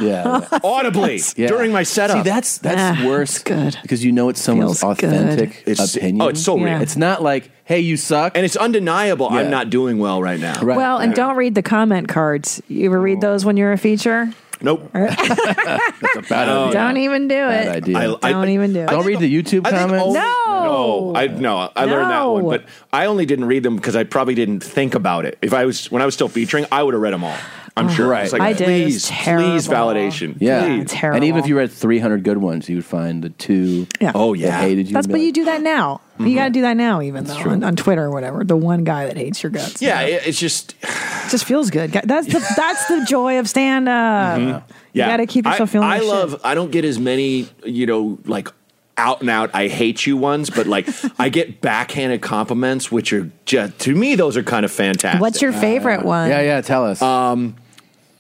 Speaker 11: audibly
Speaker 1: Yeah.
Speaker 11: during my setup.
Speaker 1: See, that's that's worse good because you know it's someone's
Speaker 11: Feels good.
Speaker 1: authentic
Speaker 11: It's-
Speaker 1: opinion.
Speaker 11: oh, it's so real. Yeah.
Speaker 1: It's not like, hey, you suck,
Speaker 11: and it's undeniable.
Speaker 1: Yeah.
Speaker 11: I'm not doing well right now.
Speaker 2: Well, and don't read the comment cards. You ever read those when you're a feature?
Speaker 11: Nope.
Speaker 1: that's a bad idea.
Speaker 2: Don't even do it.
Speaker 1: Bad idea.
Speaker 2: Don't even do it.
Speaker 1: Don't read the YouTube
Speaker 2: no,
Speaker 1: comments.
Speaker 11: No, I no, I learned that one,
Speaker 4: No.
Speaker 11: but I only didn't read them because I probably didn't think about it. If I was when I was still featuring, I would have read them all. I'm
Speaker 1: Oh,
Speaker 11: sure.
Speaker 1: Right.
Speaker 11: It's like,
Speaker 1: I did. It
Speaker 11: please,
Speaker 1: was terrible.
Speaker 11: please, validation.
Speaker 1: Yeah,
Speaker 11: please.
Speaker 1: And even if you read 300 good ones, you would find the two.
Speaker 2: Yeah.
Speaker 1: Oh yeah, that hated you.
Speaker 2: That's
Speaker 1: and
Speaker 2: but
Speaker 1: be
Speaker 2: you do that now. You got to do that now, even though
Speaker 1: true.
Speaker 2: on, on Twitter or whatever. The one guy that hates your guts.
Speaker 11: yeah, it, it's just
Speaker 2: It just feels good. That's the that's the joy of stand up.
Speaker 11: Mhm.
Speaker 2: You got to keep yourself
Speaker 11: I,
Speaker 2: feeling.
Speaker 11: I
Speaker 2: like
Speaker 11: love.
Speaker 2: Shit.
Speaker 11: I don't get as many, you know, like out and out I hate you ones, but like I get backhanded compliments, which are just to me those are kind of fantastic.
Speaker 2: What's your favorite one?
Speaker 11: Yeah,
Speaker 1: yeah, tell us.
Speaker 11: Um,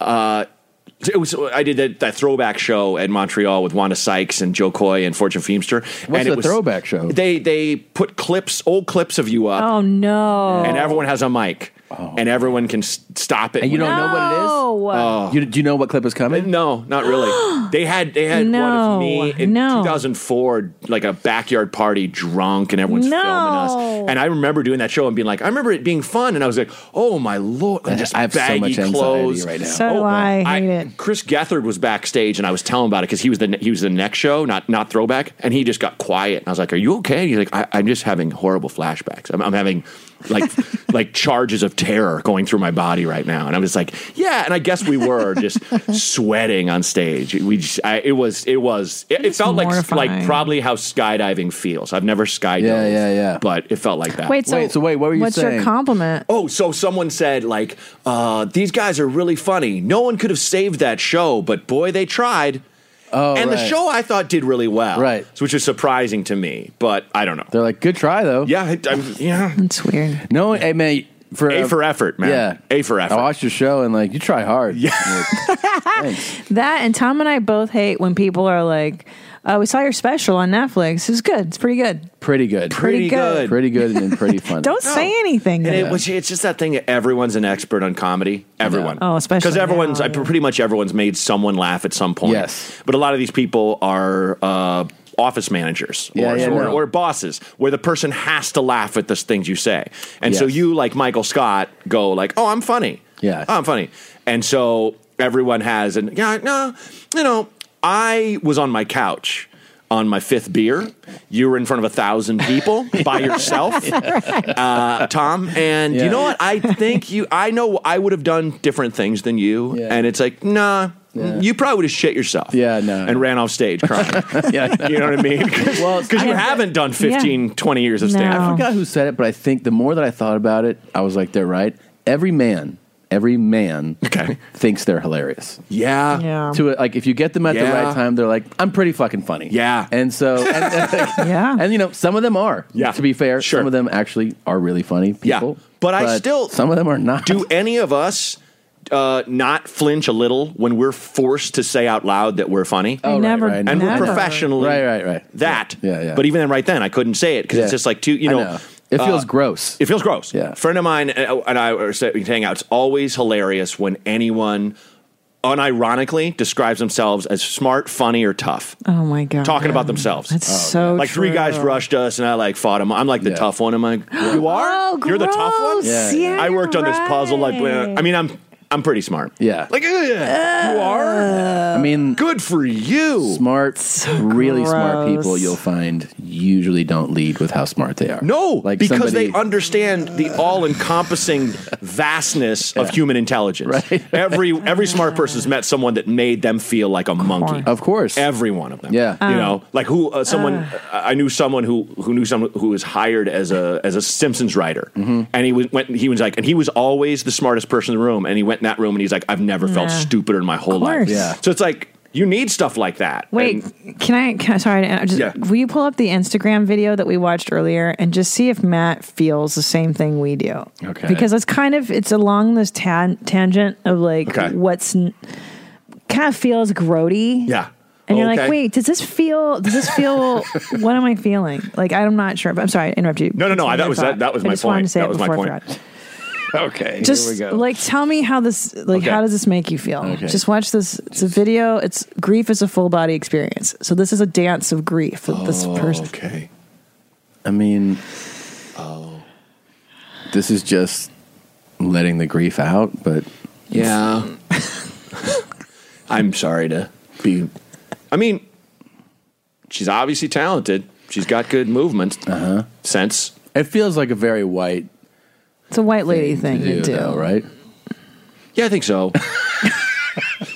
Speaker 11: uh, it was I did that, that throwback show at Montreal with Wanda Sykes and Joe Coy and Fortune Feemster.
Speaker 1: What's
Speaker 11: and
Speaker 1: the throwback show?
Speaker 11: They they put clips, old clips of you up,
Speaker 2: Oh no!
Speaker 11: and everyone has a mic, and everyone can s- stop it.
Speaker 1: Oh. And you don't know what it is?
Speaker 11: Oh.
Speaker 1: You, do you know what clip is coming?
Speaker 11: No, not really. they had they had one
Speaker 1: No,
Speaker 11: of me in 2004, like a backyard party, drunk, and everyone's
Speaker 1: No.
Speaker 11: filming us. And I remember doing that show and being like, I remember it being fun, and I was like, oh my lord, and just
Speaker 1: I have so
Speaker 11: baggy
Speaker 1: much anxiety
Speaker 11: clothes Oh,
Speaker 1: right now.
Speaker 2: So do I hate it.
Speaker 11: Chris Gethard was backstage, and I was telling him about it because he was the he was the next show, not not throwback, and he just got quiet. And I was like, "Are you okay?" And he's like, I, "I'm just having horrible flashbacks. I'm, I'm having like like charges of terror going through my body right now." And I'm just like, "Yeah." And I guess we were just sweating on stage. We just, I, it was it was it, it felt like like
Speaker 1: mortifying.
Speaker 11: probably how skydiving feels. I've never skydived,
Speaker 1: Yeah, yeah, yeah.
Speaker 11: but it felt like that.
Speaker 2: Wait, so What's your compliment?
Speaker 11: Oh, so someone said like, uh, "These guys are really funny. No one could have saved that show, but boy, they tried."
Speaker 1: Oh,
Speaker 11: and the
Speaker 1: right.
Speaker 11: show I thought did really well,
Speaker 1: Right.
Speaker 11: Which is surprising to me, but I don't know.
Speaker 1: They're like, good try though.
Speaker 11: Yeah, I, I'm, yeah.
Speaker 2: That's weird.
Speaker 1: No, hey man, for
Speaker 11: A for effort, man.
Speaker 1: Yeah,
Speaker 11: A for effort.
Speaker 1: I watched your show and like you try hard. Yeah.
Speaker 2: That and Tom and I both hate when people are like, uh, "We saw your special on Netflix. It was good. It's pretty good."
Speaker 1: pretty good.
Speaker 2: Pretty Pretty good. good.
Speaker 1: Pretty good and pretty fun.
Speaker 2: Don't say anything.
Speaker 11: And
Speaker 2: though.
Speaker 11: it was, it's just that thing that everyone's an expert on comedy. Everyone.
Speaker 2: Oh, especially
Speaker 11: Because everyone's, I pretty much everyone's made someone laugh at some point. Yes. But a lot of these people are uh, office managers
Speaker 1: Yeah,
Speaker 11: or,
Speaker 1: yeah,
Speaker 11: or,
Speaker 1: no.
Speaker 11: or bosses where the person has to laugh at the things you say. And so
Speaker 1: Yes.
Speaker 11: you, like Michael Scott, go like, oh, I'm funny.
Speaker 1: Yeah.
Speaker 11: Oh, I'm funny. And so everyone has, and yeah, no, you know, I was on my couch. On my fifth beer, you were in front of a thousand people by yourself.
Speaker 1: Right.
Speaker 11: uh, Tom. And
Speaker 1: Yeah.
Speaker 11: you know what? I think you, I know I would have done different things than you. And it's like, nah, you probably would have shit yourself. Yeah, no. And ran off stage crying. yeah, you know what I mean? Well, because you
Speaker 1: I-
Speaker 11: haven't done 15, 20 years of stand
Speaker 1: I
Speaker 11: up.
Speaker 1: forgot who said it, but I think the more that I thought about it, I was like, they're right. Every man, every man, thinks they're hilarious.
Speaker 11: Yeah.
Speaker 1: To it, like if you get them at the
Speaker 11: Yeah.
Speaker 1: right time, they're like, I'm pretty fucking funny. Yeah. And so, and,
Speaker 2: yeah.
Speaker 1: And you know, some of them are. Yeah. To be fair, some of them actually are really funny people.
Speaker 11: Yeah. But I still-
Speaker 1: some of them are not.
Speaker 11: Do any of us uh, not flinch a little when we're forced to say out loud that we're funny?
Speaker 1: Oh, right, Never- right.
Speaker 11: And we're
Speaker 1: never.
Speaker 11: professionally right, right, right. That.
Speaker 1: Yeah, yeah.
Speaker 11: But even then, right then, I couldn't say it because
Speaker 1: Yeah.
Speaker 11: it's just like too. You
Speaker 1: I
Speaker 11: know, uh,
Speaker 1: know. It feels gross.
Speaker 11: It feels gross. Yeah. friend of mine uh, and I were sa- hanging out. It's always hilarious when anyone unironically describes themselves as smart, funny, or tough
Speaker 2: oh my god.
Speaker 11: talking about themselves. Oh,
Speaker 2: That's so
Speaker 11: like three guys
Speaker 2: true.
Speaker 11: rushed us, and I like fought them. I'm like the tough one. I'm like, you are. you're the tough one.
Speaker 2: Oh, gross. Yeah, yeah.
Speaker 11: I worked on this puzzle. Like, uh,
Speaker 2: right.
Speaker 11: I mean, I'm I'm pretty smart.
Speaker 1: Yeah.
Speaker 11: Like, you
Speaker 2: Uh.
Speaker 11: are.
Speaker 1: I mean,
Speaker 11: good for you.
Speaker 1: Smart, really smart
Speaker 11: gross.
Speaker 1: people you'll find usually don't lead with how smart they are.
Speaker 11: No,
Speaker 1: like
Speaker 11: because
Speaker 1: somebody-
Speaker 11: they understand the all-encompassing vastness of human intelligence. Every every smart person's met someone that made them feel like a monkey.
Speaker 1: Of course,
Speaker 11: every one of them.
Speaker 1: Yeah.
Speaker 11: you
Speaker 1: Um,
Speaker 2: Oh.
Speaker 11: know, like who uh, someone I knew someone who who knew someone who was hired as a as a Simpsons writer,
Speaker 1: Mm-hmm.
Speaker 11: and he was went he was like, and he was always the smartest person in the room, and he went in that room and he's like, I've never felt
Speaker 2: Yeah.
Speaker 11: stupider in my whole
Speaker 2: course.
Speaker 11: life.
Speaker 2: Yeah.
Speaker 11: so it's like you need stuff like that.
Speaker 2: Wait, can I? Can I sorry, to inter- just,
Speaker 11: Yeah.
Speaker 2: will you pull up the Instagram video that we watched earlier and just see if Matt feels the same thing we do?
Speaker 1: Okay.
Speaker 2: because it's kind of it's along this tan- tangent of like what's n- kind of feels grody.
Speaker 11: Yeah,
Speaker 2: and you're like,
Speaker 11: Okay.
Speaker 2: wait, does this feel? Does this feel? what am I feeling? Like I'm not sure. But I'm sorry, I interrupted you.
Speaker 11: No, no, no. I, that was that, that was
Speaker 2: I
Speaker 11: my
Speaker 2: just
Speaker 11: point.
Speaker 2: Wanted to say
Speaker 11: that
Speaker 2: it
Speaker 11: was my
Speaker 2: before I
Speaker 11: point.
Speaker 2: forgot.
Speaker 1: okay,
Speaker 2: just like tell me how this like
Speaker 11: Okay.
Speaker 2: how does this make you feel
Speaker 11: Okay.
Speaker 2: just watch this it's a video it's grief is a full body experience so this is a dance of grief that this person
Speaker 11: Oh, okay
Speaker 1: I mean, this is just letting the grief out, but
Speaker 11: yeah, I'm sorry to be. I mean, she's obviously talented. She's got good movement uh-huh. sense.
Speaker 1: It feels like a very white
Speaker 2: It's a white lady thing to do.
Speaker 1: though, right?
Speaker 11: Yeah, I think so.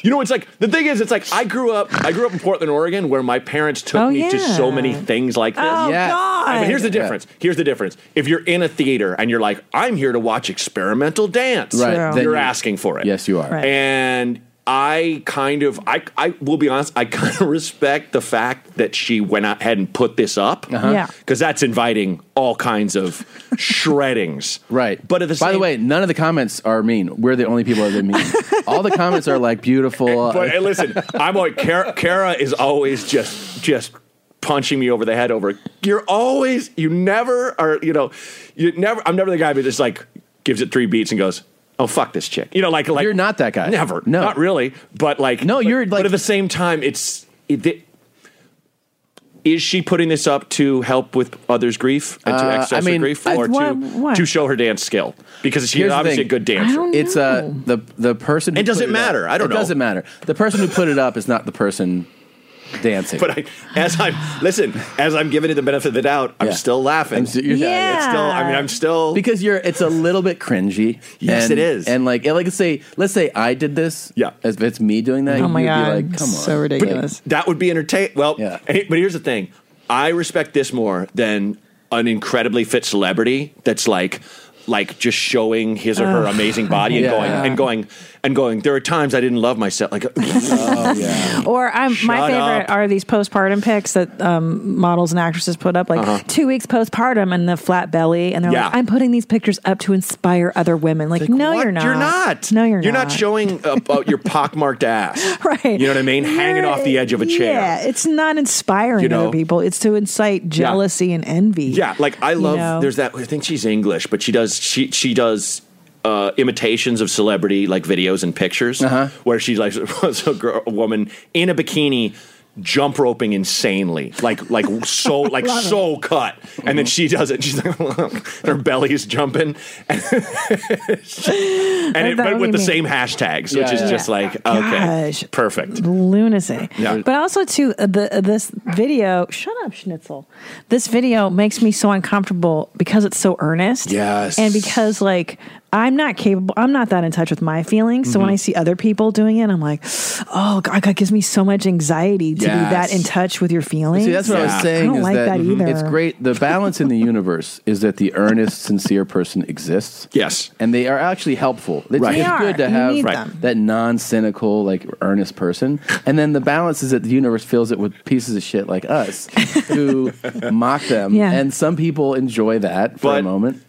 Speaker 11: you know, it's like the thing is, it's like I grew up. I grew up in Portland, Oregon, where my parents took
Speaker 2: Oh,
Speaker 11: me to so
Speaker 2: yeah.
Speaker 11: many things like this.
Speaker 2: Oh, Yes. God.
Speaker 11: I mean, here's the
Speaker 2: Yeah.
Speaker 11: difference. Here's the difference. If you're in a theater and you're like, I'm here to watch experimental dance,
Speaker 1: Right, True. then
Speaker 11: You're
Speaker 1: you-
Speaker 11: asking for it.
Speaker 1: Yes, you are. Right.
Speaker 11: And I kind of, I, I will be honest, I kind of respect the fact that she went out ahead and put this up.
Speaker 1: Uh-huh. Yeah.
Speaker 11: Because that's inviting all kinds of shreddings.
Speaker 1: Right. But at the By the way, none of the comments are mean. We're the only people that are mean. All the comments are like beautiful. Uh,
Speaker 11: But hey, listen, I'm like Kara, Kara is always just just punching me over the head over. You're always you never are you know you never I'm never the guy who just like gives it three beats and goes. Oh fuck this chick! You know, like like
Speaker 1: You're not that guy.
Speaker 11: Never,
Speaker 1: No.
Speaker 11: not really. But like, no,
Speaker 1: you're like.
Speaker 11: But at the same time, it's it, it, is she putting this up to help with others' grief and to
Speaker 1: Uh,
Speaker 11: access
Speaker 1: I mean,
Speaker 11: her grief,
Speaker 1: I-
Speaker 11: or to
Speaker 1: what- what?
Speaker 11: to show her dance skill because she's
Speaker 1: Here's the
Speaker 11: obviously a
Speaker 1: thing.
Speaker 11: good dancer.
Speaker 1: It's uh, the the person. who
Speaker 11: It doesn't
Speaker 1: put up-
Speaker 11: matter. I don't
Speaker 1: it
Speaker 11: know.
Speaker 1: doesn't matter. The person who put it up is not the person dancing.
Speaker 11: But I, as I'm listen, as I'm giving it the benefit of the doubt, I'm
Speaker 1: Yeah.
Speaker 11: still laughing.
Speaker 1: I'm s- you're- Yeah.
Speaker 11: It's still. I mean, I'm still.
Speaker 1: because you're it's a little bit cringy.
Speaker 11: Yes,
Speaker 1: and,
Speaker 11: it is.
Speaker 1: And like, like say, let's say I did this. Yeah, if it's me doing that,
Speaker 2: Oh my
Speaker 1: you'd
Speaker 2: God,
Speaker 1: be like, come on,
Speaker 2: so ridiculous.
Speaker 11: that would be entertaining. Well, and it- but here's the thing: I respect this more than an incredibly fit celebrity that's like, like just showing his or her
Speaker 2: Ugh.
Speaker 11: amazing body and
Speaker 2: Yeah.
Speaker 11: going and going and going. There are times I didn't love myself. Like, oh yeah.
Speaker 2: Or I'm, my
Speaker 11: Shut
Speaker 2: favorite
Speaker 11: up.
Speaker 2: are these postpartum pics that um, models and actresses put up, like
Speaker 11: Uh-huh.
Speaker 2: two weeks postpartum and the flat belly, and they're
Speaker 11: Yeah.
Speaker 2: like, "I'm putting these pictures up to inspire other women." Like, no, you're not.
Speaker 11: You're not.
Speaker 2: No, you're,
Speaker 11: not. showing about your pockmarked ass. Right. You know what I mean? Hanging off the edge of a chair.
Speaker 2: Yeah, it's not inspiring
Speaker 11: You know?
Speaker 2: other people. It's to incite jealousy and envy.
Speaker 11: Yeah, like I
Speaker 2: You
Speaker 11: love.
Speaker 2: know?
Speaker 11: There's that. I think she's English, but she does. She she does. Uh, imitations of celebrity like videos and pictures
Speaker 2: Uh-huh.
Speaker 11: where she like was a, girl, a woman in a bikini jump roping insanely like like so like
Speaker 5: Love it.
Speaker 11: so cut and then she does it she's like her belly's jumping and, it,
Speaker 2: That
Speaker 11: but
Speaker 2: would
Speaker 11: with
Speaker 2: be
Speaker 11: the
Speaker 2: me.
Speaker 11: same hashtags
Speaker 2: Yeah,
Speaker 11: which is
Speaker 2: yeah,
Speaker 11: just
Speaker 2: yeah.
Speaker 11: like
Speaker 2: Gosh.
Speaker 11: okay perfect
Speaker 2: lunacy.
Speaker 11: Yeah.
Speaker 2: But also too, uh, the uh, this video. Shut up, Schnitzel. This video makes me so uncomfortable because it's so earnest.
Speaker 11: Yes.
Speaker 2: And because like I'm not capable. I'm not that in touch with my feelings. So when
Speaker 11: Mm-hmm.
Speaker 12: Mhm.
Speaker 2: I see other people doing it, I'm like, oh God, that gives me so much anxiety to be that
Speaker 1: Yes.
Speaker 2: in touch with your feelings.
Speaker 1: See, that's what I was saying.
Speaker 2: I don't
Speaker 1: is
Speaker 2: like that,
Speaker 1: mhm,
Speaker 2: either.
Speaker 1: It's great. The balance in the universe is that the earnest, sincere person exists.
Speaker 11: Yes,
Speaker 1: and they are actually helpful. It's,
Speaker 2: Right. They
Speaker 1: it's
Speaker 2: are.
Speaker 1: good to
Speaker 2: You
Speaker 1: have
Speaker 2: need Right. them.
Speaker 1: that non-cynical, like earnest person. And then the balance is that the universe fills it with pieces of shit like us who mock them.
Speaker 11: Yeah.
Speaker 1: And some people enjoy that for a moment.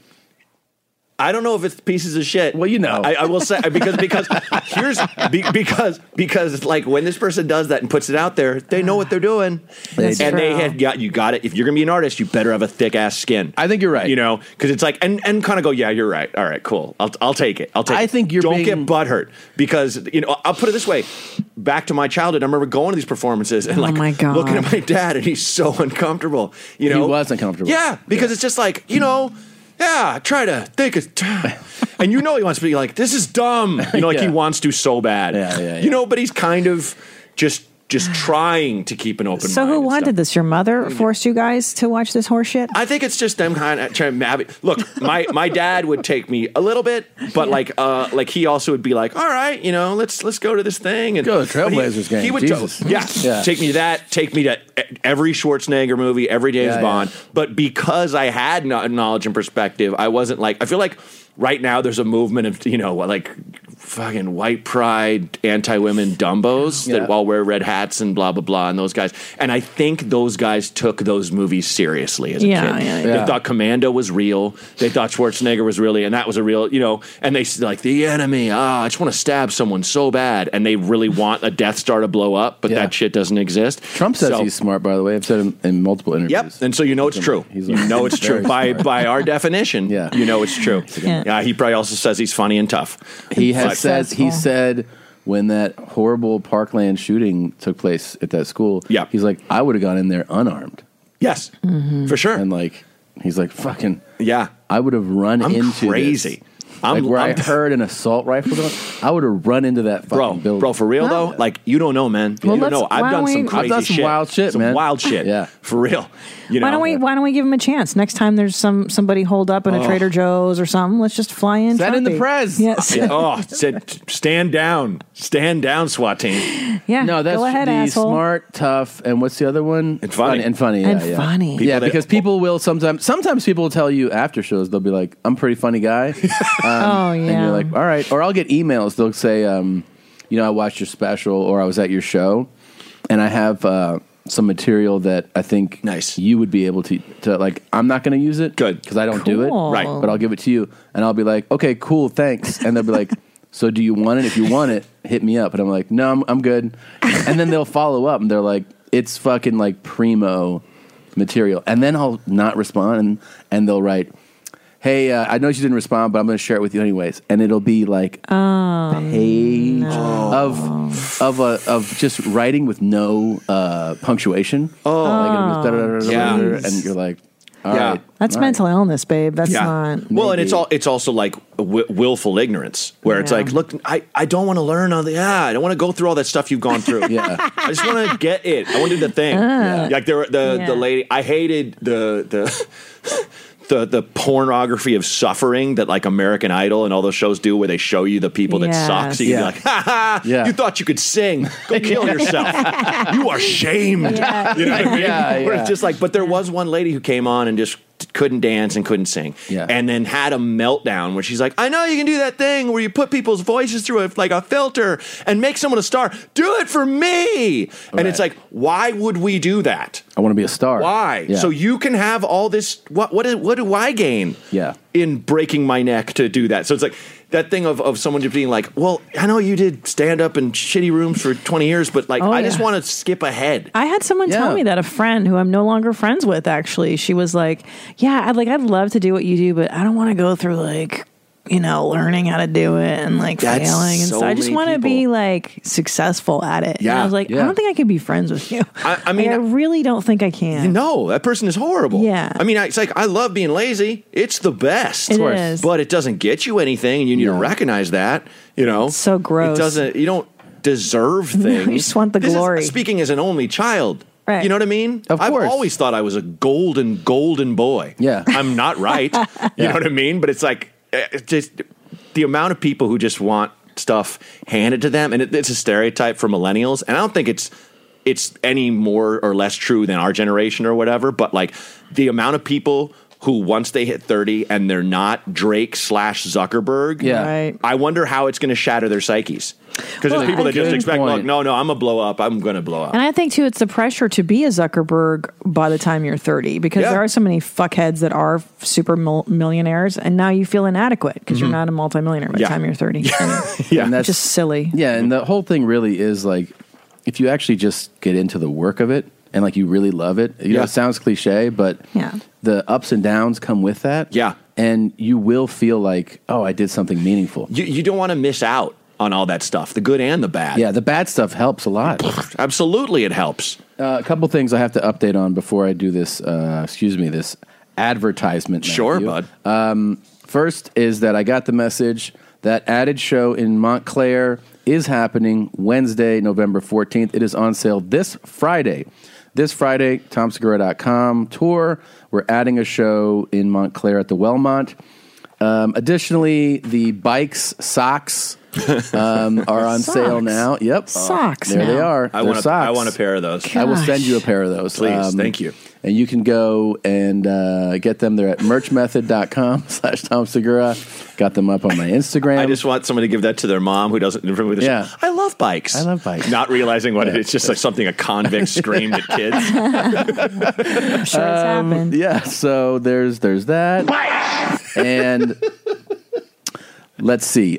Speaker 11: I don't know if it's pieces of shit. Well, you know, I, I will say because because here's be, because because it's like when this person does that and puts it out there, they know what they're doing,
Speaker 1: That's
Speaker 11: and they
Speaker 1: true.
Speaker 11: have got you got it. If you're gonna be an artist, you better have a thick ass skin. I think you're right. You know, because it's like and and kind of go, yeah, you're right. All right, cool. I'll I'll take it. I'll take.
Speaker 1: I
Speaker 11: it.
Speaker 1: think you're
Speaker 11: don't
Speaker 1: being-
Speaker 11: get butthurt because you know I'll put it this way. Back to my childhood, I remember going to these performances and
Speaker 2: Oh
Speaker 11: like
Speaker 2: my God.
Speaker 11: looking at my dad, and he's so uncomfortable. You
Speaker 1: He
Speaker 11: know,
Speaker 1: was uncomfortable.
Speaker 11: Yeah, because it's just like you know, yeah. Try to think, of, and you know he wants to be like, this is dumb. You know, like he
Speaker 1: Yeah.
Speaker 11: wants to so bad.
Speaker 1: Yeah, yeah,
Speaker 11: You know, but he's kind of just just trying to keep an open
Speaker 2: So
Speaker 11: mind.
Speaker 2: who wanted this? Your mother forced you guys to watch this horseshit.
Speaker 11: I think it's just them kind of trying to have it. Look, my my dad would take me a little bit, but like uh like he also would be like, all right, you know, let's let's go to this thing and
Speaker 1: Go to the
Speaker 11: but he-
Speaker 1: Trailblazers game,
Speaker 11: He would
Speaker 1: Jesus.
Speaker 11: Go, yeah,
Speaker 1: Yeah.
Speaker 11: take me to that, take me to e- every Schwarzenegger movie, every James
Speaker 1: Yeah, yeah.
Speaker 11: Bond. But because I had no- knowledge and perspective, I wasn't like I feel like right now there's a movement of you know like fucking white pride anti women dumbos
Speaker 1: Yeah.
Speaker 11: that all wear red hats and blah blah blah and those guys and I think those guys took those movies seriously as a
Speaker 2: Yeah,
Speaker 11: kid.
Speaker 2: yeah,
Speaker 11: They
Speaker 2: yeah.
Speaker 11: thought Commando was real. They thought Schwarzenegger was really, and that was a real, you know. And they s- like the enemy. Ah, I just want to stab someone so bad, and they really want a Death Star to blow up, but that shit doesn't exist.
Speaker 1: Trump says
Speaker 11: So-
Speaker 1: he's smart, by the way. I've said him in multiple interviews.
Speaker 11: Yep, and so you know it's true.
Speaker 1: He's
Speaker 11: you
Speaker 1: a-
Speaker 11: know it's true
Speaker 1: very
Speaker 11: by
Speaker 1: smart.
Speaker 11: by our definition. Yeah, you know it's true.
Speaker 1: Yeah.
Speaker 11: Yeah, he probably also says he's funny and tough.
Speaker 1: He has
Speaker 11: But-
Speaker 1: says he said when that horrible Parkland shooting took place at that school. Yeah, he's like I would have gone in there unarmed.
Speaker 11: Yes,
Speaker 1: Mm-hmm.
Speaker 11: for sure.
Speaker 1: And like he's like fucking
Speaker 11: yeah,
Speaker 1: I would have run
Speaker 11: I'm
Speaker 1: into
Speaker 11: crazy.
Speaker 1: this. like where i heard an assault rifle going, I would have run into that fucking
Speaker 11: bro,
Speaker 1: building.
Speaker 11: bro, for real
Speaker 1: No.
Speaker 11: though, like you don't know, man.
Speaker 1: Well,
Speaker 11: you don't
Speaker 1: let's-
Speaker 11: know. I've
Speaker 1: why
Speaker 11: done
Speaker 1: don't
Speaker 11: some
Speaker 1: we-
Speaker 11: crazy
Speaker 1: I've done some
Speaker 11: shit.
Speaker 1: wild shit,
Speaker 11: some
Speaker 1: man.
Speaker 11: wild shit. yeah, for real. You know,
Speaker 2: why don't we? Why don't we give him a chance next time? There's some somebody holed up in a
Speaker 11: Oh.
Speaker 2: Trader Joe's or something. Let's just fly in.
Speaker 11: Send in the
Speaker 2: Trumpy.
Speaker 11: prez.
Speaker 2: Yes.
Speaker 11: Yeah, oh, it said stand down, stand down, SWAT team.
Speaker 2: Yeah,
Speaker 1: No, that's
Speaker 2: go ahead,
Speaker 1: the
Speaker 2: asshole.
Speaker 1: smart, tough, and what's the other one? And funny. and funny. Yeah,
Speaker 2: And
Speaker 1: yeah.
Speaker 2: funny. People
Speaker 1: yeah,
Speaker 2: that-
Speaker 1: because people will sometimes. Sometimes people will tell you after shows they'll be like, "I'm a pretty funny guy." Um,
Speaker 2: Oh,
Speaker 1: And
Speaker 2: yeah.
Speaker 1: you're like, "All right." Or I'll get emails. They'll say, um, "You know, I watched your special, or I was at your show, and I have uh, some material that I think nice you would be able to to like. I'm not going to use it, good, because I don't do it,
Speaker 11: Cool. Right.
Speaker 1: But I'll give it to you, and I'll be like, "Okay, cool, thanks," and they'll be like. So do you want it? If you want it, hit me up. And I'm like, no, I'm, I'm good. And then they'll follow up and they're like, it's fucking like primo material. And then I'll not respond and, and they'll write, hey, uh, I know you didn't respond, but I'm going to share it with you anyways. And it'll be like a page of of a, of just writing with no uh, punctuation. Oh,
Speaker 11: Yeah.
Speaker 1: and you're like, all right,
Speaker 11: Yeah.
Speaker 2: That's
Speaker 1: all right.
Speaker 2: mental illness, babe. That's
Speaker 11: Yeah.
Speaker 2: not.
Speaker 11: Well, and it's all it's also like w- willful ignorance, where it's
Speaker 2: Yeah.
Speaker 11: like, look, I, I don't want to learn all the yeah, I don't want to go through all that stuff you've gone through. yeah, I just want to get it. I want to do the thing.
Speaker 12: Ah. Yeah.
Speaker 11: Like there, the
Speaker 12: Yeah.
Speaker 11: the lady, I hated the the. The, the pornography of suffering that like American Idol and all those shows do, where they show you the people that suck, so you
Speaker 12: Yeah.
Speaker 11: can be like, ha ha, you thought you could sing, go kill yourself, you are shamed.
Speaker 12: Yeah.
Speaker 11: You know what I mean?
Speaker 12: Yeah,
Speaker 11: Where
Speaker 12: yeah.
Speaker 11: it's just like, but there was one lady who came on and just couldn't dance and couldn't sing, and then had a meltdown where she's like, I know you can do that thing where you put people's voices through a, like a filter and make someone a star. Do it for me. And it's like, why would we do that?
Speaker 1: I want to be a star.
Speaker 11: Why?
Speaker 1: Yeah.
Speaker 11: So you can have all this. What? What? What do I gain?
Speaker 1: Yeah.
Speaker 11: In breaking my neck to do that. So it's like that thing of, of someone just being like, well, I know you did stand up in shitty rooms for 20 years, but like,
Speaker 2: Oh,
Speaker 11: I just
Speaker 2: yeah.
Speaker 11: want to skip ahead.
Speaker 2: I had someone tell
Speaker 11: Yeah.
Speaker 2: me that a friend who I'm no longer friends with actually. She was like, "Yeah, I'd like I'd love to do what you do, but I don't want to go through like, you know, learning how to do it and like
Speaker 12: That's
Speaker 2: failing and
Speaker 12: so
Speaker 2: so I just
Speaker 12: many
Speaker 2: want to be like successful at it." And
Speaker 11: Yeah,
Speaker 2: I was like,
Speaker 11: yeah.
Speaker 2: "I don't think I could be friends with you."
Speaker 11: I, I
Speaker 2: Like,
Speaker 11: mean,
Speaker 2: I really don't think I can.
Speaker 11: no, that person is horrible.
Speaker 2: Yeah.
Speaker 11: I mean, I- it's like, I love being lazy. It's the best.
Speaker 2: It Of course. is.
Speaker 11: But it doesn't get you anything, and you need to recognize that, you know? so
Speaker 2: gross.
Speaker 11: It doesn't, you don't deserve
Speaker 2: No, you
Speaker 11: things.
Speaker 2: just want the
Speaker 11: This is
Speaker 2: glory.
Speaker 11: speaking as an only child.
Speaker 2: Right.
Speaker 11: You know what I mean? Of I've
Speaker 2: course.
Speaker 11: always thought I was a golden, golden boy. Yeah. I'm not right. You know what I mean? But it's like, eh, it's just the amount of people who just want stuff handed to them, and it, it's a stereotype for millennials. And I don't think it's it's any more or less true than our generation or whatever. But like the amount of people who once they hit 30 and they're not Drake slash Zuckerberg,
Speaker 1: Yeah. Right.
Speaker 11: I wonder how it's going to shatter their psyches. Because
Speaker 2: Well,
Speaker 11: there's people
Speaker 2: I
Speaker 11: that just
Speaker 2: think-
Speaker 11: expect,
Speaker 2: Point.
Speaker 11: like, no, no, I'm going to blow up. I'm going to blow up.
Speaker 2: And I think too, it's the pressure to be a Zuckerberg by the time you're 30 because
Speaker 11: Yeah.
Speaker 2: there are so many fuckheads that are super mil- millionaires, and now you feel inadequate because
Speaker 11: Mm-hmm.
Speaker 2: you're not a multimillionaire by
Speaker 1: Yeah.
Speaker 2: the time you're 30.
Speaker 1: yeah, and that's just
Speaker 2: silly.
Speaker 1: Yeah, and the whole thing really is like, if you actually just get into the work of it and like you really love it, you know,
Speaker 2: Yeah.
Speaker 1: it sounds cliche, but
Speaker 2: Yeah.
Speaker 1: the ups and downs come with that. Yeah, and you will feel like, oh, I did something meaningful.
Speaker 11: You, you don't want to miss out on all that stuff, the good and the bad.
Speaker 1: Yeah, the bad stuff helps a lot.
Speaker 11: Absolutely, it helps.
Speaker 1: Uh, a couple things I have to update on before I do this. Uh, excuse me, this advertisement.
Speaker 11: Sure,
Speaker 1: bud. Um, first is that I got the message that added show in Montclair is happening Wednesday, November fourteenth. It is on sale this Friday. This Friday, TomSegura.com tour. We're adding a show in Montclair at the Wellmont. Um, additionally, the bikes socks um, are on
Speaker 11: Socks.
Speaker 1: sale now. Yep,
Speaker 11: Socks
Speaker 1: There they
Speaker 11: now.
Speaker 1: are.
Speaker 11: I
Speaker 1: They're
Speaker 11: want a- I
Speaker 1: socks.
Speaker 11: want a pair of those.
Speaker 1: I will
Speaker 11: Gosh.
Speaker 1: send you a pair of those, um,
Speaker 11: Please. Thank you.
Speaker 1: And you can go and uh, get them there at merchmethod.com slash Tom Segura. Got them up on my Instagram.
Speaker 11: I just want someone to give that to their mom who doesn't.
Speaker 1: Yeah.
Speaker 11: Yeah. I love bikes. I love bikes. Not realizing what it is. It's just like something a convict screamed at kids.
Speaker 1: I'm sure it's
Speaker 11: Um,
Speaker 1: happened. Yeah, so there's there's that. and let's see.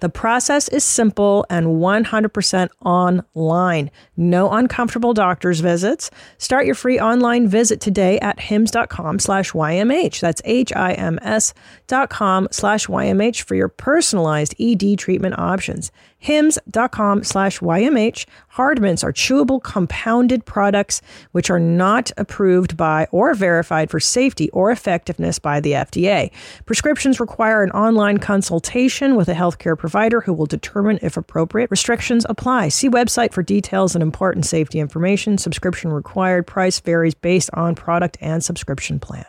Speaker 2: The process is simple and 100% online. No uncomfortable doctor's visits. Start your free online visit today at hims.com slash YMH. That's H-I-M-S dot com slash YMH for your personalized E ED treatment options. Hims.com slash YMH. Hard mints are chewable compounded products which are not approved by or verified for safety or effectiveness by the FDA. Prescriptions require an online consultation with a healthcare provider who will determine if appropriate. Restrictions apply. See website for details and important safety information. Subscription required. Price varies based on product and subscription plan.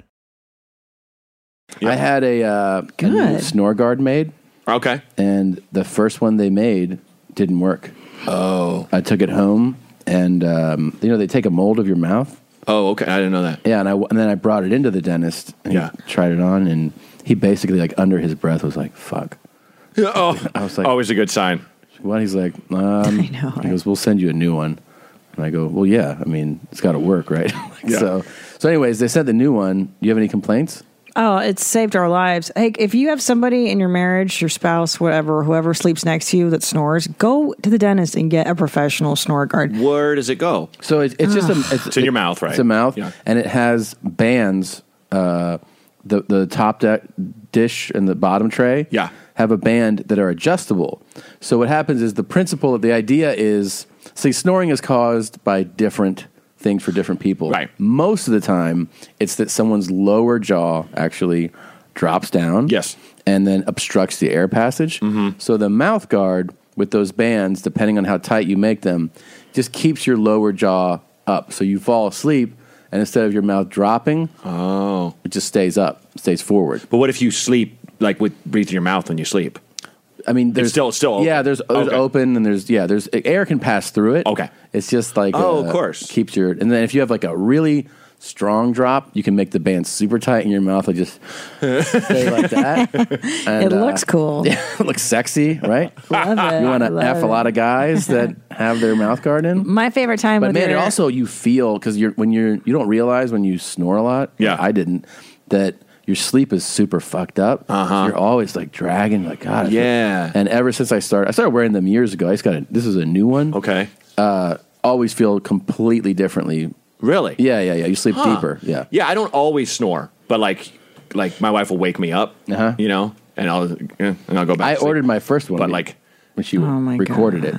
Speaker 1: I had a, uh, a new snore guard made.
Speaker 11: Okay.
Speaker 1: And the first one they made didn't work.
Speaker 11: Oh.
Speaker 1: I took it home, and um, you know they take a mold of your mouth.
Speaker 11: Oh, okay. I didn't know that.
Speaker 1: Yeah, and I and then I brought it into the dentist. And
Speaker 11: Yeah.
Speaker 1: He tried it on, and he basically like under his breath was like, "Fuck."
Speaker 11: Yeah, oh,
Speaker 1: I was like,
Speaker 11: always a good sign.
Speaker 1: Well, he's like, um, I know. He goes, "We'll send you a new one," and I go, "Well, yeah. I mean, it's got to work, right?" Like,
Speaker 9: Yeah.
Speaker 1: So, so anyways, they sent the new one. Do you have any complaints?
Speaker 9: Oh, it's saved our lives. Hey, if you have somebody in your marriage, your spouse, whatever, whoever sleeps next to you that snores, go to the dentist and get a professional snore guard.
Speaker 11: Where does it go?
Speaker 1: So it's, it's just a. It's,
Speaker 11: in your mouth, right?
Speaker 1: It's a mouth, and it has bands. Uh, the the top de- dish and the bottom tray, yeah, have a band that are adjustable. So what happens is the principle of the idea is see snoring is caused by different things for different people. Right. Most of the time, it's that someone's lower jaw actually drops down. Yes. Mm-hmm. And then obstructs the air passage. So the mouth guard with those bands, depending on how tight you make them, just keeps your lower jaw up. So you fall asleep, and instead of your mouth dropping, oh, it just stays up, stays forward.
Speaker 11: But what if you sleep like with breathe through your mouth when you sleep?
Speaker 1: I mean,
Speaker 11: It's
Speaker 1: there's
Speaker 11: still- it's still
Speaker 1: yeah,
Speaker 11: open.
Speaker 1: there's, there's
Speaker 11: Okay.
Speaker 1: open and there's yeah, there's air can pass through it. Okay, it's just like
Speaker 11: Oh, of
Speaker 1: uh,
Speaker 11: course.
Speaker 1: keeps your and then if you have like a really strong drop, you can make the band super tight in your mouth will just stay like that.
Speaker 9: It
Speaker 11: uh,
Speaker 9: looks cool.
Speaker 1: Yeah, it looks sexy, right?
Speaker 9: Love it.
Speaker 1: You want to
Speaker 9: Love
Speaker 1: f a lot of guys that have their mouth guard in.
Speaker 9: My favorite time
Speaker 1: But
Speaker 9: with
Speaker 1: man,
Speaker 9: your,
Speaker 1: it also you feel because you're when you're you don't realize when you snore a lot. Yeah, I didn't that your sleep is super fucked up. Uh-huh. You're always like dragging, like God. I feel-"
Speaker 11: Yeah.
Speaker 1: And ever since I started, I started wearing them years ago. I just got a, this is a new one.
Speaker 11: Okay.
Speaker 1: Uh, always feel completely differently.
Speaker 11: Really?
Speaker 1: Yeah, yeah, yeah. You sleep
Speaker 11: Huh.
Speaker 1: deeper. Yeah.
Speaker 11: Yeah, I don't always snore, but like, like my wife will wake me up,
Speaker 1: Uh-huh.
Speaker 11: you know, and I'll eh, and I'll go back.
Speaker 1: I
Speaker 11: to sleep.
Speaker 1: ordered my first one,
Speaker 11: but like
Speaker 1: when she recorded it,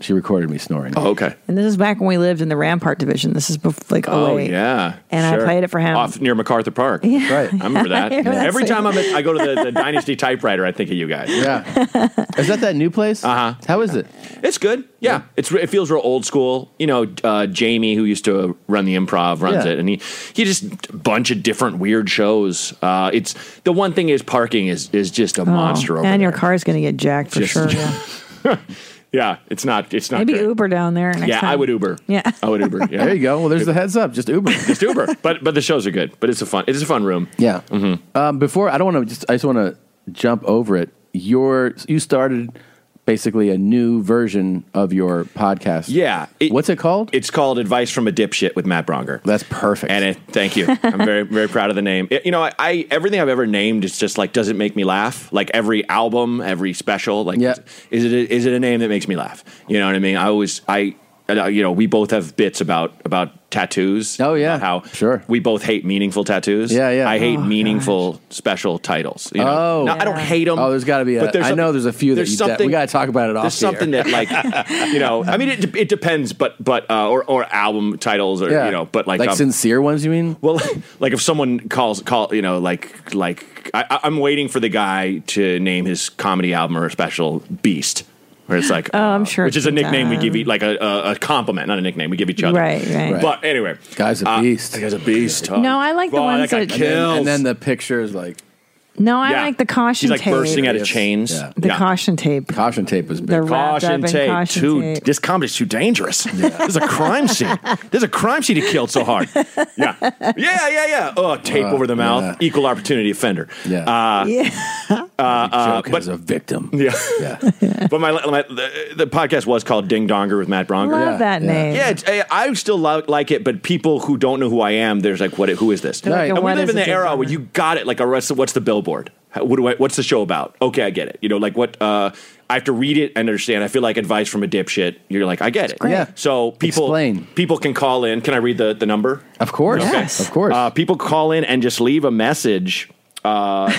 Speaker 1: she recorded me snoring.
Speaker 11: Oh, okay.
Speaker 9: and this is back when we lived in the Rampart division. This is bef- like
Speaker 11: Oh
Speaker 9: 08.
Speaker 11: yeah,
Speaker 9: And I played it for him.
Speaker 11: off near MacArthur Park.
Speaker 9: Yeah. Right.
Speaker 11: I remember that.
Speaker 9: I remember that
Speaker 11: Every
Speaker 9: scene.
Speaker 11: time I'm at, I go to the, the Dynasty typewriter, I think of you guys.
Speaker 1: Yeah, is that that new place?
Speaker 11: Uh-huh.
Speaker 1: Uh huh. How is it?
Speaker 11: It's good. Yeah, it's re- it feels real old school. You know, uh, Jamie, who used to run the improv, runs
Speaker 1: Yeah.
Speaker 11: it, and he he just a bunch of different weird shows. Uh, it's the one thing is parking is is just a
Speaker 9: Oh,
Speaker 11: monster over.
Speaker 9: and your car's going to get jacked for
Speaker 11: Just-
Speaker 9: sure. yeah.
Speaker 11: Yeah, it's not it's not
Speaker 9: Maybe
Speaker 11: good.
Speaker 9: Uber down there. Next
Speaker 11: Yeah,
Speaker 9: time.
Speaker 11: I would Uber.
Speaker 9: Yeah.
Speaker 11: I would Uber. Yeah.
Speaker 1: There you go. Well, there's the heads up. Just Uber.
Speaker 11: Just Uber. But but the shows are good. But it's a fun it's a fun room.
Speaker 1: Yeah.
Speaker 11: Mm-hmm.
Speaker 1: Um, before I don't want to just I just want to jump over it. Your you started basically a new version of your podcast.
Speaker 11: Yeah.
Speaker 1: What's it called?
Speaker 11: It's called Advice from a Dipshit with Matt Bronger.
Speaker 1: That's perfect.
Speaker 11: And it, thank you. I'm very very proud of the name. It- you know, I, I everything I've ever named is just like does it make me laugh? Like every album, every special, like is it a, is it a name that makes me laugh? You know what I mean? I always I uh, you know, we both have bits about about tattoos. Oh yeah, how sure we both hate meaningful tattoos.
Speaker 1: Yeah, yeah.
Speaker 11: I hate
Speaker 1: Oh,
Speaker 11: meaningful special titles. You know?
Speaker 1: Oh.
Speaker 11: Now, I don't hate them.
Speaker 1: Oh, there's got to be. A,
Speaker 11: but there's
Speaker 1: I know
Speaker 11: some-
Speaker 1: there's a few that
Speaker 11: there's
Speaker 1: you de-
Speaker 11: something-
Speaker 1: we got to talk about it off.
Speaker 11: there's something
Speaker 1: the air.
Speaker 11: that like you know i mean it, de- it depends but but uh, or or album titles or
Speaker 1: Yeah.
Speaker 11: you know but like um,
Speaker 1: Like sincere ones you mean
Speaker 11: well like if someone calls call you know like like I, I- i'm waiting for the guy to name his comedy album or special beast where it's like uh,
Speaker 9: Oh, I'm sure
Speaker 11: which
Speaker 9: it's
Speaker 11: is a nickname we
Speaker 9: done.
Speaker 11: give each like a, a, a compliment not a nickname we give each other
Speaker 9: Right, right. Right.
Speaker 11: but anyway uh,
Speaker 1: guy's a beast
Speaker 11: guy's a beast
Speaker 9: No, I like the
Speaker 11: Wow,
Speaker 9: ones
Speaker 11: that guy
Speaker 9: that- And then-
Speaker 11: kills.
Speaker 1: and then the picture is like
Speaker 2: No, I like the caution
Speaker 11: She's like
Speaker 2: tape.
Speaker 11: bursting out of chains.
Speaker 2: The caution tape.
Speaker 1: Caution tape was
Speaker 2: They're wrapped
Speaker 11: Caution
Speaker 2: up in
Speaker 11: tape.
Speaker 2: caution
Speaker 11: too.
Speaker 2: tape.
Speaker 11: This comedy's too dangerous. There's a crime scene. There's a crime scene. He killed so hard. Yeah, yeah, yeah, yeah. Oh, tape
Speaker 1: Uh,
Speaker 11: over the mouth.
Speaker 1: yeah.
Speaker 11: Equal opportunity offender. Yeah. Uh,
Speaker 2: yeah.
Speaker 11: Uh, uh,
Speaker 1: Joke as a victim.
Speaker 11: Yeah, yeah. but my, my the, the podcast was called Ding Donger with Matt Bronger.
Speaker 2: Love Yeah, that yeah. name.
Speaker 11: Yeah, it's, I, I still lo- like it, but people who don't know who I am, there's like, what? Who is this?
Speaker 2: They're like, "Oh,
Speaker 11: And we
Speaker 2: what
Speaker 11: live
Speaker 2: is
Speaker 11: in
Speaker 2: a
Speaker 11: the
Speaker 2: Ding
Speaker 11: era where you got it. Like, a rest- what's the billboard? How, what do I, what's the show about? Okay, I get it. You know, like what? Uh, I have to read it and understand. I feel like advice from a dipshit. You're like, I get it.
Speaker 1: great. Yeah.
Speaker 11: So people
Speaker 1: Explain.
Speaker 11: people can call in. Can I read the the number?
Speaker 1: Of course.
Speaker 11: Okay.
Speaker 1: Of course.
Speaker 11: Uh, people call in and just leave a message, uh,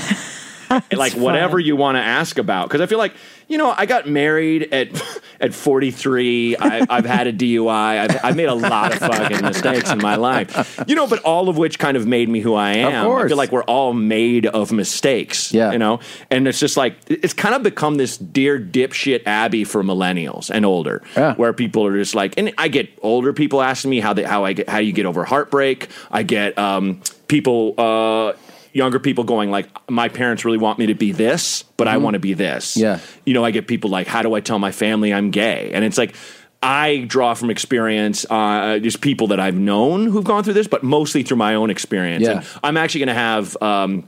Speaker 11: like whatever you want to ask about. Because I feel like you know, I got married at at forty three. I've had a DUI. I've, I've made a lot of fucking mistakes in my life. You know, but all of which kind of made me who I am. I
Speaker 1: course.
Speaker 11: feel like we're all made of mistakes.
Speaker 1: Yeah.
Speaker 11: You know, and it's just like it's kind of become this dear dipshit Abby for millennials and older,
Speaker 1: Yeah.
Speaker 11: where people are just like, and I get older people asking me how they how I get how you get over heartbreak. I get um, people. Uh, Younger people going like, my parents really want me to be this, but I want to be this.
Speaker 1: Mm-hmm. Yeah.
Speaker 11: you know, I get people like, how do I tell my family I'm gay? And it's like, I draw from experience, uh, just people that I've known who've gone through this, but mostly through my own experience.
Speaker 1: Yeah.
Speaker 11: And I'm actually going to have. Um,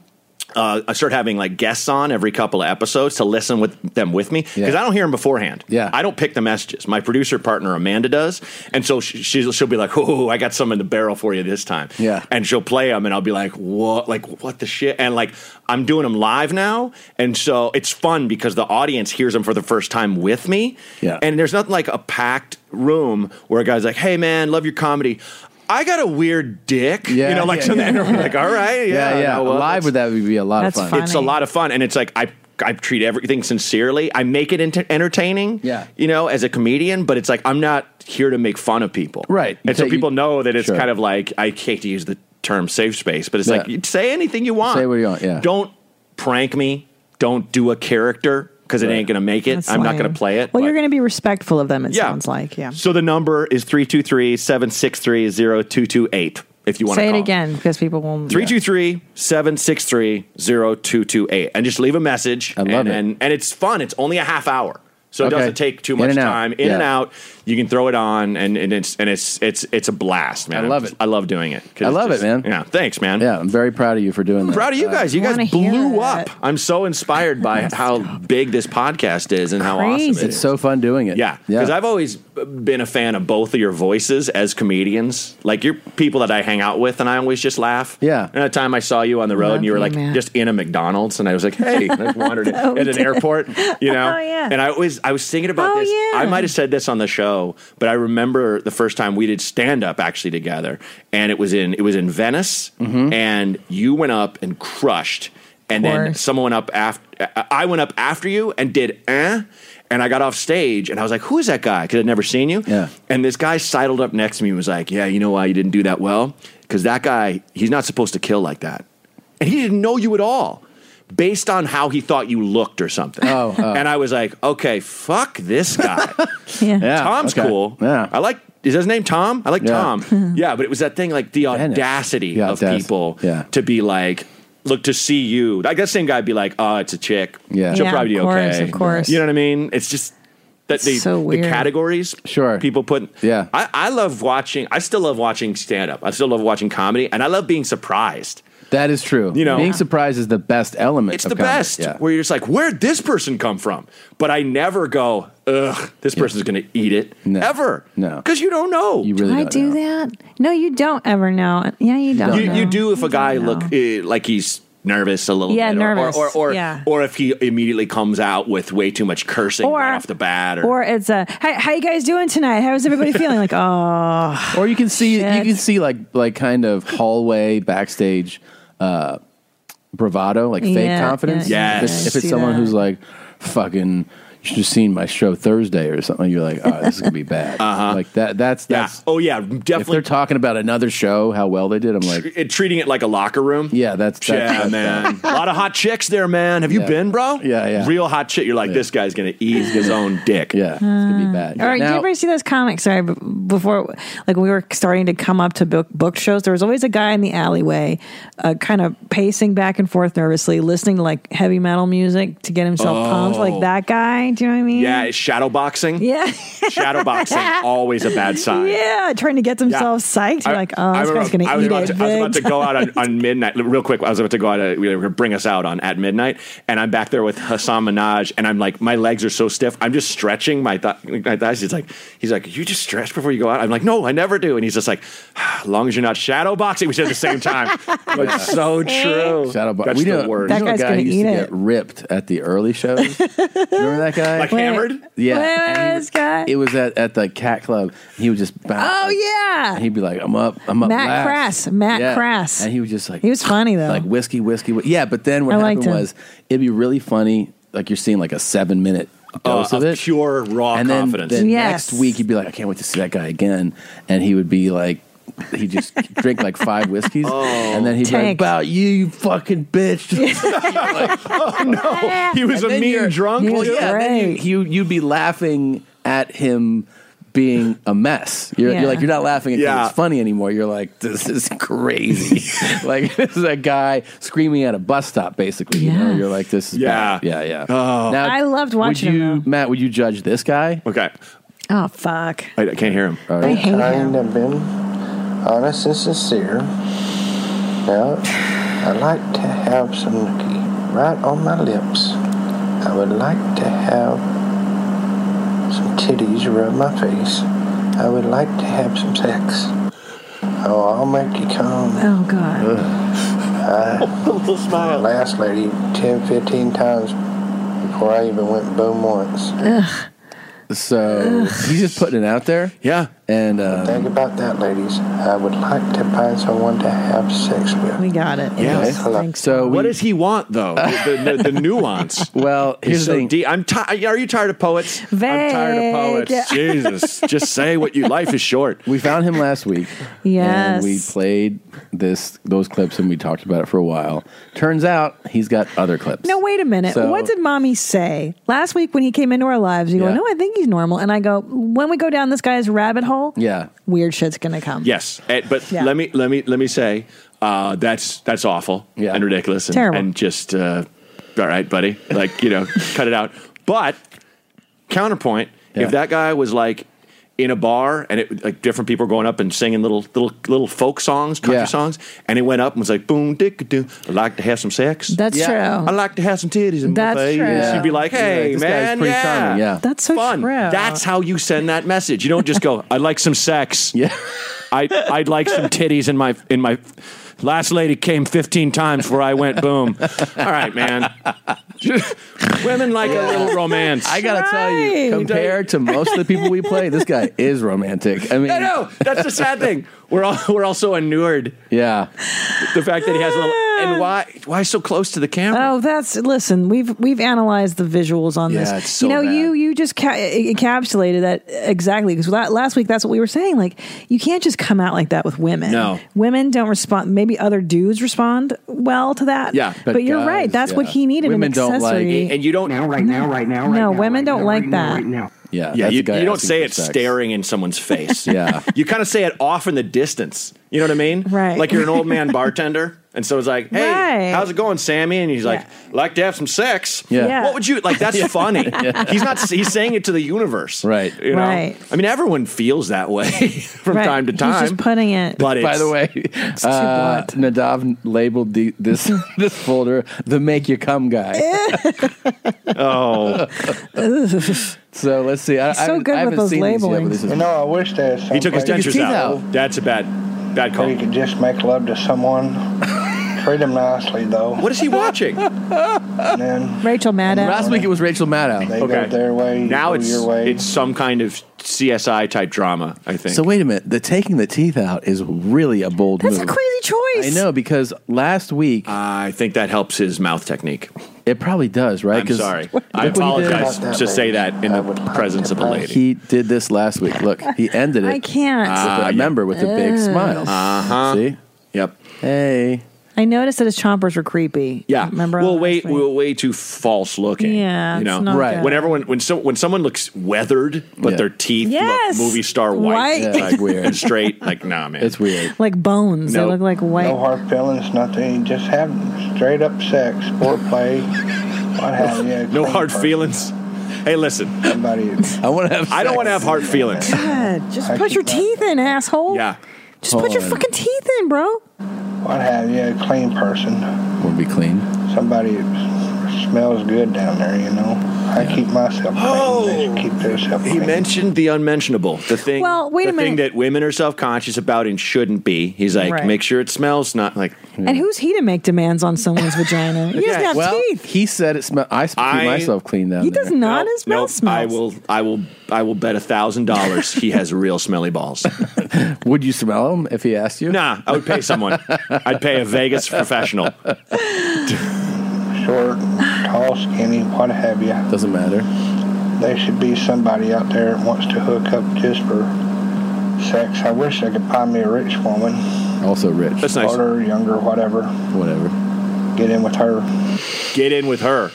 Speaker 11: uh, I start having like guests on every couple of episodes to listen with them with me because
Speaker 1: Yeah.
Speaker 11: I don't hear them beforehand.
Speaker 1: Yeah.
Speaker 11: I don't pick the messages. My producer partner Amanda does, and so she, she'll, she'll be like, "Oh, I got some in the barrel for you this time."
Speaker 1: Yeah.
Speaker 11: and she'll play them, and I'll be like, "What? Like what the shit?" And like I'm doing them live now, and so it's fun because the audience hears them for the first time with me.
Speaker 1: Yeah.
Speaker 11: and there's nothing like a packed room where a guy's like, "Hey, man, love your comedy." I got a weird dick, you
Speaker 1: Yeah,
Speaker 11: know, like
Speaker 1: yeah,
Speaker 11: so
Speaker 1: yeah.
Speaker 11: then we're like, all right, yeah,
Speaker 1: yeah.
Speaker 11: no, well,
Speaker 1: Live with that would be a lot
Speaker 2: That's
Speaker 1: of fun.
Speaker 2: fun.
Speaker 11: it's a lot of fun, and it's like I I treat everything sincerely. I make it enter- entertaining,
Speaker 1: Yeah.
Speaker 11: you know, as a comedian. But it's like I'm not here to make fun of people,
Speaker 1: Right. You
Speaker 11: And so
Speaker 1: take-
Speaker 11: people know that it's
Speaker 1: Sure.
Speaker 11: kind of like I hate to use the term safe space, but it's like
Speaker 1: Yeah.
Speaker 11: you say anything you want,
Speaker 1: Say what you want, yeah.
Speaker 11: Don't prank me. Don't do a character because it ain't gonna make it.
Speaker 2: That's
Speaker 11: I'm not
Speaker 2: lame.
Speaker 11: gonna play it.
Speaker 2: Well, you're
Speaker 11: Like-
Speaker 2: going to be respectful of them, it
Speaker 11: Yeah.
Speaker 2: sounds like. Yeah.
Speaker 11: So the number is 323-763-0228 if you want to
Speaker 2: Say it
Speaker 11: call.
Speaker 2: again because people won't.
Speaker 11: 323 763 0228. And just leave a message.
Speaker 1: I
Speaker 11: and,
Speaker 1: love it.
Speaker 11: And, and it's fun. It's only a half hour. So it
Speaker 1: Okay.
Speaker 11: doesn't take too
Speaker 1: In
Speaker 11: much
Speaker 1: and out.
Speaker 11: time. In and
Speaker 1: Yeah.
Speaker 11: out. You can throw it on and, and it's and it's it's it's a blast, man.
Speaker 1: I love
Speaker 11: I'm-
Speaker 1: it.
Speaker 11: I love doing it. 'Cause
Speaker 1: I
Speaker 11: it's
Speaker 1: love it, man.
Speaker 11: Yeah. Thanks, man.
Speaker 1: Yeah, I'm very proud of you for doing
Speaker 11: I'm
Speaker 1: that.
Speaker 11: proud of you guys. You
Speaker 2: wanna
Speaker 11: guys
Speaker 2: hear
Speaker 11: blew
Speaker 2: that.
Speaker 11: up. I'm so inspired by how big this podcast is and how awesome it
Speaker 2: Crazy.
Speaker 11: is.
Speaker 1: It's so fun doing it.
Speaker 11: Yeah, because I've always been a fan of both of your voices as comedians. Like you're people that I hang out with, and I always just laugh.
Speaker 1: Yeah.
Speaker 11: And the time I saw you on the road,
Speaker 2: Love
Speaker 11: and you were
Speaker 2: you,
Speaker 11: like
Speaker 2: Matt.
Speaker 11: just in a McDonald's, and I was like, hey, and I wandered in, at an airport, you know.
Speaker 2: Oh, yeah.
Speaker 11: And I always I was thinking about
Speaker 2: Oh,
Speaker 11: this.
Speaker 2: yeah.
Speaker 11: I might have said this on the show, but I remember the first time we did stand up actually together, and it was in it was in Venice,
Speaker 1: Mm-hmm.
Speaker 11: and you went up and crushed. And then
Speaker 2: course.
Speaker 11: someone went up after I went up after you and did eh, and I got off stage and I was like, "Who is that guy?" Because I'd never seen you.
Speaker 1: Yeah.
Speaker 11: And this guy sidled up next to me and was like, "Yeah, you know why you didn't do that well? Because that guy, he's not supposed to kill like that, and he didn't know you at all." Based on how he thought you looked or something.
Speaker 1: Oh, oh.
Speaker 11: And I was like, okay, fuck this guy.
Speaker 2: Yeah.
Speaker 1: Yeah,
Speaker 11: Tom's
Speaker 1: okay.
Speaker 11: cool.
Speaker 1: Yeah.
Speaker 11: I like, is his name Tom? I like
Speaker 1: Yeah.
Speaker 11: Tom. yeah, but it was that thing like the
Speaker 1: Dennis.
Speaker 11: audacity
Speaker 1: The
Speaker 11: of
Speaker 1: audacity.
Speaker 11: people
Speaker 1: Yeah.
Speaker 11: to be like, look, to see you. Like that same guy would be like, oh, it's a chick.
Speaker 1: Yeah.
Speaker 11: She'll
Speaker 2: Yeah,
Speaker 11: probably be
Speaker 2: of course,
Speaker 11: okay.
Speaker 2: of course.
Speaker 11: You know what I mean? It's just that the,
Speaker 2: so
Speaker 11: the
Speaker 2: weird.
Speaker 11: categories
Speaker 1: Sure.
Speaker 11: people put
Speaker 1: Yeah.
Speaker 11: I, I love watching I still love watching stand up. I still love watching comedy and I love being surprised.
Speaker 1: That is true.
Speaker 11: You know-
Speaker 1: being surprised is the best element.
Speaker 11: It's
Speaker 1: of
Speaker 11: the
Speaker 1: comedy.
Speaker 11: best.
Speaker 1: Yeah.
Speaker 11: Where you're just like, where'd this person come from? But I never go, ugh, this person's going to eat it.
Speaker 1: No.
Speaker 11: Ever.
Speaker 1: No.
Speaker 11: Because you don't know.
Speaker 1: You
Speaker 11: You,
Speaker 1: really
Speaker 2: I
Speaker 1: don't
Speaker 2: do
Speaker 1: know.
Speaker 2: that? No, you don't ever know. Yeah, Oh, you don't.
Speaker 11: you,
Speaker 2: know.
Speaker 11: do if a guy
Speaker 2: don't
Speaker 11: look uh, like he's nervous a little
Speaker 2: Yeah,
Speaker 11: bit. or-
Speaker 2: nervous.
Speaker 11: Or, or, or,
Speaker 2: Yeah.
Speaker 11: or if he immediately comes out with way too much cursing
Speaker 2: Or-
Speaker 11: right off the bat. Or,
Speaker 2: Or it's a hey, Uh, how you guys doing tonight? How's everybody feeling? Like, oh,
Speaker 1: Or you can see you
Speaker 2: Shit.
Speaker 1: can see like like kind of hallway backstage uh, bravado, like fake
Speaker 2: Yeah,
Speaker 1: confidence.
Speaker 11: yeah, yeah,
Speaker 1: If it's,
Speaker 11: Yes.
Speaker 1: if it's
Speaker 2: see
Speaker 1: someone
Speaker 2: that.
Speaker 1: who's like fucking. you should have seen my show Thursday or something. You're like, oh, this is gonna be bad.
Speaker 11: Uh-huh.
Speaker 1: Like that. That's
Speaker 11: Yeah.
Speaker 1: that's.
Speaker 11: Oh yeah,
Speaker 1: If they're
Speaker 11: definitely.
Speaker 1: talking about another show, how well they did, I'm like,
Speaker 11: It, treating it like a locker room.
Speaker 1: yeah, that's, that's
Speaker 11: yeah,
Speaker 1: that's
Speaker 11: man. a lot of hot chicks there, man. Have you
Speaker 1: Yeah.
Speaker 11: been, bro?
Speaker 1: Yeah, yeah.
Speaker 11: Real hot chick. You're like, this guy's gonna ease his own dick.
Speaker 1: Yeah, it's gonna be bad.
Speaker 2: All right, did you ever see those comics? Sorry, b- before like we were starting to come up to book, book shows, there was always a guy in the alleyway, uh, kind of pacing back and forth nervously, listening to like heavy metal music to get himself pumped.
Speaker 11: Oh.
Speaker 2: Like that guy. Do you know what I mean?
Speaker 11: Yeah, shadow boxing.
Speaker 2: Yeah.
Speaker 11: shadow boxing always a bad sign.
Speaker 2: Yeah, trying to get themselves psyched. You're like, oh, this
Speaker 11: remember
Speaker 2: guy's going
Speaker 11: I
Speaker 2: to
Speaker 11: was
Speaker 2: eat
Speaker 11: about
Speaker 2: it.
Speaker 11: to- I was about to
Speaker 2: big
Speaker 11: go out
Speaker 2: time.
Speaker 11: on, on midnight. Real quick, I was about to go out. uh, We were going to bring us out on at midnight, and I'm back there with Hassan Minaj, and I'm like, my legs are so stiff. I'm just stretching my, th- my thighs. He's like, he's like, you just stretch before you go out. I'm like, no, I never do. And he's just like, "Ah, as long as you're not shadow boxing, we said at the same time. But
Speaker 1: Yeah.
Speaker 11: so true.
Speaker 1: Shadow box.
Speaker 11: That's
Speaker 1: we
Speaker 11: the
Speaker 1: know,
Speaker 11: worst.
Speaker 1: we know a guy who used to get ripped at the early shows. You remember that guy?
Speaker 11: Like Wait. hammered?
Speaker 1: Yeah.
Speaker 2: Wait, wait,
Speaker 1: And he-
Speaker 2: this guy?
Speaker 1: It was at, at the Cat Club. He would just bounce.
Speaker 2: Oh, yeah.
Speaker 1: And he'd be like, I'm up. I'm up.
Speaker 2: Matt
Speaker 1: last.
Speaker 2: Crass. Matt
Speaker 1: Yeah.
Speaker 2: Crass.
Speaker 1: And he was just like,
Speaker 2: He was funny, though.
Speaker 1: Like whiskey, whiskey. whi- Yeah, but then what
Speaker 2: Oh. I liked
Speaker 1: happened
Speaker 2: him.
Speaker 1: was it'd be really funny. Like you're seeing like a seven minute dose
Speaker 11: Uh,
Speaker 1: of
Speaker 11: of
Speaker 1: it.
Speaker 11: pure raw
Speaker 1: Oh, and then
Speaker 11: confidence.
Speaker 1: the
Speaker 2: Yes.
Speaker 1: next week you'd be like, I can't wait to see that guy again. And he would be like, he just drink like five whiskeys, and then he'd be like,
Speaker 2: Tanked.
Speaker 1: "About you, you fucking bitch!"
Speaker 11: oh no, he was
Speaker 1: And
Speaker 11: a
Speaker 1: then
Speaker 11: mean
Speaker 1: you're-
Speaker 11: drunk.
Speaker 1: Well, yeah, then you, you you'd be laughing at him being a mess. You're,
Speaker 2: Yeah.
Speaker 1: you're like you're not laughing at
Speaker 11: Yeah.
Speaker 1: him. It's funny anymore. You're like this is crazy. like this is a guy screaming at a bus stop. Basically, you know,
Speaker 2: Yeah.
Speaker 1: you're like this is
Speaker 11: Yeah.
Speaker 1: bad. yeah, yeah.
Speaker 11: Oh.
Speaker 1: Now,
Speaker 2: I loved
Speaker 1: would
Speaker 2: watching
Speaker 1: you,
Speaker 2: him.
Speaker 1: Matt? Would you judge this guy?
Speaker 11: Okay,
Speaker 2: Though. Oh fuck!
Speaker 11: I, I can't hear him.
Speaker 2: I hate him.
Speaker 12: kind and been honest and sincere. Now, I'd like to have some nookie right on my lips. I would like to have some titties rub my face. I would like to have some sex. Oh, I'll make you come.
Speaker 2: Oh god!
Speaker 11: Little smile.
Speaker 12: Last lady 10, 15 times before I even went boom once.
Speaker 1: So he's just putting it out there.
Speaker 11: Yeah.
Speaker 1: And uh,
Speaker 12: Think about that, ladies. I would like to find someone to have sex with.
Speaker 2: We got it.
Speaker 11: Yes.
Speaker 2: Thanks.
Speaker 1: so
Speaker 11: What
Speaker 1: we,
Speaker 11: does he want though? The, the, the, the nuance.
Speaker 1: well,
Speaker 11: He's
Speaker 1: here's
Speaker 11: so
Speaker 1: the thing.
Speaker 11: deep. I'm tired. Are you tired of poets? I'm tired of poets.
Speaker 2: Vague.
Speaker 11: Jesus, just say what you. Life is short.
Speaker 1: We found him last week.
Speaker 2: Yes.
Speaker 1: And we played this those clips and we talked about it for a while. Turns out he's got other clips.
Speaker 2: No, wait a minute.
Speaker 1: So-
Speaker 2: what did mommy say last week when he came into our lives? You go,
Speaker 1: Yeah.
Speaker 2: no, I think he's normal. And I go, when we go down this guy's rabbit hole,
Speaker 1: Yeah.
Speaker 2: weird shit's gonna come.
Speaker 11: Yes, and, but
Speaker 2: Yeah.
Speaker 11: let me let me let me say uh, that's that's awful
Speaker 1: Yeah.
Speaker 11: and ridiculous and,
Speaker 2: Terrible.
Speaker 11: and just uh, all right, buddy. Like you know, cut it out. But counterpoint,
Speaker 1: Yeah.
Speaker 11: if that guy was like in a bar and it like different people were going up and singing little little little folk songs, country
Speaker 1: Yeah.
Speaker 11: songs, and it went up and was like boom dick doo, I like to have some sex.
Speaker 2: That's
Speaker 1: Yeah.
Speaker 2: true.
Speaker 11: I like to have some titties in
Speaker 2: Oh. That's
Speaker 11: my face.
Speaker 2: true.
Speaker 11: She'd be like,
Speaker 1: Yeah.
Speaker 11: "Hey,
Speaker 1: This guy's
Speaker 11: man,
Speaker 1: pretty
Speaker 11: yeah.
Speaker 1: charming, yeah.
Speaker 2: That's so
Speaker 11: fun."
Speaker 2: true.
Speaker 11: That's how you send that message. You don't just go, "I'd like some sex."
Speaker 1: Yeah.
Speaker 11: I I'd like some titties in my in my. Last lady came fifteen times where I went boom. All right, man. Women like a little romance.
Speaker 1: I gotta tell you,
Speaker 2: Right.
Speaker 1: compared to most of the people we play, this guy is romantic. I mean
Speaker 11: I know that's the sad thing. We're all we're all so inured
Speaker 1: Yeah.
Speaker 11: the fact that he has a little and why why so close to the camera?
Speaker 2: Oh, that's listen. We've we've analyzed the visuals on this.
Speaker 1: Yeah, it's so
Speaker 2: you know,
Speaker 1: bad.
Speaker 2: you you just ca- e, encapsulated that exactly because last week that's what we were saying. Like, you can't just come out like that with women.
Speaker 11: No.
Speaker 2: women don't respond. Maybe other dudes respond well to that.
Speaker 11: Yeah,
Speaker 2: but, you're
Speaker 1: guys,
Speaker 2: right. That's what
Speaker 1: yeah.
Speaker 2: he needed.
Speaker 1: Women
Speaker 2: an
Speaker 1: don't like-
Speaker 2: accessory.
Speaker 11: And you don't
Speaker 3: Now, right now, right now, right now.
Speaker 2: No, women
Speaker 3: right
Speaker 2: don't
Speaker 3: now,
Speaker 2: like
Speaker 3: right now,
Speaker 2: that.
Speaker 3: right now.
Speaker 1: Yeah.
Speaker 11: Yeah,
Speaker 1: that's
Speaker 11: you,
Speaker 1: a guy
Speaker 11: you don't
Speaker 1: asking
Speaker 11: say
Speaker 1: for
Speaker 11: it
Speaker 1: sex.
Speaker 11: staring in someone's face.
Speaker 1: Yeah.
Speaker 11: You kind of say it off in the distance. You know what I mean?
Speaker 2: Right.
Speaker 11: Like you're an old man bartender. And so it's like, hey,
Speaker 2: Right.
Speaker 11: how's it going, Sammy? And he's like,
Speaker 2: Yeah.
Speaker 11: like to have some sex.
Speaker 1: Yeah.
Speaker 2: Yeah.
Speaker 11: What would you like? That's funny. He's not. He's saying it to the universe.
Speaker 1: Right.
Speaker 11: You know?
Speaker 2: Right.
Speaker 11: I mean, everyone feels that way from
Speaker 2: Right.
Speaker 11: time to
Speaker 2: He's
Speaker 11: time.
Speaker 2: just putting it-
Speaker 11: But it's,
Speaker 1: By the way,
Speaker 2: too
Speaker 1: uh,
Speaker 2: blunt.
Speaker 1: Nadav labeled the, this this folder the "Make You Come" guy.
Speaker 11: oh,
Speaker 1: So let's see. I, I
Speaker 2: so
Speaker 1: haven't-
Speaker 2: good
Speaker 1: I
Speaker 2: with
Speaker 1: haven't
Speaker 2: those
Speaker 1: seen these yet,
Speaker 2: labelings.
Speaker 1: but this is
Speaker 12: You know, I wish there was
Speaker 11: he took his
Speaker 1: Took
Speaker 11: dentures
Speaker 1: his teeth
Speaker 11: out.
Speaker 1: out.
Speaker 11: That's a bad, bad
Speaker 12: Or you
Speaker 11: call.
Speaker 12: could just make love to someone. Treat them nicely, though.
Speaker 11: What is he watching?
Speaker 12: And then
Speaker 2: Rachel Maddow.
Speaker 1: Last week it was Rachel Maddow.
Speaker 12: they
Speaker 11: Okay.
Speaker 12: go their way, you
Speaker 11: now
Speaker 12: go
Speaker 11: it's
Speaker 12: your way.
Speaker 11: it's some kind of CSI type drama. I think.
Speaker 1: So wait a minute. The taking the teeth out is really a bold
Speaker 2: That's a
Speaker 1: move.
Speaker 2: crazy choice.
Speaker 1: I know because last week
Speaker 11: I think that helps his mouth technique.
Speaker 1: It probably does, right?
Speaker 11: I'm
Speaker 1: 'Cause-
Speaker 11: sorry.
Speaker 1: Look
Speaker 11: I
Speaker 1: what he did.
Speaker 11: apologize to say that in the presence of a lady.
Speaker 1: He did this last week. Look, he ended it.
Speaker 2: I can't.
Speaker 1: With
Speaker 2: Ah, yeah.
Speaker 1: a member with a big
Speaker 2: Ugh.
Speaker 1: smile. Uh-huh. See?
Speaker 11: Yep.
Speaker 1: Hey.
Speaker 2: I noticed that his chompers were creepy.
Speaker 11: Yeah.
Speaker 2: Remember?
Speaker 11: Well, way, well, way too false looking.
Speaker 2: Yeah,
Speaker 11: You
Speaker 2: it's
Speaker 11: know,
Speaker 2: not Right. good.
Speaker 11: When everyone, when so, when someone looks weathered, but their teeth
Speaker 2: Yes.
Speaker 11: look movie star white,
Speaker 2: White. Yeah,
Speaker 11: like,
Speaker 2: it's weird.
Speaker 11: and straight, like nah, man, it's
Speaker 1: weird.
Speaker 2: like bones.
Speaker 11: Nope.
Speaker 2: They look like white.
Speaker 12: No hard feelings, nothing. Just have straight up sex, foreplay, what have you.
Speaker 11: no hard feelings. Hey, listen.
Speaker 1: I want to have.
Speaker 11: I don't want to have hard feelings.
Speaker 2: God, just put your teeth in, asshole.
Speaker 11: Yeah.
Speaker 2: Just put your fucking teeth in, bro.
Speaker 12: What have you? A clean person.
Speaker 1: Would be clean.
Speaker 12: Somebody that smells good down there, you know. I keep myself clean. They should keep themselves
Speaker 11: Oh! He
Speaker 12: clean.
Speaker 11: mentioned the unmentionable, the thing,
Speaker 2: Well, wait
Speaker 11: the
Speaker 2: a
Speaker 11: thing
Speaker 2: minute.
Speaker 11: that women are self conscious about and shouldn't be. He's like,
Speaker 2: Right.
Speaker 11: make sure it smells not like.
Speaker 2: And who's he to make demands on someone's vagina? He doesn't have
Speaker 1: well,
Speaker 2: teeth.
Speaker 1: He said it smelled. I keep
Speaker 11: I-
Speaker 1: myself clean down
Speaker 2: He
Speaker 1: there.
Speaker 2: does not. His mouth
Speaker 11: Nope, I
Speaker 2: smells.
Speaker 11: will, I will, I will bet a thousand dollars he has real smelly balls.
Speaker 1: Would you smell him if he asked you?
Speaker 11: Nah, I would pay someone. I'd pay a Vegas professional.
Speaker 12: Short, tall, skinny, what have you.
Speaker 1: Doesn't matter.
Speaker 12: There should be somebody out there that wants to hook up just for sex. I wish I could find me a rich woman.
Speaker 1: Also rich.
Speaker 12: Older, younger, whatever.
Speaker 1: Whatever.
Speaker 12: Get in with her.
Speaker 11: Get in with her.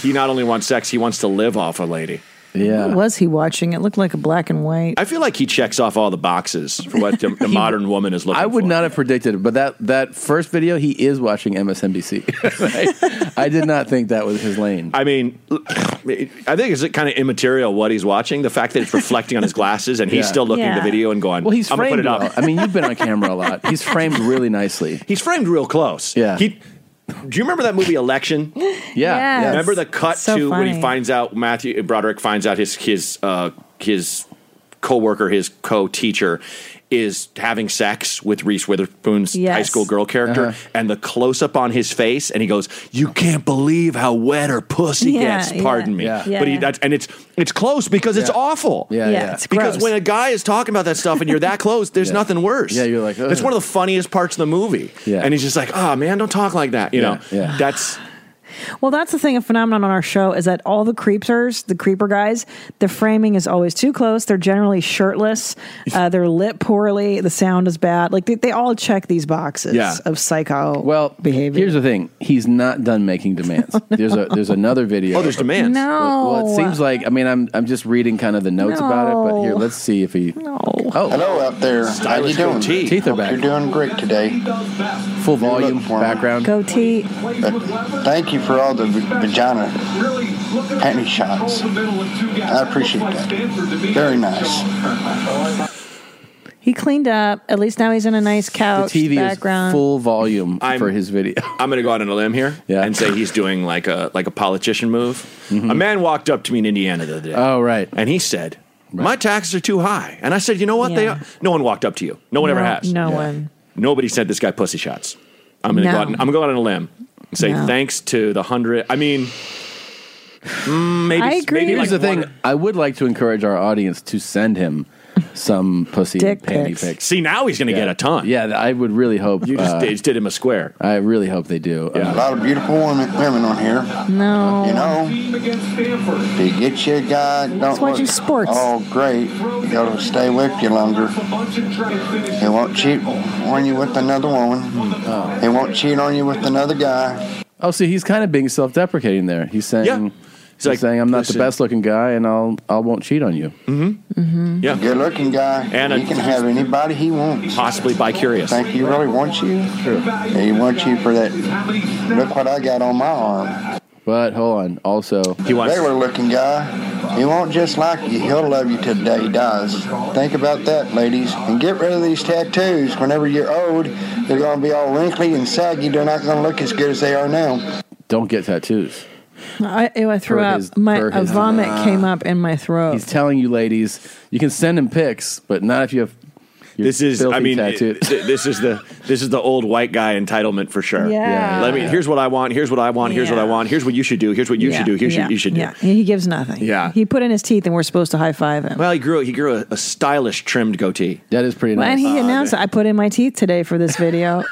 Speaker 11: He not only wants sex, he wants to live off a lady.
Speaker 1: Yeah.
Speaker 2: What was he watching? It looked like a black and white.
Speaker 11: I feel like he checks off all the boxes for what the, the modern woman is looking
Speaker 1: I would not have predicted it, but that, that first video, he is watching MSNBC. Right? I did not think that was his lane.
Speaker 11: I mean, I think it's kind of immaterial what he's watching. The fact that it's reflecting on his glasses and he's
Speaker 1: Yeah.
Speaker 11: still looking at
Speaker 1: Yeah.
Speaker 11: the video and going,
Speaker 1: Well, he's
Speaker 11: I'm going to
Speaker 1: framed.
Speaker 11: put it up.
Speaker 1: well. I mean, you've been on camera a lot. He's framed really nicely.
Speaker 11: He's framed real close.
Speaker 1: Yeah.
Speaker 11: He, do you remember that movie Election? Yeah.
Speaker 1: Yes.
Speaker 11: Remember the cut
Speaker 1: So
Speaker 11: to when he
Speaker 1: funny.
Speaker 11: finds out Matthew Broderick finds out his his uh, his coworker, his co-teacher is having sex with Reese Witherspoon's high
Speaker 13: Yes.
Speaker 11: school girl character
Speaker 13: Uh-huh.
Speaker 11: and the close up on his face and he goes, "You can't believe how wet her pussy
Speaker 13: Yeah,
Speaker 11: gets." Pardon
Speaker 13: yeah.
Speaker 11: me.
Speaker 13: Yeah. Yeah,
Speaker 11: But he
Speaker 13: yeah.
Speaker 11: that's and it's it's close because it's
Speaker 13: Yeah.
Speaker 11: awful.
Speaker 13: Yeah, Yeah, yeah. it's
Speaker 11: Because
Speaker 13: gross.
Speaker 11: when a guy is talking about that stuff and you're that close, there's
Speaker 13: Yeah.
Speaker 11: nothing worse.
Speaker 13: Yeah, you're like,
Speaker 11: That's
Speaker 13: "Ugh."
Speaker 11: one of the funniest parts of the movie.
Speaker 13: Yeah.
Speaker 11: And he's just like, "Oh, man, don't talk like that." You know.
Speaker 13: yeah.
Speaker 11: That's
Speaker 2: Well, that's the thing, a phenomenon on our show is that all the creepers, the creeper guys, the framing is always too close. They're generally shirtless. Uh, they're lit poorly. The sound is bad. Like they, they all check these boxes
Speaker 1: Yeah.
Speaker 2: of psycho.
Speaker 1: Well, behavior. Here's the thing: he's not done making demands. There's a there's another video.
Speaker 11: Oh, there's demands.
Speaker 2: No.
Speaker 1: Well, well, it seems like I mean I'm I'm just reading kind of the notes about it, but here let's see if he. No. Oh,
Speaker 12: Hello out there. How you
Speaker 1: Stylish
Speaker 12: doing?
Speaker 1: goatee. Teeth are back.
Speaker 12: You're doing great today.
Speaker 1: Full volume, background.
Speaker 2: Goatee.
Speaker 12: thank you for all the v- vagina panty shots. I appreciate that. Very nice.
Speaker 2: He cleaned up. At least now he's in a nice
Speaker 1: the
Speaker 2: couch
Speaker 1: TV
Speaker 2: background.
Speaker 1: is full volume for his video.
Speaker 11: I'm going to go out on a limb here and say he's doing like a like a politician move. A man walked up to me in Indiana the other day.
Speaker 1: Mm-hmm. Oh, right.
Speaker 11: And he said, "My taxes are too high." And I said, "You know what? They
Speaker 2: Yeah.
Speaker 11: are." No one walked up to you. No one ever has.
Speaker 2: No one.
Speaker 11: Nobody sent this guy pussy shots. I'm going to go
Speaker 2: No.
Speaker 11: out. and- I'm going to go out on a limb and say
Speaker 2: No.
Speaker 11: thanks to the hundred. I mean, mm, maybe Maybe
Speaker 1: Here's
Speaker 11: like
Speaker 1: the thing:
Speaker 11: one-
Speaker 1: I would like to encourage our audience to send him some pussy
Speaker 11: Dick
Speaker 1: and panty
Speaker 11: pics.
Speaker 1: pics.
Speaker 11: See, now he's going to get a ton.
Speaker 1: Yeah, Uh, I would really hope
Speaker 11: You just did- did him a square.
Speaker 1: I really hope they do. Uh,
Speaker 12: A lot of beautiful women, women on here.
Speaker 2: No.
Speaker 12: You know, they Oh. get you a guy. Don't
Speaker 2: It's watching
Speaker 12: look
Speaker 2: sports.
Speaker 10: Oh.
Speaker 12: All great. They'll stay with you longer. They won't cheat on you with another woman. They won't cheat on you with another guy.
Speaker 1: Oh, see, he's kind of being self-deprecating there. He's saying, he's,
Speaker 12: like,
Speaker 1: saying, I'm not
Speaker 12: listen.
Speaker 1: the best-looking guy, and I'll I won't cheat on you.
Speaker 12: Mm-hmm.
Speaker 11: Yeah.
Speaker 12: Good looking guy.
Speaker 11: And
Speaker 12: he
Speaker 11: a-
Speaker 12: can have anybody he wants.
Speaker 11: Possibly bi curious.
Speaker 12: Think he really wants you? Sure. He wants you for that. Look what I got on my arm.
Speaker 1: But hold on, also
Speaker 11: he wants-
Speaker 12: regular looking guy. He won't just like you. He'll love you till the day he dies. Think about that, ladies, and get rid of these tattoos. Whenever you're old, they're going to be all wrinkly and saggy. They're not going to look as good as they are now.
Speaker 1: Don't get tattoos.
Speaker 2: I, ew, I threw
Speaker 1: Per
Speaker 2: up.
Speaker 1: his-
Speaker 2: my
Speaker 1: per
Speaker 2: a
Speaker 1: his-
Speaker 2: vomit
Speaker 11: uh,
Speaker 1: Ah.
Speaker 2: came up in my throat.
Speaker 1: He's telling you, ladies, you can send him pics, but not if you have. Your
Speaker 11: This is, I
Speaker 1: filthy
Speaker 11: mean,
Speaker 1: tattoo.
Speaker 11: it- th- this is the this is the old white guy entitlement for sure.
Speaker 2: Yeah. Yeah.
Speaker 11: Let me. Here's what I want. Here's what I want. Here's what I
Speaker 2: Yeah.
Speaker 11: want. Here's what you should do. Here's what you
Speaker 2: Yeah,
Speaker 11: should do. Here's
Speaker 2: yeah,
Speaker 11: what you should do.
Speaker 2: Yeah. He gives nothing.
Speaker 11: Yeah.
Speaker 2: He put in his teeth and we're supposed to high five him.
Speaker 11: Well, he grew he grew a, a stylish trimmed goatee.
Speaker 1: That is pretty
Speaker 2: Well, and he announced that I put in my teeth today for this video.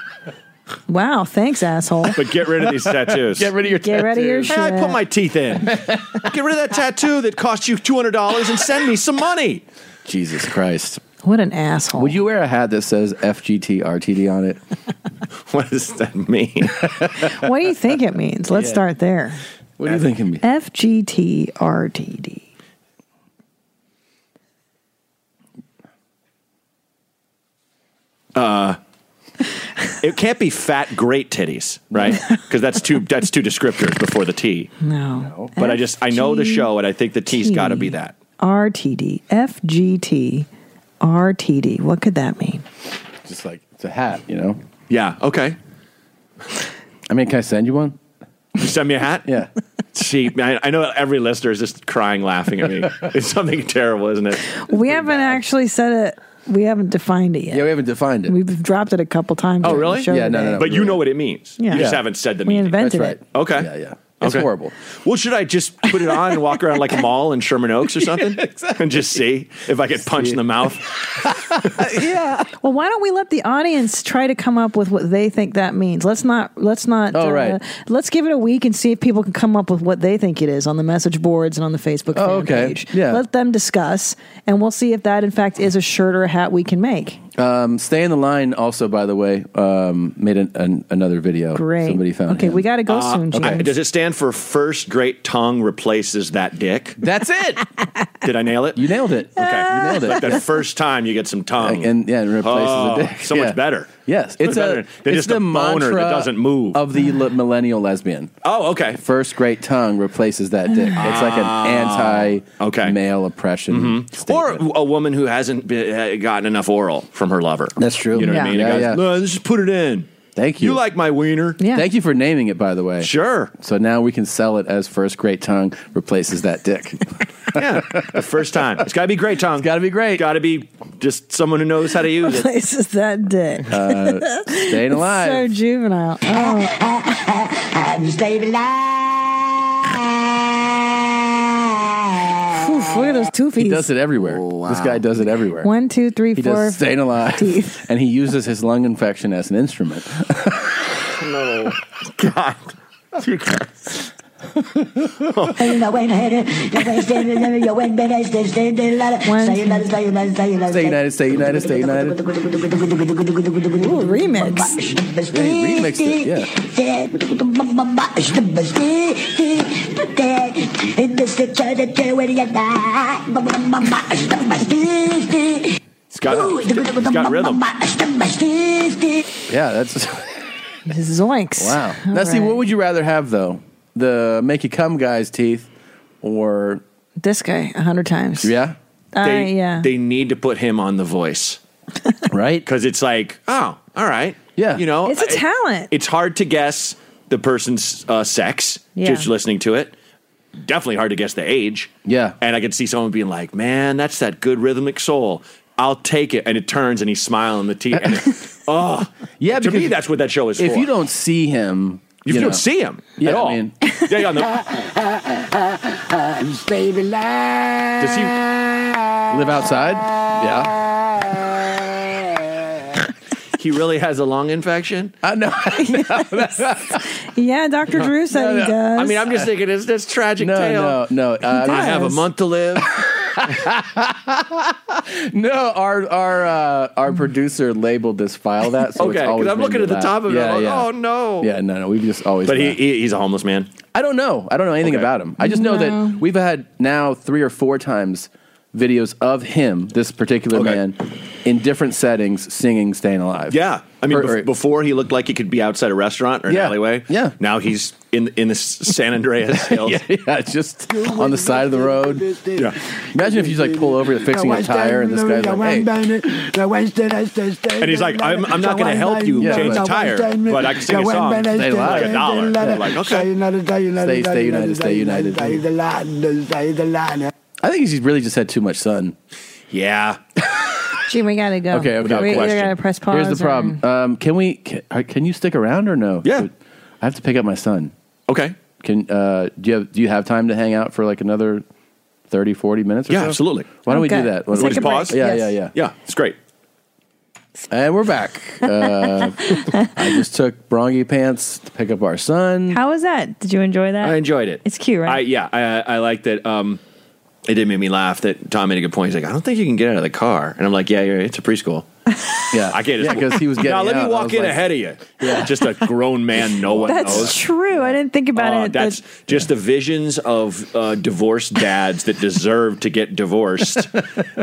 Speaker 2: Wow, thanks, asshole.
Speaker 11: But get rid of these tattoos.
Speaker 2: Get rid of your Get rid of your tattoos.
Speaker 11: Hey, I put
Speaker 2: shit.
Speaker 11: my teeth in. get rid of that tattoo that cost you two hundred dollars and send me some money.
Speaker 1: Jesus Christ.
Speaker 2: What an asshole.
Speaker 1: Would you wear a hat that says FGTRTD on it?
Speaker 11: what does that mean?
Speaker 2: What do you think it means? Let's
Speaker 1: Yeah.
Speaker 2: start there.
Speaker 1: What do you think it means?
Speaker 2: FGTRTD.
Speaker 11: Uh, it can't be fat great titties, right? Because that's two that's two descriptors before the T.
Speaker 2: No.
Speaker 11: But I just I know the show, and I think the T's got to be that.
Speaker 2: RTD. FGT. RTD. What could that mean?
Speaker 1: Just like it's a hat, you know?
Speaker 11: Yeah. Okay.
Speaker 1: I mean, can I send you one?
Speaker 11: You send me a hat?
Speaker 1: Yeah.
Speaker 11: See, I, I know every listener is just crying, laughing at me. It's something terrible, isn't it?
Speaker 2: We haven't actually said it. We haven't defined it yet. Yeah,
Speaker 1: we haven't defined it.
Speaker 2: We've dropped it a couple times.
Speaker 11: Oh,
Speaker 2: during the
Speaker 11: really?
Speaker 2: show today.
Speaker 11: But you know what it means.
Speaker 2: Yeah.
Speaker 11: You just
Speaker 2: Yeah.
Speaker 11: haven't said the
Speaker 2: We
Speaker 11: meaning.
Speaker 2: invented That's
Speaker 1: it.
Speaker 11: Okay.
Speaker 1: Yeah, yeah. It's horrible.
Speaker 11: Well, should I just put it on and walk around like a mall in Sherman Oaks or something, and just see if I get punched in the mouth?
Speaker 2: yeah. Well, why don't we let the audience try to come up with what they think that means? Let's not. Let's not. uh,
Speaker 1: Oh, right.
Speaker 2: Let's give it a week and see if people can come up with what they think it is on the message boards and on the Facebook fan
Speaker 1: Oh, okay.
Speaker 2: page.
Speaker 1: Yeah.
Speaker 2: Let them discuss, and we'll see if that, in fact, is a shirt or a hat we can make.
Speaker 1: Um, Stay in the line. Also, by the way, um, made an, an, another video.
Speaker 2: Great.
Speaker 1: Somebody found.
Speaker 2: Okay,
Speaker 1: him. Uh,
Speaker 2: we got to go soon, James.
Speaker 11: I- Uh, does it stand for first great tongue replaces that dick?
Speaker 1: That's it.
Speaker 11: Did I nail it? You
Speaker 1: nailed it.
Speaker 11: Okay, you
Speaker 1: nailed it.
Speaker 11: Like that first time you get some tongue,
Speaker 1: and yeah, it replaces
Speaker 11: Oh,
Speaker 1: the dick.
Speaker 11: So
Speaker 1: Yeah.
Speaker 11: much better.
Speaker 1: Yes,
Speaker 11: So much
Speaker 1: it's a
Speaker 11: better than
Speaker 1: it's
Speaker 11: just
Speaker 1: the
Speaker 11: a boner
Speaker 1: mantra
Speaker 11: that doesn't move.
Speaker 1: of the le- millennial lesbian.
Speaker 11: Oh, okay.
Speaker 1: First great tongue replaces that dick. It's like an anti male oppression.
Speaker 11: Ah. Mm-hmm. Or a woman who hasn't been, gotten enough oral from her lover.
Speaker 1: That's true.
Speaker 11: You know what I mean?
Speaker 1: Yeah,
Speaker 11: It goes,
Speaker 1: yeah.
Speaker 11: "No, let's just put it in.
Speaker 1: Thank you.
Speaker 11: You like my wiener?
Speaker 2: Yeah.
Speaker 1: Thank you for naming it, by the way.
Speaker 11: Sure.
Speaker 1: So now we can sell it as first great tongue replaces that dick.
Speaker 11: yeah. The first time. It's got to be great tongue. It's got
Speaker 1: to be great.
Speaker 11: Got to be just someone who knows how to use it.
Speaker 2: Places that dick.
Speaker 11: Uh,
Speaker 1: staying
Speaker 2: It's
Speaker 1: alive.
Speaker 2: so juvenile. Oh.
Speaker 13: I'm staying
Speaker 2: Oof, look at those two
Speaker 1: He
Speaker 2: feet.
Speaker 1: does it everywhere. This guy does it everywhere.
Speaker 2: One, two, three,
Speaker 1: he
Speaker 2: four.
Speaker 1: does staying alive, and he uses his lung infection as an instrument.
Speaker 11: no. God. You guys.
Speaker 1: Stay united, stay united, stay united.
Speaker 2: remix.
Speaker 1: They remixed it, yeah.
Speaker 11: It's got, it's got rhythm.
Speaker 1: Yeah, that's
Speaker 2: zoinks.
Speaker 1: Wow. now, see, what would you rather have though? The make you come guy's teeth, or
Speaker 2: this guy a hundred times?
Speaker 1: Yeah,
Speaker 2: Uh, yeah.
Speaker 11: They need to put him on the voice.
Speaker 1: right?
Speaker 11: Because it's like, oh, all right. Yeah. You know,
Speaker 2: It's a
Speaker 11: I-
Speaker 2: talent.
Speaker 11: It's hard to guess the person's uh, sex
Speaker 2: Yeah.
Speaker 11: just listening to it. Definitely hard to guess the age.
Speaker 1: Yeah.
Speaker 11: And I could see someone being like, man, that's that good rhythmic soul. I'll take it. And it turns and he's smiling the teeth. And it- oh.
Speaker 1: Yeah,
Speaker 11: To me,
Speaker 1: because
Speaker 11: that's what that show is
Speaker 1: if
Speaker 11: for.
Speaker 1: you don't see him,
Speaker 11: If you
Speaker 1: know.
Speaker 11: don't see him
Speaker 1: yeah,
Speaker 11: at all.
Speaker 1: I mean,
Speaker 11: yeah, yeah, on the-
Speaker 13: alive.
Speaker 11: does he
Speaker 1: live outside? Yeah.
Speaker 11: He really has a lung infection.
Speaker 1: I know.
Speaker 2: yeah, Dr. Drew said he does.
Speaker 11: I mean, I'm just thinking it's this tragic
Speaker 1: No,
Speaker 11: tale.
Speaker 1: no, no. Uh,
Speaker 11: I have a month to live.
Speaker 1: No, our our uh, our producer labeled this file that. So
Speaker 11: Okay,
Speaker 1: it's
Speaker 11: 'cause
Speaker 1: always
Speaker 11: I'm
Speaker 1: made
Speaker 11: looking
Speaker 1: me
Speaker 11: at the
Speaker 1: laugh.
Speaker 11: top of it,
Speaker 1: yeah,
Speaker 11: I'm like,
Speaker 1: yeah.
Speaker 11: oh, no.
Speaker 1: Yeah, no, no. We've just always.
Speaker 11: But he,
Speaker 1: laughed.
Speaker 11: he he's a homeless man.
Speaker 1: I don't know. I don't know anything about him. I just know
Speaker 11: No.
Speaker 1: that we've had now three or four times videos of him, this particular man, in different settings singing "Staying Alive."
Speaker 11: Yeah, I mean,
Speaker 1: Or-
Speaker 11: bef-
Speaker 1: or-
Speaker 11: before he looked like he could be outside a restaurant or an
Speaker 1: Yeah,
Speaker 11: alleyway.
Speaker 1: yeah.
Speaker 11: now he's in in the s- San Andreas Hills.
Speaker 1: yeah, yeah, just on the side of the road.
Speaker 11: Yeah.
Speaker 1: Imagine if you like pull over, you're fixing a tire, and this guy's like, "Hey."
Speaker 11: And he's like, I'm, I'm not going to help you
Speaker 1: Yeah,
Speaker 11: change
Speaker 1: but-
Speaker 11: the tire, but I can sing a song.
Speaker 1: Stay alive.
Speaker 11: like a dollar. Like, okay.
Speaker 1: Stay, stay united, stay united. I think he's really just had too much sun.
Speaker 11: Yeah.
Speaker 2: Gee, we gotta go.
Speaker 1: Okay, okay.
Speaker 2: Oh, We either gotta press pause.
Speaker 1: Here's the
Speaker 2: or-
Speaker 1: problem. Um, can we? Can, uh, can you stick around or no? Yeah. I have to pick up my son.
Speaker 11: Okay.
Speaker 1: Can uh, do you have do you have time to hang out for like another 30, 40 minutes? Or
Speaker 11: Yeah,
Speaker 1: so?
Speaker 11: absolutely.
Speaker 1: Why don't we
Speaker 11: Okay.
Speaker 1: do that?
Speaker 11: Let's
Speaker 1: Why don't
Speaker 11: take a break.
Speaker 1: Yeah,
Speaker 11: Yes.
Speaker 1: yeah, yeah.
Speaker 11: Yeah, it's great.
Speaker 1: And we're back. Uh, I just took Brongy Pants to pick up our son.
Speaker 2: How was that? Did you enjoy that?
Speaker 11: I enjoyed it.
Speaker 2: It's cute,
Speaker 11: I,
Speaker 2: right?
Speaker 11: yeah, I, I like that. Um, it did make me laugh that Tom made a good point. He's like, I don't think you can get out of the car. And I'm like, yeah, you're right. it's a preschool.
Speaker 1: yeah.
Speaker 11: I can't.
Speaker 1: Yeah, 'cause he was getting
Speaker 11: Now, let
Speaker 1: out. I
Speaker 11: me walk
Speaker 1: was
Speaker 11: in
Speaker 1: like-
Speaker 11: ahead of you. Yeah. Just a grown man no one
Speaker 2: That's
Speaker 11: knows.
Speaker 2: true. I didn't think about
Speaker 11: Uh,
Speaker 2: it.
Speaker 11: that's just the visions of uh, divorced dads that deserve to get divorced.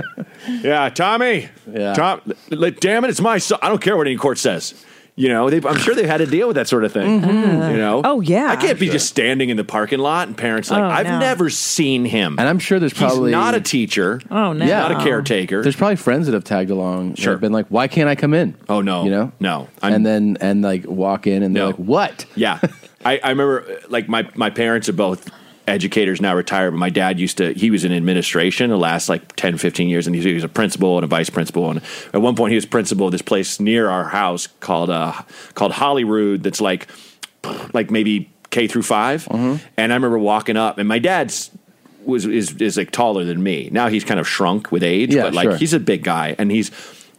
Speaker 11: yeah, Tommy.
Speaker 1: Yeah.
Speaker 11: Tom. Like, damn it, it's my son. I don't care what any court says. You know, they, I'm sure they've had to deal with that sort of thing.
Speaker 2: Mhm.
Speaker 11: You know,
Speaker 2: Oh, yeah.
Speaker 11: I can't be
Speaker 2: Sure.
Speaker 11: just standing in the parking lot and parents like
Speaker 2: Oh,
Speaker 11: I've
Speaker 2: no.
Speaker 11: never seen him, and
Speaker 1: I'm sure there's probably-
Speaker 11: He's not a teacher.
Speaker 2: Oh, no.
Speaker 11: He's not a
Speaker 1: Yeah.
Speaker 11: caretaker.
Speaker 1: There's probably friends that have tagged along. Sure.
Speaker 11: Sure.
Speaker 1: Have been like, why can't I come in?
Speaker 11: Oh no,
Speaker 1: You know?
Speaker 11: no.
Speaker 1: and then and like walk in and they're like, what?
Speaker 11: Yeah, I, I remember uh, like my my parents are both educators now retired, but my dad used to he was in administration the last like 10, 15 years, and he was- he was a principal and a vice principal, and at one point he was principal of this place near our house called uh called Holyrood that's like like maybe K through 5
Speaker 1: Mm-hmm.
Speaker 11: and I remember walking up, and my dad's was is is like taller than me. Now he's kind of shrunk with age,
Speaker 1: Yeah,
Speaker 11: but like
Speaker 1: sure.
Speaker 11: he's a big guy, and he's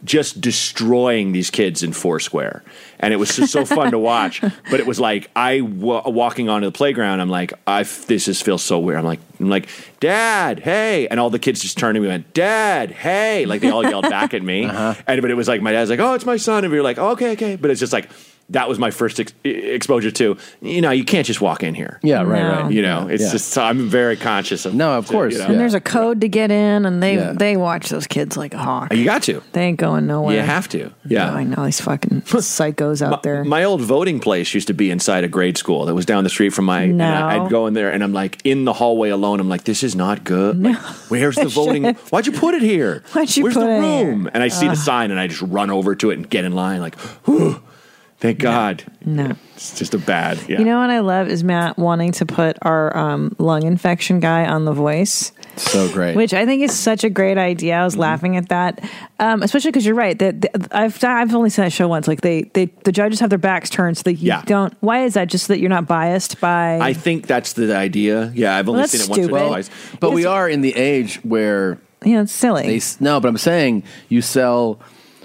Speaker 11: just destroying these kids in Foursquare, and it was just so fun to watch. But it was like I wa- walking onto the playground, I'm like, I f- this just feels so weird. I'm like, I'm like, Dad, hey, and all the kids just turned to me and went, Dad, hey, like they all yelled back at me, and but it was like my dad's like, oh, it's my son, and we were like, "Oh, okay, okay, but it's just like. That was my first ex- e-, exposure to, you know, you can't just walk in here.
Speaker 1: Yeah, right, No. right.
Speaker 11: You know, it's
Speaker 1: Yeah.
Speaker 11: just so I'm very conscious of. No, of
Speaker 1: course,
Speaker 2: And there's a code to get in, and they
Speaker 11: Yeah.
Speaker 2: they watch those kids like a hawk.
Speaker 11: You got to.
Speaker 2: They ain't going nowhere.
Speaker 11: You have to. Yeah.
Speaker 2: I know these fucking psychos out there.
Speaker 11: My old voting place used to be inside a grade school that was down the street from my. and I,
Speaker 2: No.
Speaker 11: would go in there and I'm like in the hallway alone. I'm like, this is not good. Like, where's the voting?
Speaker 2: Shit.
Speaker 11: Why'd you put it here?
Speaker 2: Why'd you
Speaker 11: where's
Speaker 2: put
Speaker 11: the
Speaker 2: it here?
Speaker 11: room? And I see the
Speaker 2: Ugh.
Speaker 11: sign and I just run over to it and get in line. Like, whew, thank God.
Speaker 2: No.
Speaker 11: It's just a bad. Yeah.
Speaker 2: You know what I love is Matt wanting to put our um, lung infection guy on The Voice.
Speaker 1: So great.
Speaker 2: Which I think is such a great idea. I
Speaker 1: Mm-hmm.
Speaker 2: was laughing at that, um, especially because you're right. That that- I've I've only seen that show once. Like they, they the judges have their backs turned so that you
Speaker 11: Yeah.
Speaker 2: don't. Why is that? Just so that you're not biased by.
Speaker 11: I think that's the idea. Yeah, I've
Speaker 2: Well,
Speaker 11: only
Speaker 2: that's
Speaker 11: seen it once
Speaker 2: stupid.
Speaker 11: or twice.
Speaker 1: But we are in the age where
Speaker 2: yeah, it's silly.
Speaker 1: They, s- no, but I'm saying you sell.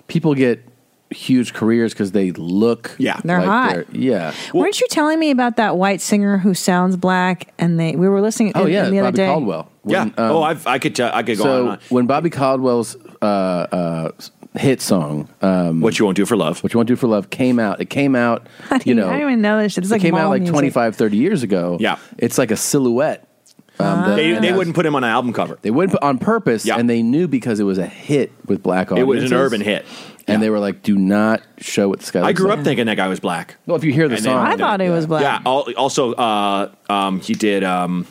Speaker 1: People get huge careers because they look. Yeah,
Speaker 2: They're hot.
Speaker 1: yeah,
Speaker 2: Weren't you telling me about that white singer who sounds black? And they we were listening.
Speaker 1: Oh
Speaker 2: in-
Speaker 1: yeah,
Speaker 2: in the other
Speaker 1: Bobby
Speaker 2: day.
Speaker 1: Caldwell.
Speaker 11: Yeah.
Speaker 1: When, um,
Speaker 11: oh, I've, I could tell. I could go on
Speaker 1: so
Speaker 11: and on. uh,
Speaker 1: when Bobby Caldwell's uh, uh, hit song, um,
Speaker 11: "What You Won't Do for Love,"
Speaker 1: "What You Won't Do for Love," came out. It came out. You know,
Speaker 2: I don't even know this shit. It's
Speaker 1: it
Speaker 2: like
Speaker 1: came out
Speaker 2: mall
Speaker 1: like
Speaker 2: music.
Speaker 1: 25, 30 years ago. Yeah, it's like a silhouette. Um, that-
Speaker 11: They,
Speaker 1: and
Speaker 11: they
Speaker 1: that's-
Speaker 11: wouldn't put him on an album cover.
Speaker 1: They wouldn't put on purpose, and they knew because it was a hit with black
Speaker 11: It
Speaker 1: audiences.
Speaker 11: was an urban hit.
Speaker 1: and they were like, "Do not show what this guy."
Speaker 11: I
Speaker 1: looks
Speaker 11: grew
Speaker 1: like.
Speaker 11: up thinking that guy was black.
Speaker 1: Well, if you hear the
Speaker 11: And then-
Speaker 1: song,
Speaker 2: I thought he was black.
Speaker 11: Yeah. al- Also, uh, um, he did. Um,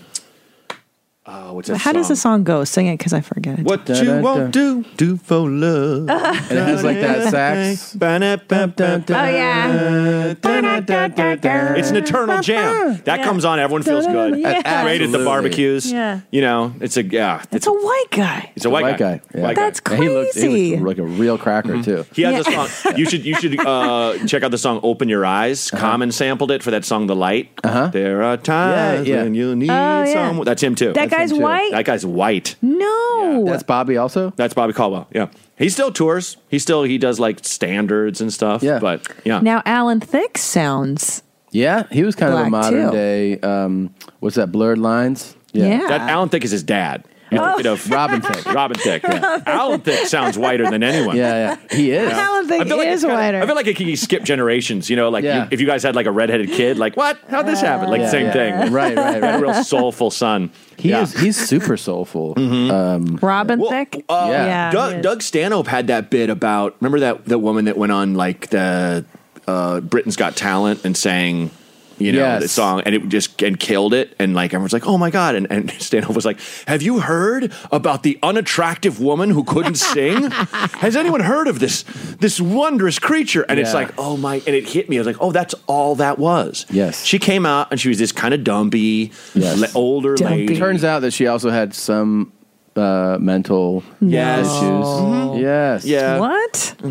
Speaker 11: oh, what's that?
Speaker 2: How does the song go? Sing it because I forget it.
Speaker 11: What you won't do, do for love.
Speaker 1: And it has like that sax.
Speaker 2: Oh yeah.
Speaker 11: It's an eternal jam. That
Speaker 2: Yeah.
Speaker 11: comes on. Everyone feels good.
Speaker 2: Yeah.
Speaker 11: Great at the
Speaker 1: Absolutely.
Speaker 11: barbecues.
Speaker 2: Yeah.
Speaker 11: You know, it's a yeah.
Speaker 2: It's a white guy.
Speaker 11: It's a white, guy.
Speaker 1: yeah.
Speaker 11: White guy.
Speaker 1: And He looked, he looked like a real cracker
Speaker 2: Mm-hmm.
Speaker 1: too.
Speaker 11: He has a song. You should you should uh, check out the song "Open Your Eyes." Common sampled it for that song "The Light." Uh-huh. There are times
Speaker 1: Yeah, yeah.
Speaker 11: when you need
Speaker 2: Oh, yeah.
Speaker 11: someone. That's him too.
Speaker 2: That That's guy's him, too. white?
Speaker 11: That guy's white.
Speaker 2: No.
Speaker 1: That's Bobby also.
Speaker 11: That's Bobby Caldwell. Yeah, he still tours. He still he does like standards and stuff. Yeah, but yeah,
Speaker 2: Now Alan Thicke sounds.
Speaker 1: Yeah, he was kind of a
Speaker 2: Black,
Speaker 1: modern
Speaker 2: too.
Speaker 1: day. Um, what's that? Blurred Lines.
Speaker 2: Yeah.
Speaker 11: that Alan Thicke is his dad. You
Speaker 2: Oh.
Speaker 11: think of
Speaker 1: Robin Thicke.
Speaker 11: Robin Thicke. Alan Thicke sounds whiter than anyone.
Speaker 1: Yeah, yeah. He is.
Speaker 2: Alan Thicke
Speaker 11: I feel like
Speaker 2: is
Speaker 11: it's kinda-
Speaker 2: whiter.
Speaker 11: I feel like it can skip generations. You know, like
Speaker 1: Yeah.
Speaker 11: you, if you guys had like a redheaded kid, like what? How'd this happen? Like
Speaker 1: Yeah,
Speaker 11: same
Speaker 1: yeah.
Speaker 11: thing.
Speaker 1: Right, right,
Speaker 11: Got
Speaker 1: right.
Speaker 11: a real soulful son.
Speaker 1: He is. He's super soulful.
Speaker 11: Mm-hmm.
Speaker 1: Um,
Speaker 2: Robin Thicke.
Speaker 11: Uh,
Speaker 1: Yeah. Yeah,
Speaker 11: Doug,
Speaker 1: he is.
Speaker 11: Doug Stanhope had that bit about remember that that woman that went on like the uh, Britain's Got Talent and sang you know
Speaker 1: Yes.
Speaker 11: the song and it just and killed it and like everyone's like oh my god and, and Stanhope was like have you heard about the unattractive woman who couldn't sing has anyone heard of this this wondrous creature and it's
Speaker 1: Yeah.
Speaker 11: like oh my and it hit me I was like oh that's all that was
Speaker 1: Yes.
Speaker 11: she came out and she was this kind of dumpy
Speaker 1: Yes.
Speaker 11: le- older lady
Speaker 1: Turns out that she also had some uh, mental
Speaker 11: Yes.
Speaker 1: issues.
Speaker 2: Mm-hmm.
Speaker 1: Yes.
Speaker 11: Yeah. Mm-hmm.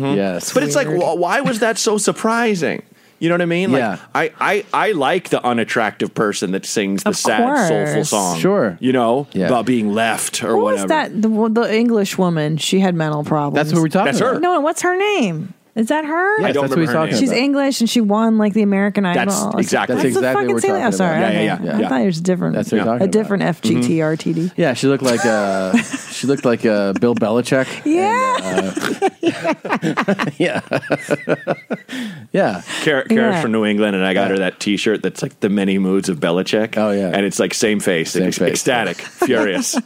Speaker 2: What?
Speaker 1: Yes.
Speaker 11: But it's like, wh- why was that so surprising? You know what I mean? Like,
Speaker 1: Yeah.
Speaker 11: I, I, I like the unattractive person that sings the
Speaker 2: Of
Speaker 11: sad, soulful
Speaker 2: course.
Speaker 11: song.
Speaker 1: Sure.
Speaker 11: You know,
Speaker 1: Yeah.
Speaker 11: about being left or
Speaker 2: Who
Speaker 11: whatever.
Speaker 2: was that? The, the English woman. She had mental problems.
Speaker 1: That's what we're talking That's her. about.
Speaker 2: No, what's her name? Is that her?
Speaker 11: Yeah, I don't
Speaker 1: that's what
Speaker 11: remember
Speaker 1: he's
Speaker 11: her
Speaker 1: talking
Speaker 11: name.
Speaker 1: about.
Speaker 2: She's English and she won like the American Idol.
Speaker 11: That's
Speaker 2: It's like,
Speaker 11: exactly-
Speaker 2: That's,
Speaker 11: That's
Speaker 1: exactly
Speaker 2: the
Speaker 1: what
Speaker 2: fucking
Speaker 1: we're
Speaker 2: thing. I'm
Speaker 1: talking
Speaker 2: sorry.
Speaker 1: about. Yeah, yeah,
Speaker 2: I,
Speaker 1: yeah, yeah.
Speaker 2: thought it was different.
Speaker 1: That's what you're talking
Speaker 2: a
Speaker 1: about.
Speaker 2: different FGTRTD.
Speaker 11: Mm-hmm.
Speaker 1: Yeah, she looked like uh, she looked like uh, Bill Belichick.
Speaker 11: uh,
Speaker 2: Yeah.
Speaker 1: yeah, yeah.
Speaker 11: Kara,
Speaker 1: Yeah.
Speaker 11: Kara's from New England, and I got her that T-shirt that's like the many moods of Belichick. Oh yeah, and it's like same face,
Speaker 1: Same
Speaker 11: ec-
Speaker 1: face. Oh, uh,
Speaker 11: ecstatic, furious,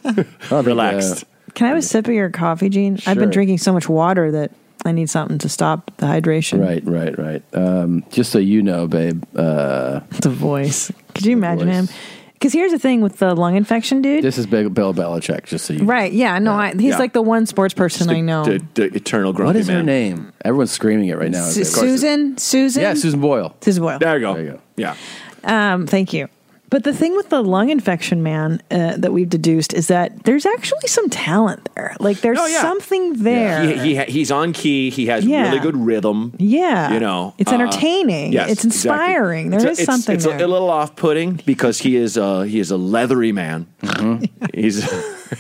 Speaker 11: relaxed.
Speaker 2: Can I have a sip of your coffee, Gene? I've been
Speaker 1: Sure.
Speaker 2: drinking so much water that I need something to stop the hydration.
Speaker 1: Right, right, right. Um, just so you know, babe. Uh,
Speaker 2: the voice. Could you imagine him? Because here's the thing with the lung infection, dude.
Speaker 1: This is Bill Bill Belichick. Just so you.
Speaker 2: Right? Yeah. No, I, he's
Speaker 1: Yeah.
Speaker 2: like the one sports person I know.
Speaker 11: The, the eternal grumpy
Speaker 1: What is
Speaker 11: man.
Speaker 1: her name? Everyone's screaming it right now.
Speaker 2: Su- Susan. Susan.
Speaker 1: Yeah, Susan Boyle.
Speaker 2: Susan Boyle.
Speaker 11: There you go. Yeah.
Speaker 2: Um, thank you. But the thing with the lung infection, man, uh, that we've deduced is that there's actually some talent there. Like there's
Speaker 11: Oh, yeah.
Speaker 2: something there.
Speaker 11: He, he ha- he's on key. He has
Speaker 2: Yeah.
Speaker 11: really good rhythm.
Speaker 2: Yeah.
Speaker 11: you know,
Speaker 2: It's
Speaker 11: uh,
Speaker 2: entertaining.
Speaker 11: yes,
Speaker 2: It's
Speaker 11: exactly.
Speaker 2: inspiring. There is
Speaker 11: It's a- it's-
Speaker 2: something
Speaker 11: It's
Speaker 2: there.
Speaker 11: a little off-putting because he is a he is a leathery man. He's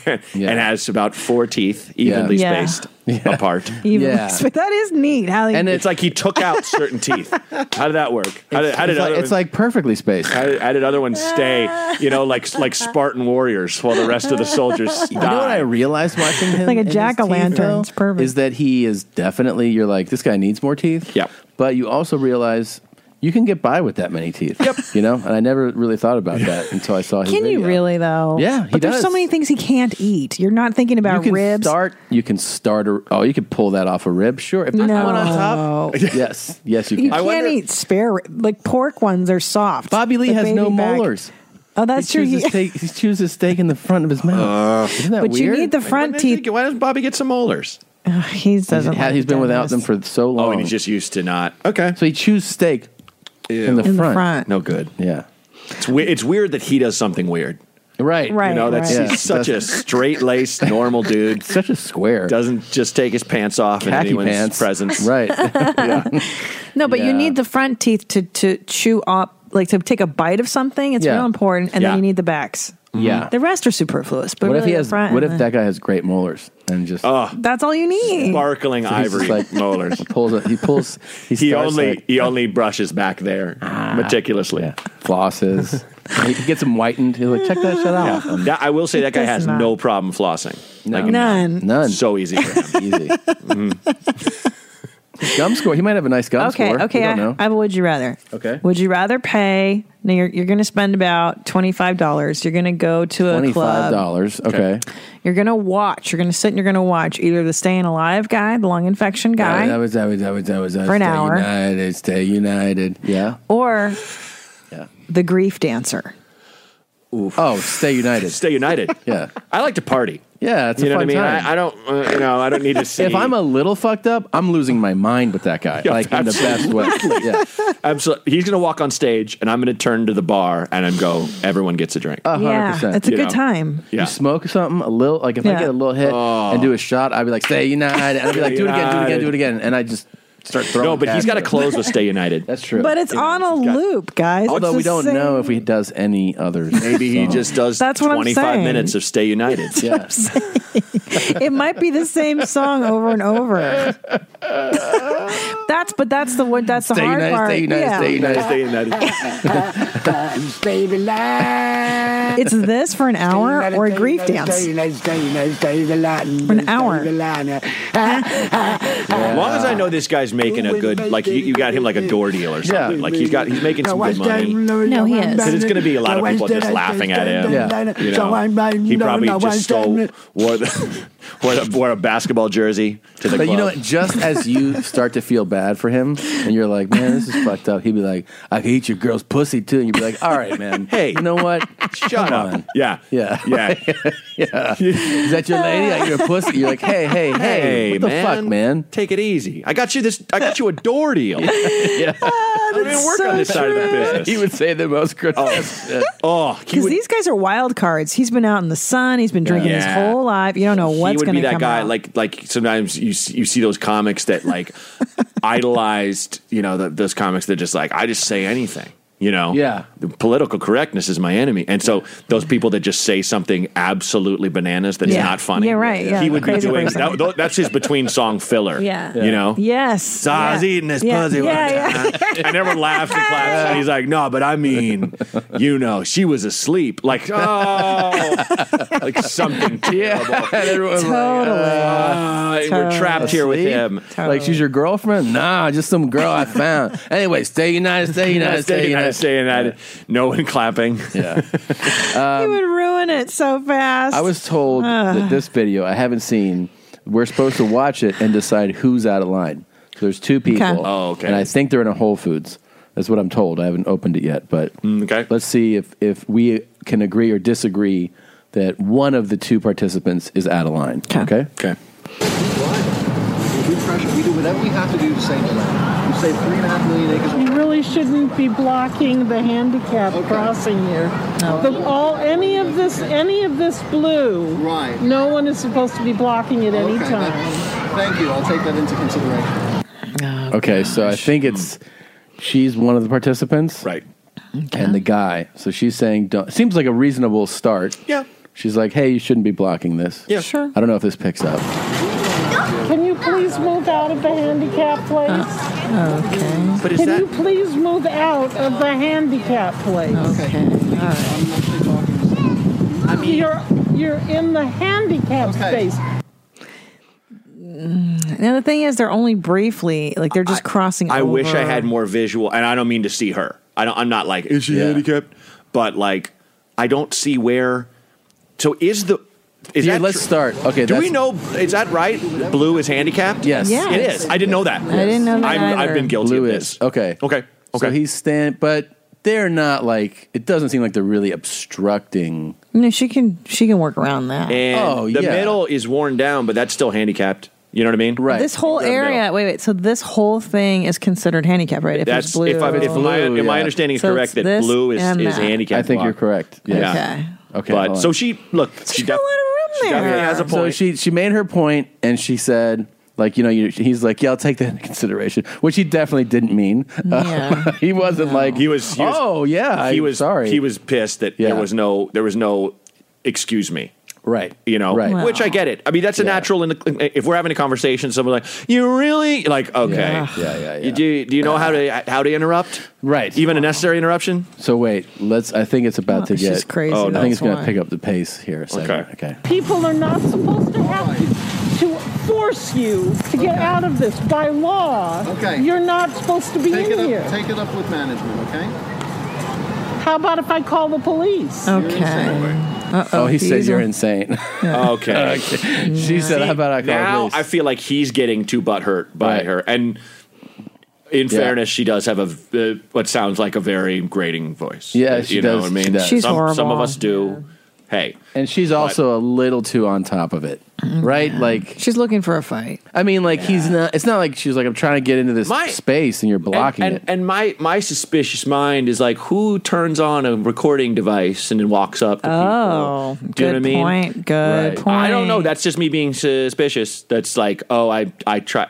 Speaker 11: and has about four teeth evenly
Speaker 2: Yeah.
Speaker 11: spaced apart.
Speaker 2: Even- but that is neat. How they,
Speaker 11: and it's like he took out certain teeth. How did that work? How did, how did other
Speaker 1: it's, like,
Speaker 11: ones-
Speaker 1: it's like perfectly spaced.
Speaker 11: how did, how did other ones stay? You know, like like Spartan warriors, while the rest of the soldiers die.
Speaker 1: You know what I realized watching him?
Speaker 2: Like a
Speaker 1: in his
Speaker 2: jack o' lantern.
Speaker 1: teeth,
Speaker 2: It's perfect.
Speaker 1: Is that he is definitely, you're like, this guy needs more teeth. Yep. But you also realize you can get by with that many teeth. Yep. You know? And I never really thought about that until I saw his
Speaker 2: can
Speaker 1: video.
Speaker 2: you really though?
Speaker 1: Yeah, he
Speaker 2: but there's so
Speaker 1: does.
Speaker 2: many things he can't eat. You're not thinking
Speaker 1: You
Speaker 2: about
Speaker 1: can
Speaker 2: ribs.
Speaker 1: start. You can start. A, oh, you could pull that off a rib. Sure. If there's
Speaker 2: No.
Speaker 1: one on top. Yes. Yes, you
Speaker 2: you
Speaker 1: can.
Speaker 2: can't eat spare rib- like pork ones are soft.
Speaker 1: Bobby Lee
Speaker 2: The
Speaker 1: has no
Speaker 2: baby back-
Speaker 1: molars.
Speaker 2: Oh, that's
Speaker 1: he
Speaker 2: true.
Speaker 1: Chooses
Speaker 2: He-
Speaker 1: steak, he chooses steak in the front of his mouth.
Speaker 11: Uh,
Speaker 1: Isn't that
Speaker 2: but
Speaker 1: weird?
Speaker 2: you need the front teeth.
Speaker 11: Why does Bobby get some molars?
Speaker 2: He doesn't.
Speaker 1: Had-
Speaker 2: like
Speaker 1: he's been without
Speaker 2: dentists.
Speaker 1: them for so long.
Speaker 11: Oh, and he's just used to not. Okay.
Speaker 1: So he chews steak in the
Speaker 2: In the
Speaker 1: front.
Speaker 2: front.
Speaker 11: No good.
Speaker 1: Yeah.
Speaker 11: It's, we- it's weird that he does something weird.
Speaker 1: Right.
Speaker 11: You know, that's
Speaker 1: Yeah.
Speaker 11: he's such a straight laced, normal dude.
Speaker 1: such a square.
Speaker 11: Doesn't just take his pants off in
Speaker 1: Khaki
Speaker 11: anyone's
Speaker 1: pants.
Speaker 11: presence.
Speaker 1: Right.
Speaker 2: No, but
Speaker 11: Yeah.
Speaker 2: you need the front teeth to to chew up, like to take a bite of something. It's
Speaker 1: Yeah.
Speaker 2: real important, and
Speaker 1: Yeah.
Speaker 2: then you need the backs.
Speaker 1: Yeah.
Speaker 2: the rest are superfluous. But
Speaker 1: what if
Speaker 2: really
Speaker 1: he
Speaker 2: the
Speaker 1: has?
Speaker 2: Front
Speaker 1: What
Speaker 2: and
Speaker 1: if
Speaker 2: the-
Speaker 1: that guy has great molars and just oh,
Speaker 2: That's all you need.
Speaker 11: Sparkling ivory molars.
Speaker 1: He pulls. He pulls. He,
Speaker 11: He
Speaker 1: starts,
Speaker 11: only
Speaker 1: like, Ah.
Speaker 11: he only brushes back there meticulously.
Speaker 1: flosses. and he gets them whitened. He's like, check that shit out.
Speaker 11: Yeah. That- I will say that guy
Speaker 1: does
Speaker 11: has
Speaker 1: not.
Speaker 11: no problem flossing. Like,
Speaker 2: None.
Speaker 1: None.
Speaker 11: So easy for him.
Speaker 1: easy. Mm-hmm. Gum score. He might have a nice gum
Speaker 2: Okay,
Speaker 1: score. We
Speaker 2: okay.
Speaker 1: don't
Speaker 2: I,
Speaker 1: know.
Speaker 2: I have a would you rather.
Speaker 1: Okay.
Speaker 2: Would you rather pay? Now you're you're going to spend about twenty five dollars. You're going to go to a
Speaker 1: Twenty-five
Speaker 2: club.
Speaker 1: dollars. Okay.
Speaker 2: You're going to watch. You're going to sit and you're going to watch either the staying alive guy, the lung infection guy,
Speaker 1: That was. That was. That was. That was.
Speaker 2: For an
Speaker 1: stay
Speaker 2: hour.
Speaker 1: United. Stay united. Yeah.
Speaker 2: or the grief dancer.
Speaker 1: Oh, stay united.
Speaker 11: Stay united.
Speaker 1: yeah.
Speaker 11: I like to party.
Speaker 1: Yeah, it's
Speaker 11: you
Speaker 1: a
Speaker 11: know
Speaker 1: fun
Speaker 11: what I mean.
Speaker 1: time.
Speaker 11: I, I don't. Uh, you know, I don't need to see.
Speaker 1: If I'm a little fucked up, I'm losing my mind with that guy.
Speaker 11: Yeah,
Speaker 1: like in the best way. Yeah.
Speaker 11: Absolutely. He's going to walk on stage, and I'm going to turn to the bar, and I'm go. Everyone gets a drink.
Speaker 1: A hundred
Speaker 2: Yeah,
Speaker 1: percent.
Speaker 2: it's a
Speaker 11: You
Speaker 2: good
Speaker 11: know.
Speaker 2: time.
Speaker 11: Yeah.
Speaker 1: Oh,
Speaker 11: Oh.
Speaker 1: You smoke something a little, like if I
Speaker 2: Yeah.
Speaker 1: get a little hit and do a shot, I'd be like, "Stay united," and I'd be like, "Do it again, do it again, do it again," and I just start throwing.
Speaker 11: No, but he's
Speaker 1: cash
Speaker 11: got to
Speaker 1: at him.
Speaker 11: close with Stay United.
Speaker 1: That's true.
Speaker 2: But it's on a loop, guys. It's
Speaker 1: although we
Speaker 2: the
Speaker 1: don't
Speaker 2: same-
Speaker 1: know if he does any others.
Speaker 11: Maybe he just does
Speaker 2: That's what I'm
Speaker 11: 25
Speaker 2: saying.
Speaker 11: minutes of Stay United.
Speaker 1: Yeah.
Speaker 2: it might be the same song over and over. that's but that's the one. That's the
Speaker 1: Stay
Speaker 2: hard
Speaker 1: united,
Speaker 2: part.
Speaker 1: stay united,
Speaker 2: yeah.
Speaker 1: stay united,
Speaker 11: stay united.
Speaker 13: Stay alive.
Speaker 2: It's this for an hour or a grief dance.
Speaker 13: Stay alive, stay alive, stay alive.
Speaker 2: For an hour.
Speaker 11: As long as I know this guy's making a good, like you, you got him like a door deal or something. Like he's got, he's making some good money.
Speaker 13: No,
Speaker 2: he is.
Speaker 11: Because it's going to be a lot of people just laughing at him.
Speaker 13: Yeah.
Speaker 11: You know, he probably just stole, wore, the, wore, a, wore a basketball jersey to the
Speaker 1: But
Speaker 11: club.
Speaker 1: you know what? Just as you start to feel bad for him, and you're like, "Man, this is fucked up," he'd be like, "I could eat your girl's pussy too," and you'd be like, "All right, man.
Speaker 11: Hey.
Speaker 1: you know what?
Speaker 11: Shut
Speaker 1: Come
Speaker 11: up.
Speaker 1: on.
Speaker 11: Yeah.
Speaker 1: Yeah,
Speaker 11: Yeah.
Speaker 1: yeah. Is that your lady? Like, you're a pussy. You're like, hey, hey, hey,
Speaker 11: Hey,
Speaker 1: what the
Speaker 11: man.
Speaker 1: fuck, man?
Speaker 11: Take it easy. I got you this, I got you a door deal.
Speaker 1: Yeah.
Speaker 11: I don't even work on this side of the business.
Speaker 1: he would say the most grotesque. shit.
Speaker 11: oh, he
Speaker 2: Because
Speaker 11: would,
Speaker 2: these guys are wild cards. He's been out in the sun. He's been drinking his
Speaker 11: Yeah.
Speaker 2: whole life. You don't know
Speaker 11: he
Speaker 2: what's
Speaker 11: would
Speaker 2: going
Speaker 11: be
Speaker 2: to
Speaker 11: that
Speaker 2: come
Speaker 11: guy.
Speaker 2: out.
Speaker 11: Like like sometimes you see- you see those comics that like idolized, you know, the, those comics that just like I just say anything. You know,
Speaker 1: Yeah.
Speaker 11: The political correctness is my enemy, and so those people that just say something absolutely bananas that's
Speaker 2: Yeah.
Speaker 11: not funny.
Speaker 2: Yeah, right, yeah,
Speaker 11: he would be
Speaker 2: crazy
Speaker 11: doing
Speaker 2: person.
Speaker 11: that, tho- that's his between song filler.
Speaker 2: Yeah.
Speaker 11: you know.
Speaker 2: Yes.
Speaker 11: So I was
Speaker 2: Yeah.
Speaker 11: eating this
Speaker 2: Yeah.
Speaker 11: pussy one
Speaker 2: Yeah, yeah.
Speaker 11: time. And everyone laughs and claps. And he's like, no, but I mean, you know, she was asleep. Like, oh, like something terrible.
Speaker 1: everyone's like,
Speaker 11: totally. Uh, We're trapped here with him.
Speaker 1: Like she's your girlfriend? Nah, just some girl I found. anyway, stay united, stay united, stay united.
Speaker 11: Stay united. No one clapping.
Speaker 1: Yeah.
Speaker 2: he would ruin it so fast.
Speaker 1: I was told
Speaker 2: Ah.
Speaker 1: that this video I haven't seen. We're supposed to watch it and decide who's out of line. So there's two people.
Speaker 2: Okay.
Speaker 11: Oh, okay.
Speaker 1: And I think they're in a Whole Foods. That's what I'm told. I haven't opened it yet, but
Speaker 11: okay.
Speaker 1: let's see if if we can agree or disagree that one of the two participants is out of line. Okay.
Speaker 11: Okay.
Speaker 14: We do pressure. We do whatever we have to do to save the land. We save three and a half million acres.
Speaker 15: You really shouldn't be blocking the handicap crossing here. The, all any of this, any of this blue. Right. No one is supposed to be blocking at any
Speaker 14: Okay,
Speaker 15: time.
Speaker 14: that- thank you. I'll take that into consideration.
Speaker 11: Oh,
Speaker 1: Okay, so I think it's
Speaker 11: Hmm.
Speaker 1: she's one of the participants,
Speaker 11: right?
Speaker 1: And the guy. So she's saying, "Don't." Seems like a reasonable start.
Speaker 11: Yeah.
Speaker 1: She's like, "Hey, you shouldn't be blocking this."
Speaker 15: Yeah. Sure.
Speaker 1: I don't know if this picks up.
Speaker 15: Can you please move out of the handicap place?
Speaker 1: Uh, Okay. But is
Speaker 15: Can
Speaker 1: that-
Speaker 15: you please move out of the handicap place? Okay. I mean, you're you're in the handicap space.
Speaker 2: And the thing is, they're only briefly like they're just crossing.
Speaker 11: I wish I
Speaker 2: over.
Speaker 11: had more visual, and I don't mean to see her. I don't, I'm not like is she
Speaker 2: Yeah.
Speaker 11: handicapped, but like I don't see where. So is the is
Speaker 1: Here,
Speaker 11: that
Speaker 1: let's
Speaker 11: tr-
Speaker 1: start. Okay,
Speaker 11: Do we
Speaker 1: that's-
Speaker 11: know? Is that right? Blue is handicapped.
Speaker 1: Yes. Yes.
Speaker 11: it is. I didn't know that.
Speaker 1: I didn't know that
Speaker 11: I'm, I've
Speaker 1: either.
Speaker 11: been guilty
Speaker 1: Blue
Speaker 11: of
Speaker 1: is.
Speaker 11: this.
Speaker 1: Okay.
Speaker 11: Okay.
Speaker 1: So he's stand, but they're not like. It doesn't seem like they're really obstructing.
Speaker 2: No, she can. She can work around that.
Speaker 11: And
Speaker 1: Oh,
Speaker 11: the
Speaker 1: yeah.
Speaker 11: middle is worn down, but that's still handicapped. You know what I mean? Right.
Speaker 2: This whole area. Wait, wait. So this whole thing is considered handicap, right? If
Speaker 11: That's
Speaker 2: it's blue,
Speaker 11: if, I, if my,
Speaker 1: Blue,
Speaker 11: if my
Speaker 1: yeah.
Speaker 11: understanding is
Speaker 2: So
Speaker 11: correct
Speaker 2: it's
Speaker 11: that
Speaker 2: this
Speaker 11: blue is,
Speaker 2: and
Speaker 11: is
Speaker 2: that.
Speaker 11: handicapt.
Speaker 1: I think you're
Speaker 11: block.
Speaker 1: correct. Yes.
Speaker 11: Yeah.
Speaker 1: Okay.
Speaker 11: But
Speaker 1: hold on.
Speaker 11: so she look. She, def- she definitely has a
Speaker 1: So
Speaker 11: point.
Speaker 1: she she made her point, and she said, like you know, you, he's like, yeah, I'll take that into consideration, which he definitely didn't mean.
Speaker 11: Yeah.
Speaker 1: he wasn't like
Speaker 11: he was. He was
Speaker 1: oh yeah,
Speaker 11: he
Speaker 1: I'm
Speaker 11: was
Speaker 1: sorry.
Speaker 11: He was pissed that
Speaker 1: Yeah.
Speaker 11: there was no there was no excuse me.
Speaker 1: right.
Speaker 11: You know,
Speaker 1: Right.
Speaker 11: which I get it. I mean, that's a natural. In the, if we're having a conversation, someone's like, "You really like okay?
Speaker 1: Yeah. Yeah, yeah, yeah.
Speaker 11: You, do, do you know how to how to interrupt?
Speaker 1: Right.
Speaker 11: Even a necessary interruption.
Speaker 1: So wait, let's. I think it's about
Speaker 11: Oh,
Speaker 1: to
Speaker 11: it's
Speaker 1: get
Speaker 11: just crazy, Oh,
Speaker 1: I
Speaker 11: no.
Speaker 1: think it's going to
Speaker 11: that's
Speaker 1: pick up the pace here. A second. Okay.
Speaker 15: People are not supposed to have to, to force you to get out of this by law.
Speaker 14: Okay.
Speaker 15: You're not supposed to be
Speaker 14: Take
Speaker 15: in
Speaker 14: it up.
Speaker 15: here.
Speaker 14: Take it up with management. Okay.
Speaker 15: How about if I call the police?
Speaker 1: Oh, he said you're insane.
Speaker 14: Uh,
Speaker 11: Okay.
Speaker 1: Okay. She said, "How about I call
Speaker 11: now
Speaker 1: police?"
Speaker 11: I feel like he's getting too butthurt by her. And in
Speaker 1: Yeah.
Speaker 11: fairness, she does have a uh, what sounds like a very grating voice.
Speaker 1: Yeah,
Speaker 11: Uh,
Speaker 1: she
Speaker 11: you know what
Speaker 1: does.
Speaker 11: I mean.
Speaker 1: She does. She's
Speaker 11: some, Some of
Speaker 1: horrible.
Speaker 11: us do. Hey,
Speaker 1: And she's also a little too on top of it, right? Like
Speaker 2: she's looking for a fight.
Speaker 1: I mean, like he's not. It's not like she's like I'm trying to get into this
Speaker 11: My-
Speaker 1: space and you're blocking
Speaker 11: and,
Speaker 1: it.
Speaker 11: and, and my my suspicious mind is like, who turns on a recording device and then walks up? To
Speaker 2: Oh,
Speaker 11: people?
Speaker 2: good
Speaker 11: do you know what I mean?
Speaker 2: point. Good
Speaker 11: Right.
Speaker 2: point.
Speaker 11: I don't know. That's just me being suspicious. That's like, oh, I I try.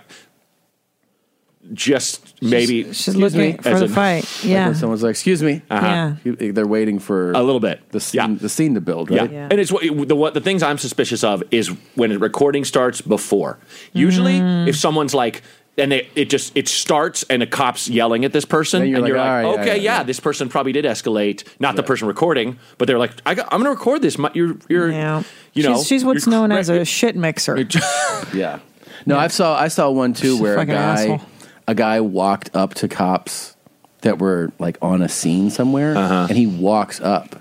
Speaker 11: Just maybe
Speaker 2: she's looking for
Speaker 11: as
Speaker 2: the
Speaker 11: in-
Speaker 2: fight.
Speaker 1: Like
Speaker 2: Yeah.
Speaker 1: when someone's like, "Excuse me,"
Speaker 11: Uh-huh.
Speaker 1: You- they're waiting for
Speaker 11: A little bit.
Speaker 1: the scene, the scene to build, right?
Speaker 11: Yeah. and it's what the what the things I'm suspicious of is when a recording starts before. Usually,
Speaker 2: Mm.
Speaker 11: if someone's like. And they, it just it starts and a cop's yelling at this person
Speaker 1: Then you're
Speaker 11: and
Speaker 1: like,
Speaker 11: you're like,
Speaker 1: "All right,
Speaker 11: okay,
Speaker 1: yeah,
Speaker 11: yeah,
Speaker 1: yeah,
Speaker 11: this person probably did escalate, not the person recording, but they're like, I got, I'm going to record this. My, you're you're you know
Speaker 2: she's, she's what's
Speaker 11: you're
Speaker 2: known
Speaker 11: cra-
Speaker 2: as a shit mixer.
Speaker 1: Yeah. No, I saw I saw one too
Speaker 2: She's a
Speaker 1: where a
Speaker 2: fucking
Speaker 1: guy
Speaker 2: asshole.
Speaker 1: a guy walked up to cops that were like on a scene somewhere, and he walks up,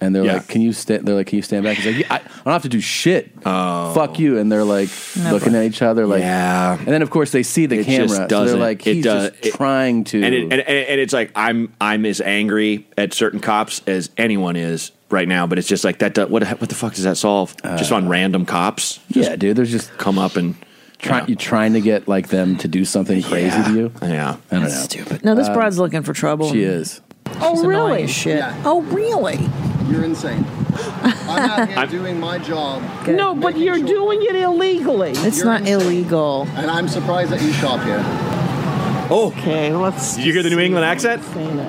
Speaker 1: and they're
Speaker 11: Uh-huh. Yeah.
Speaker 1: like, "Can you stand?" They're like, "Can you stand back?" He's like, yeah, "I, I don't have to do shit. Fuck you!" And they're like
Speaker 11: Never.
Speaker 1: looking at each other, like,
Speaker 11: Oh. Yeah.
Speaker 1: And then of course they see the
Speaker 11: It just
Speaker 1: camera, so they're
Speaker 11: doesn't.
Speaker 1: like,
Speaker 11: It
Speaker 1: "He's
Speaker 11: does-
Speaker 1: just trying to."
Speaker 11: and, it, and, and and it's like I'm I'm as angry at certain cops as anyone is right now, but it's just like that. do- What what the fuck does that solve?
Speaker 1: Uh,
Speaker 11: just on random cops?
Speaker 1: yeah, dude. There's just
Speaker 11: come up and
Speaker 1: try, you trying to get like them to do something crazy to you.
Speaker 11: Yeah,
Speaker 1: I don't know.
Speaker 2: Stupid. No, this
Speaker 1: Uh,
Speaker 2: broad's looking for trouble.
Speaker 1: She is.
Speaker 2: She's
Speaker 14: Oh,
Speaker 2: annoying
Speaker 14: really?
Speaker 2: as Shit.
Speaker 14: Yeah.
Speaker 2: Oh, really?
Speaker 14: You're insane. I'm out here doing my job.
Speaker 15: No, but you're doing it illegally.
Speaker 2: It's not illegal.
Speaker 14: And I'm surprised that you shop here.
Speaker 11: Oh.
Speaker 15: Okay, let's.
Speaker 11: Did you hear the New England accent?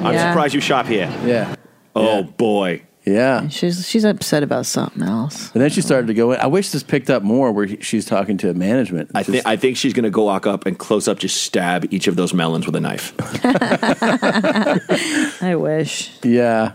Speaker 11: I'm
Speaker 2: Yeah.
Speaker 11: surprised you shop here.
Speaker 1: Yeah.
Speaker 11: Oh boy.
Speaker 1: Yeah.
Speaker 2: She's she's upset about something else.
Speaker 1: And then she started to go in. I wish this picked up more where he- she's talking to management.
Speaker 11: I think I think she's gonna go walk up and close up, just stab each of those melons with a knife.
Speaker 2: I wish.
Speaker 1: Yeah.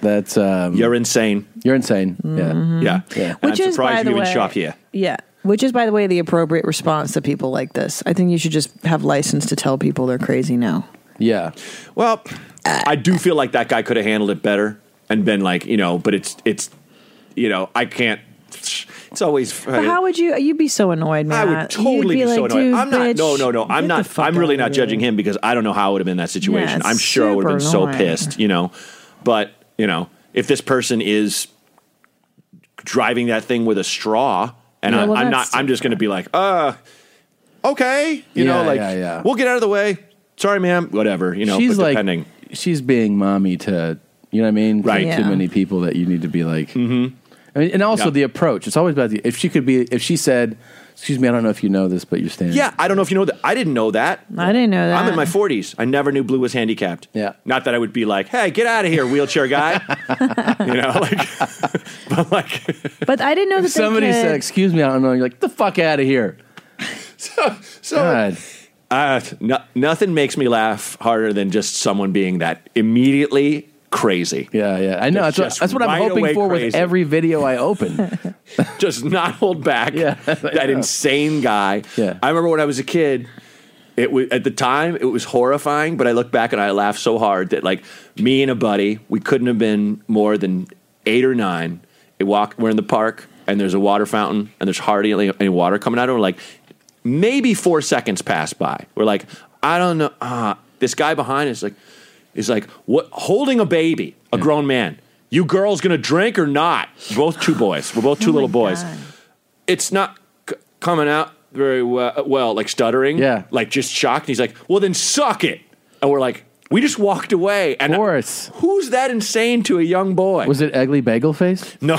Speaker 1: That's um,
Speaker 11: You're insane.
Speaker 1: You're insane.
Speaker 11: Yeah. Yeah. And
Speaker 2: Mm. Which
Speaker 11: I'm
Speaker 2: is,
Speaker 11: surprised
Speaker 2: by
Speaker 11: you
Speaker 2: the
Speaker 11: even
Speaker 2: way-
Speaker 11: shop here.
Speaker 2: Yeah. Which is, by the way, the appropriate response to people like this. I think you should just have license to tell people they're crazy now.
Speaker 1: Yeah.
Speaker 11: Well, I do feel like that guy could have handled it better and been like, you know, but it's it's you know, I can't it's always
Speaker 2: But how would you? You'd be so annoyed, man.
Speaker 11: I would totally be,
Speaker 2: You'd
Speaker 11: so
Speaker 2: like,
Speaker 11: annoyed.
Speaker 2: "Dude,
Speaker 11: I'm not. No,
Speaker 2: bitch,
Speaker 11: no, no. I'm
Speaker 2: get the
Speaker 11: not.
Speaker 2: fuck
Speaker 11: I'm
Speaker 2: out
Speaker 11: really
Speaker 2: of
Speaker 11: not
Speaker 2: here."
Speaker 11: judging him because I don't know how I would have been in that situation.
Speaker 2: it's
Speaker 11: I'm sure I would have been
Speaker 2: super
Speaker 11: so
Speaker 2: annoying.
Speaker 11: pissed, you know. But you know, if this person is driving that thing with a straw, and
Speaker 5: Yeah,
Speaker 11: I'm,
Speaker 5: well,
Speaker 11: I'm not,
Speaker 5: that's
Speaker 11: I'm just going to be like, uh, okay, you
Speaker 1: Yeah,
Speaker 11: know, like
Speaker 1: yeah, yeah.
Speaker 11: we'll get out of the way. Sorry, ma'am. Whatever, you know.
Speaker 1: she's
Speaker 11: but
Speaker 1: like,
Speaker 11: depending,
Speaker 1: she's being mommy to, you know what I mean? To
Speaker 11: Right.
Speaker 1: Too
Speaker 11: Yeah.
Speaker 1: many people that you need to be like. Mm-hmm. I mean, and also
Speaker 11: Yeah.
Speaker 1: the approach. It's always about the, if she could be, if she said, excuse me, I don't know if you know this, but you're standing.
Speaker 11: yeah. I don't know if you know that. I didn't know that.
Speaker 2: I didn't know that.
Speaker 11: I'm in my 40s. I never knew Blue was handicapped.
Speaker 1: Yeah.
Speaker 11: Not that I would be like, hey, get out of here, wheelchair guy. you know, like, but like,
Speaker 2: But I didn't know that
Speaker 1: If somebody
Speaker 2: they could.
Speaker 1: said, excuse me, I don't know, you're like, the fuck out of here.
Speaker 11: so, so Uh, no, nothing makes me laugh harder than just someone being that immediately crazy.
Speaker 1: Yeah, yeah. I know. That's what, that's what I'm hoping for with every video I open.
Speaker 11: just not hold back. that insane guy. Yeah. I remember when I was a kid. It was at the time it was horrifying, but I look back and I laugh so hard that like me and a buddy, we couldn't have been more than eight or nine. It walk, we're in the park and there's a water fountain and there's hardly any water coming out. And we're like, maybe four seconds pass by. We're like, I don't know. Uh, this guy behind us like is like what holding a baby, a grown man. You girls gonna drink or not? We're both two boys. We're both two little boys. It's not c- coming out very well, well, like stuttering. Yeah. Like just shocked. And he's like, well, then suck it. And we're like, we just walked away. And
Speaker 1: Boris.
Speaker 11: Who's that insane to a young boy?
Speaker 1: Was it Egly Bagel Face?
Speaker 11: No.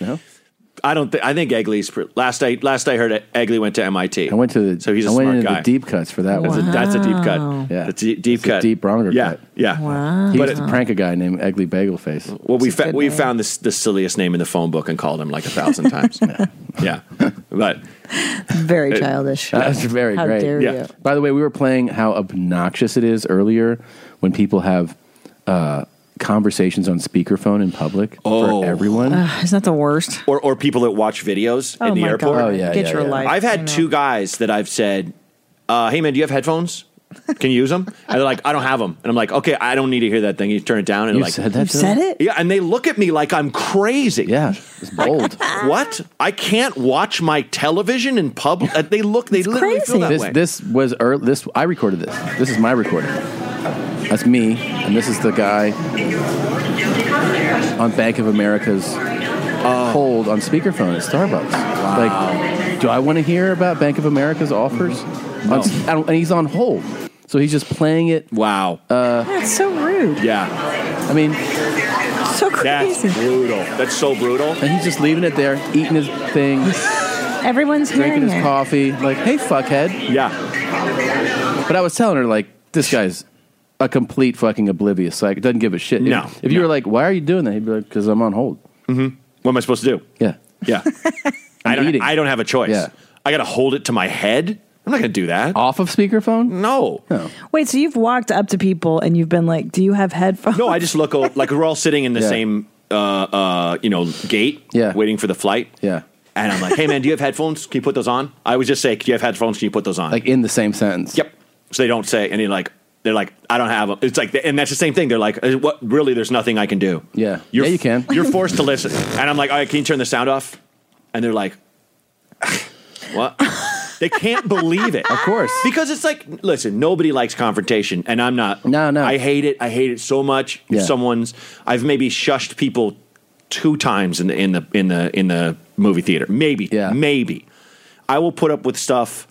Speaker 1: no.
Speaker 11: I don't think, I think Egley's, pr- last I, last I heard Egley went to MIT.
Speaker 1: I went to the,
Speaker 11: So he's a
Speaker 1: I went
Speaker 11: smart
Speaker 1: into
Speaker 11: guy.
Speaker 1: the deep cuts for that
Speaker 11: That's,
Speaker 1: one.
Speaker 11: a, that's a deep cut.
Speaker 1: Yeah.
Speaker 11: That's a deep, deep
Speaker 1: It's a
Speaker 11: cut.
Speaker 1: deep Bronger
Speaker 11: yeah.
Speaker 1: cut.
Speaker 11: Yeah.
Speaker 2: Wow.
Speaker 1: He
Speaker 11: But
Speaker 1: used
Speaker 11: it-
Speaker 1: to prank a guy named Egly Bagelface.
Speaker 11: Well, we fa- we found this the silliest name in the phone book and called him like a thousand times. yeah. but
Speaker 2: Very childish.
Speaker 1: That's very
Speaker 2: How
Speaker 1: great.
Speaker 2: dare you.
Speaker 1: By the way, we were playing how obnoxious it is earlier when people have uh, conversations on speakerphone in public
Speaker 11: Oh.
Speaker 1: for everyone.
Speaker 2: Ugh, isn't that the worst?
Speaker 11: or or people that watch videos
Speaker 2: Oh
Speaker 11: in the
Speaker 2: my
Speaker 11: airport.
Speaker 2: God. Oh, yeah, Get yeah, your yeah. life,
Speaker 11: I've
Speaker 2: you
Speaker 11: had
Speaker 2: know.
Speaker 11: two guys that I've said, uh, "Hey man, do you have headphones? Can you use them?" And they're like, "I don't have them." And I'm like, "Okay, I don't need to hear that thing. You turn it down." And
Speaker 1: You
Speaker 11: like,
Speaker 1: said that You to them? said it?
Speaker 11: Yeah, and they look at me like I'm crazy.
Speaker 1: Yeah, it's bold.
Speaker 11: what? I can't watch my television in public. Uh, They look. They literally feel that
Speaker 1: this,
Speaker 11: way.
Speaker 1: this was early, this. I recorded this. This is my recording. That's me, and this is the guy on Bank of America's hold on speakerphone at Starbucks. Like, do I want to hear about Bank of America's offers? On s- I don't- and he's on hold, so he's just playing it.
Speaker 11: Wow,
Speaker 1: uh,
Speaker 2: that's so rude.
Speaker 11: Yeah,
Speaker 1: I mean,
Speaker 2: so crazy.
Speaker 11: That's brutal. That's so brutal.
Speaker 1: And he's just leaving it there, eating his thing,
Speaker 2: Everyone's
Speaker 1: drinking
Speaker 2: hearing
Speaker 1: his
Speaker 2: it.
Speaker 1: coffee. Like, hey, fuckhead.
Speaker 11: Yeah.
Speaker 1: But I was telling her, like, this guy's a complete fucking oblivious. Like, doesn't give a shit.
Speaker 11: No,
Speaker 1: If, if you were like, why are you doing that? He'd be like, because I'm on hold.
Speaker 11: Mm-hmm. What am I supposed to do?
Speaker 1: Yeah.
Speaker 11: Yeah. I don't. I don't have a choice.
Speaker 1: Yeah.
Speaker 11: I got to hold it to my head. I'm not going to do that.
Speaker 1: Off of speakerphone?
Speaker 10: Mm.
Speaker 11: No.
Speaker 1: No.
Speaker 2: Wait, so you've walked up to people and you've been like, "Do you have headphones?"
Speaker 11: No, I just look o- like we're all sitting in the
Speaker 1: Yeah.
Speaker 11: same, uh, uh, you know, gate.
Speaker 1: Yeah.
Speaker 11: Waiting for the flight.
Speaker 1: Yeah.
Speaker 11: And I'm like, hey man, do you have headphones? Can you put those on? I always just say, do you have headphones? Can you put those on?
Speaker 1: Like, in the same sentence.
Speaker 11: Yep. So they don't say, and they're like, they're like, I don't have them. It's like, and that's the same thing. They're like, "Uh, what? Really, there's nothing I can do.
Speaker 1: Yeah.
Speaker 11: You're,
Speaker 1: yeah, you can.
Speaker 11: You're forced to listen. And I'm like, all right, can you turn the sound off? And they're like, what? They can't believe it. Of
Speaker 1: course.
Speaker 11: Because it's like, listen, nobody likes confrontation, and I'm not. No, no. I hate it. I hate it so much. If
Speaker 1: Yeah.
Speaker 11: someone's I've maybe shushed people two times in the in the in the in the movie theater. Maybe. Yeah. Maybe. I will put up with stuff.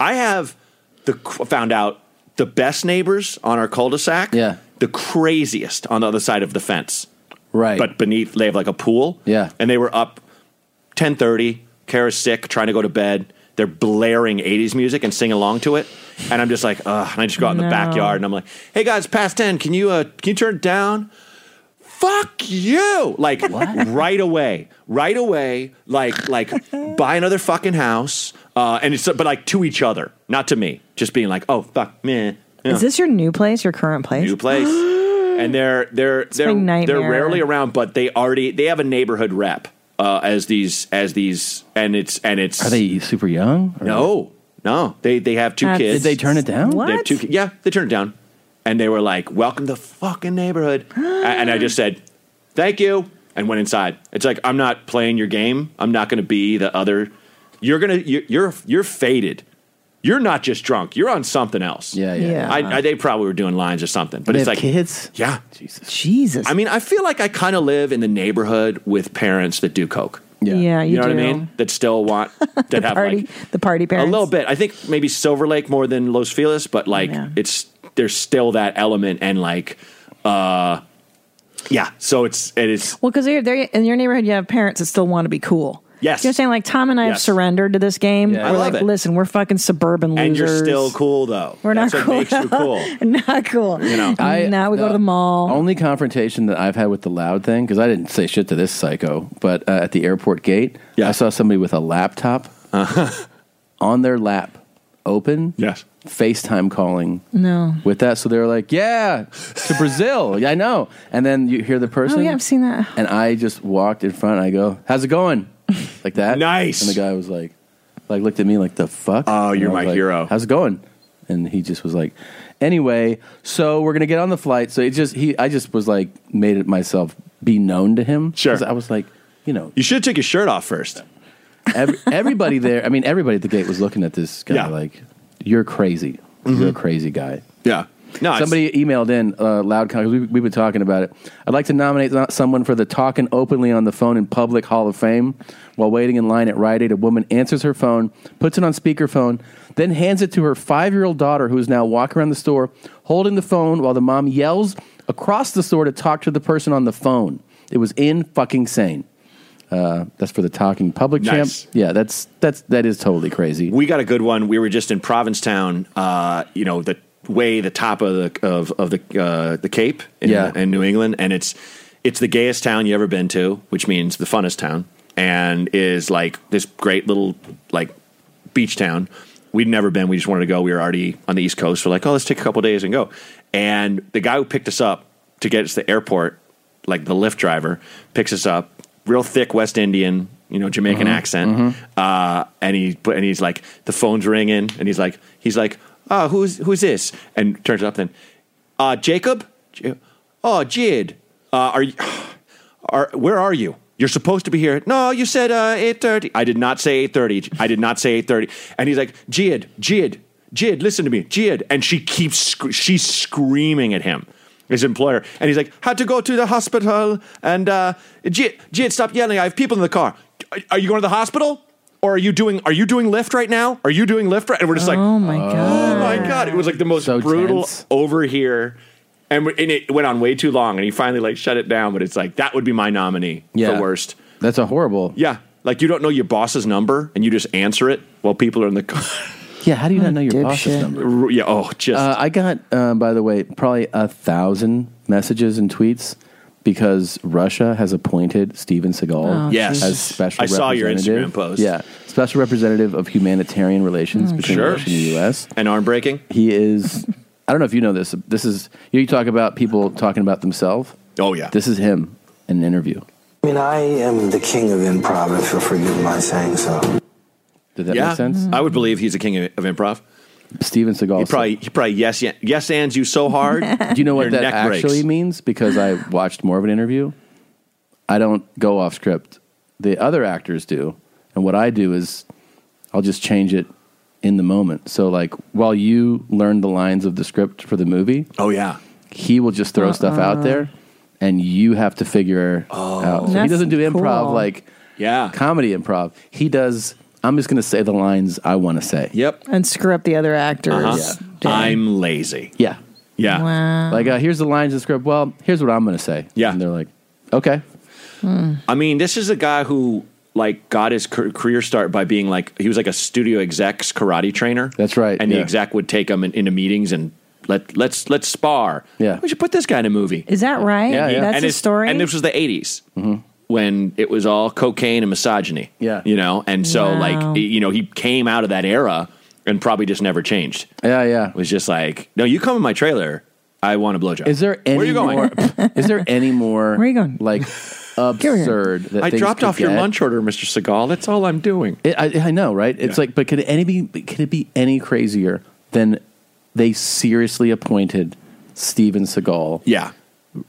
Speaker 11: I have the found out the best neighbors on our cul-de-sac. Yeah. The craziest on the other side of the fence.
Speaker 1: Right.
Speaker 11: But beneath they have like a pool.
Speaker 1: Yeah.
Speaker 11: And they were up 10:30, Kara's sick, trying to go to bed. they're blaring 80s music and sing along to it. And I'm just like, ugh. And I just go out in the
Speaker 16: No.
Speaker 11: backyard and I'm like, hey guys, past 10, can you, uh, can you turn it down? Fuck you! Like right away, right away. Like like buy another fucking house, uh, and it's but like to each other, not to me. Just being like, oh fuck, meh. yeah.
Speaker 2: Is this your new place, your current place?
Speaker 11: New place. and they're they're
Speaker 2: my
Speaker 11: they're
Speaker 2: nightmare.
Speaker 11: they're rarely around, but they already they have a neighborhood rep uh, as these as these, and it's and it's
Speaker 1: Are they super young? Or-
Speaker 11: no no they they have two
Speaker 1: That's-
Speaker 11: kids.
Speaker 1: Did they turn it down?
Speaker 11: They have
Speaker 1: What?
Speaker 11: two, ki- yeah, they turned it down, and they were like, "Welcome to fucking neighborhood," A- and I just said, "Thank you," and went inside. It's like I'm not playing your game. I'm not going to be the other. You're gonna you're you're, you're faded. You're not just drunk. You're on something else. Yeah,
Speaker 1: yeah, yeah.
Speaker 11: I, I, they probably were doing lines or something. But
Speaker 1: They
Speaker 11: it's
Speaker 1: have
Speaker 11: like
Speaker 1: kids.
Speaker 11: Yeah,
Speaker 1: Jesus, Jesus.
Speaker 11: I mean, I feel like I kind of live in the neighborhood with parents that do coke.
Speaker 2: Yeah, yeah you,
Speaker 11: know
Speaker 2: do.
Speaker 11: what I mean? That still want that have
Speaker 2: Party,
Speaker 11: like
Speaker 2: the party parents.
Speaker 11: a little bit. I think maybe Silver Lake more than Los Feliz, but like it's there's still that element and like uh yeah, so it's it is
Speaker 2: Well, because they're, they're in your neighborhood, you have parents that still want to be cool.
Speaker 11: Yes.
Speaker 2: you know what I'm saying? Like Tom and I have
Speaker 11: Yes.
Speaker 2: surrendered to this game.
Speaker 11: Yeah. I
Speaker 2: we're
Speaker 11: love
Speaker 2: like,
Speaker 11: it.
Speaker 2: listen, we're fucking suburban losers.
Speaker 11: and you're still cool though.
Speaker 2: We're not
Speaker 11: That's
Speaker 2: cool.
Speaker 11: what makes you cool.
Speaker 2: not cool.
Speaker 1: You know. I-
Speaker 2: now we go to the mall.
Speaker 1: Only confrontation that I've had with the loud thing because I didn't say shit to this psycho, but uh, at the airport gate, I saw somebody with a laptop on their lap, open,
Speaker 11: yes,
Speaker 1: FaceTime calling
Speaker 2: No.
Speaker 1: with that. So they were like, "Yeah, to Brazil." yeah, I know. And then you hear the person.
Speaker 2: Oh yeah, I've seen that.
Speaker 1: And I just walked in front. and I go, "How's it going?" Like that. nice. And the guy was like, like looked at me like, "The fuck?" Oh,
Speaker 11: you're my
Speaker 1: hero. How's it going? And he just was like, "Anyway, so we're gonna get on the flight." So it just he, I just was like, made it myself be known to him. Sure. I was like, you know,
Speaker 11: you should take your shirt off first.
Speaker 1: Every, everybody there, I mean, everybody at the gate was looking at this guy like, "You're crazy. You're a crazy guy."
Speaker 11: Yeah. No, it's-
Speaker 1: Somebody emailed in uh, loud because we, we've been talking about it. I'd like to nominate not- someone for the talking openly on the phone in public Hall of Fame. While waiting in line at Rite Aid, a woman answers her phone, puts it on speakerphone, then hands it to her five year old daughter, who is now walking around the store holding the phone while the mom yells across the store to talk to the person on the phone. It was in fucking sane. Uh, that's for the talking public
Speaker 11: Nice.
Speaker 1: champ. Yeah, that's that's that is totally crazy.
Speaker 11: We got a good one. We were just in Provincetown. Uh, you know, the way the top of the of, of the uh, the Cape in,
Speaker 1: Yeah.
Speaker 11: in New England, and it's it's the gayest town you ever been to, which means the funnest town, and is like this great little like beach town. We'd never been. We just wanted to go. We were already on the East Coast. We're like, oh, let's take a couple days and go. And the guy who picked us up to get us to the airport, like the Lyft driver, picks us up. Real thick West Indian, you know, Jamaican
Speaker 16: Mhm,
Speaker 11: accent
Speaker 16: mhm.
Speaker 11: uh, and he put, and he's like the phone's ringing, and he's like he's like, oh, who's who's this? And turns it up then, uh, Jacob, J- oh Jid, uh, are you, are where are you? You're supposed to be here. No, you said uh, eight thirty. I did not say eight thirty. I did not say eight thirty. And he's like, Jid, Jid, Jid, listen to me, Jid, and she keeps sc- she's screaming at him. His employer, and he's like, had to go to the hospital, and uh, Jid, Jid, stop yelling! I have people in the car. Are- Are you going to the hospital? or are you doing are you doing lift right now? Are you doing lift right? And we're just like, oh my god, oh my god! It was like the most brutal over here, and, we- and it went on way too long. And he finally like shut it down. But it's like that would be my nominee
Speaker 1: Yeah.
Speaker 11: for worst.
Speaker 1: That's a horrible.
Speaker 11: Yeah, like you don't know your boss's number and you just answer it while people are in the car.
Speaker 1: Yeah, how do you not know your boss's number?
Speaker 11: yeah. Oh, just
Speaker 1: Uh, I got, uh, by the way, probably a thousand messages and tweets because Russia has appointed Steven Seagal
Speaker 11: Oh, Yes.
Speaker 1: as special.
Speaker 11: I saw your
Speaker 1: representative.
Speaker 11: Instagram post.
Speaker 1: Yeah, special representative of humanitarian relations
Speaker 11: Oh,
Speaker 1: between
Speaker 11: Sure.
Speaker 1: Russia and the U.S.
Speaker 11: and arm breaking.
Speaker 1: He is. I don't know if you know this. This is you talk about people talking about themselves.
Speaker 11: Oh yeah,
Speaker 1: this is him in an interview.
Speaker 17: I mean, I am the king of improv, if you'll forgive my saying so.
Speaker 1: Did that
Speaker 11: yeah,
Speaker 1: make sense?
Speaker 11: I would believe he's a king of, of improv.
Speaker 1: Steven Seagal.
Speaker 11: He probably he probably yes yeah, yes ands you so hard.
Speaker 1: Do you know what
Speaker 11: your
Speaker 1: that
Speaker 11: neck breaks.
Speaker 1: actually means? Because I watched more of an interview. I don't go off script. The other actors do. And what I do is I'll just change it in the moment. So like while you learn the lines of the script for the movie.
Speaker 11: Oh yeah.
Speaker 1: He will just throw stuff out
Speaker 16: Uh-uh. Oh.
Speaker 1: there and you have to figure out. So he
Speaker 16: That's
Speaker 1: doesn't do improv
Speaker 16: cool.
Speaker 1: like
Speaker 11: yeah.
Speaker 1: comedy improv. He does I'm just gonna say the lines I wanna say.
Speaker 11: Yep.
Speaker 2: And screw up the other actors.
Speaker 1: Uh-huh.
Speaker 2: Dang.
Speaker 11: I'm lazy.
Speaker 1: Yeah.
Speaker 11: Yeah.
Speaker 2: Wow.
Speaker 16: Uh-huh.
Speaker 1: Like, uh, here's the lines in the script. Well, here's what I'm going to say. Yeah. And they're like, okay.
Speaker 11: I mean, this is a guy who like got his car- career start by being like he was like a studio execs karate trainer. That's right. And
Speaker 1: yeah.
Speaker 11: the exec would take him in, into meetings and let let's let's spar.
Speaker 1: Yeah.
Speaker 11: we should put this guy in a movie.
Speaker 2: Is that right?
Speaker 11: And he-
Speaker 2: That's
Speaker 11: and
Speaker 2: a
Speaker 11: it's-
Speaker 2: story.
Speaker 11: And this was the 80s when it was all cocaine and misogyny.
Speaker 1: Mm-hmm. Yeah.
Speaker 11: You know, and so
Speaker 1: Wow.
Speaker 11: like, you know, he came out of that era and probably just never changed.
Speaker 1: Yeah, yeah.
Speaker 11: It was just like, no, you come in my trailer. I want a blowjob.
Speaker 1: Is there any
Speaker 11: Where are you going?
Speaker 1: More, is there any more? Where you going? Like absurd. that
Speaker 11: I
Speaker 1: things
Speaker 11: dropped
Speaker 1: could
Speaker 11: off your
Speaker 1: get?
Speaker 11: lunch order, Mr. Seagal. That's all I'm doing.
Speaker 1: It, I, I know, right? It's
Speaker 11: Yeah.
Speaker 1: like, but could it any be? but Could it be any crazier than they seriously appointed Steven Seagal?
Speaker 11: Yeah,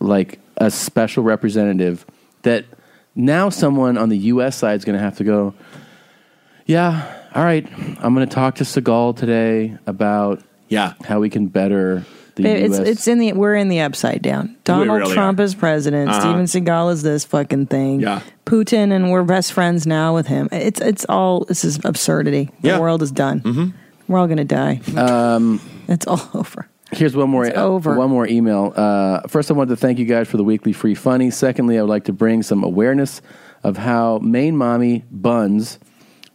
Speaker 1: like a special representative that now someone on the U.S. side is going to have to go. Yeah, all right. I'm going to talk to Seagal today about
Speaker 11: yeah
Speaker 1: how we can better the
Speaker 2: Babe, it's
Speaker 1: U.S.
Speaker 2: it's in the we're in the upside down. Donald
Speaker 1: really
Speaker 2: Trump is president.
Speaker 1: Uh-huh.
Speaker 2: Steven Seagal is this fucking thing.
Speaker 1: Yeah.
Speaker 2: Putin and we're best friends now with him. It's it's all this is absurdity. The world is done. We're all gonna die.
Speaker 1: Mm-hmm. Um,
Speaker 2: it's all over.
Speaker 1: Here's one more e-,
Speaker 2: over.
Speaker 1: one more email. Uh, first, I wanted to thank you guys for the weekly free funny. Secondly, I would like to bring some awareness of how Maine Mommy Buns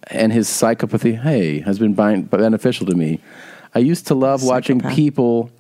Speaker 1: and his psychopathy hey has been bin- beneficial to me. I used to love watching people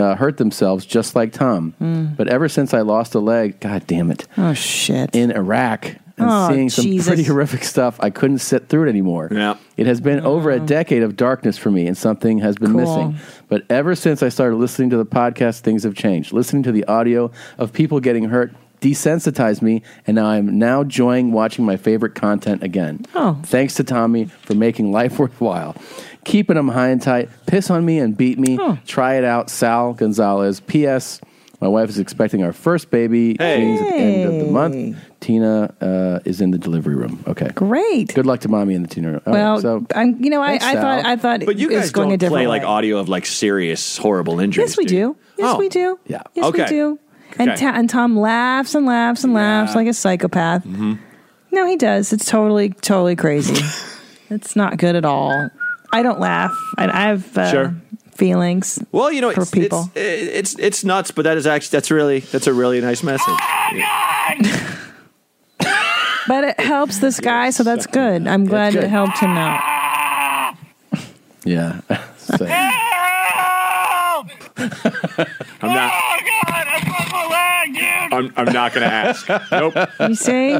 Speaker 1: uh, hurt themselves just like Tom,
Speaker 2: Mm.
Speaker 1: but ever since I lost a leg, god damn it!
Speaker 2: Oh shit!
Speaker 1: In Iraq. And
Speaker 2: Oh,
Speaker 1: seeing some
Speaker 2: Jesus.
Speaker 1: pretty horrific stuff, I couldn't sit through it anymore.
Speaker 11: Yeah.
Speaker 1: It has been over a decade of darkness for me, and something has been
Speaker 2: Cool.
Speaker 1: missing. But ever since I started listening to the podcast, things have changed. Listening to the audio of people getting hurt desensitized me, and now I'm now enjoying watching my favorite content again.
Speaker 2: Oh.
Speaker 1: Thanks to Tommy for making life worthwhile. Keeping them high and tight. Piss on me and beat me.
Speaker 2: Oh.
Speaker 1: Try it out, Sal Gonzalez. P.S. My wife is expecting our first baby.
Speaker 11: Hey.
Speaker 1: Jean's At the end of the month. Tina uh, is in the delivery room. Okay.
Speaker 2: Great.
Speaker 1: Good luck to mommy in the Tina room. All right,
Speaker 2: well,
Speaker 1: so
Speaker 2: I'm you know I,
Speaker 1: Thanks,
Speaker 2: I
Speaker 1: Sal.
Speaker 2: thought I thought
Speaker 11: But you
Speaker 2: it was
Speaker 11: guys
Speaker 2: going a
Speaker 11: don't
Speaker 2: different
Speaker 11: play like
Speaker 2: way.
Speaker 11: audio of like serious, horrible injuries.
Speaker 2: Yes, we do. Yes, we do.
Speaker 11: Oh. Yeah.
Speaker 2: Yes, we
Speaker 11: Okay.
Speaker 2: do. And,
Speaker 11: Okay.
Speaker 2: ta- and Tom laughs and laughs and laughs like a psychopath. No, he does. It's totally, totally crazy. it's not good at all. I don't laugh. I, I have uh,
Speaker 11: Sure.
Speaker 2: feelings.
Speaker 11: Well, you know,
Speaker 2: for
Speaker 11: it's, eh,
Speaker 2: people,
Speaker 11: it's it's it's nuts, but that is actually that's really that's a really nice message.
Speaker 2: but it helps this guy, so that's good. I'm glad
Speaker 1: good.
Speaker 2: it helped him out.
Speaker 1: yeah. So-
Speaker 11: I'm not. I'm, I'm not going to ask. Nope.
Speaker 2: You see,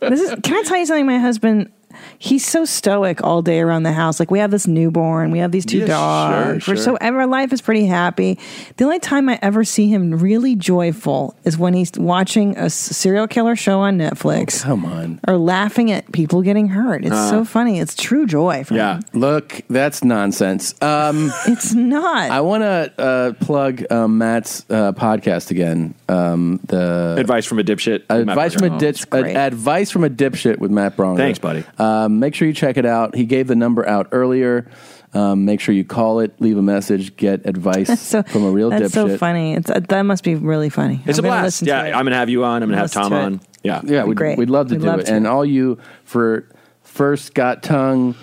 Speaker 2: this is. Can I tell you something? My husband. He's so stoic all day around the house. Like we have this newborn, we have these two
Speaker 16: Yeah, sure,
Speaker 2: dogs. We're
Speaker 16: sure.
Speaker 2: so our life is pretty happy. The only time I ever see him really joyful is when he's watching a s- serial killer show on Netflix.
Speaker 1: come on.
Speaker 2: Or laughing at people getting hurt. It's
Speaker 1: Uh.
Speaker 11: Uh-huh.
Speaker 2: so funny. It's true joy. For
Speaker 1: Yeah. Look, that's nonsense. Um,
Speaker 2: it's not.
Speaker 1: I want to uh, plug um, Matt's uh, podcast again. Um, the
Speaker 11: Advice from a dipshit. with Matt
Speaker 1: Advice from a
Speaker 11: Berger.
Speaker 1: ditch. ad- advice from a dipshit with Matt Bronger.
Speaker 11: Thanks, buddy.
Speaker 1: Um, make sure you check it out. He gave the number out earlier. Um, make sure you call it, leave a message, get advice
Speaker 2: so,
Speaker 1: from a real
Speaker 2: that's
Speaker 1: dipshit.
Speaker 2: so funny. It's, uh, that must be really funny.
Speaker 11: It's
Speaker 2: I'm
Speaker 11: a
Speaker 2: gonna
Speaker 11: blast.
Speaker 2: listen to
Speaker 11: Yeah,
Speaker 2: it.
Speaker 11: I'm going to have you on. I'm going to have
Speaker 2: Listen
Speaker 11: Tom
Speaker 2: to it.
Speaker 11: on. Yeah.
Speaker 1: Yeah, we'd,
Speaker 2: Great.
Speaker 1: we'd love to
Speaker 2: We'd
Speaker 1: do
Speaker 2: love
Speaker 1: it.
Speaker 2: to.
Speaker 1: And all you for first got tongue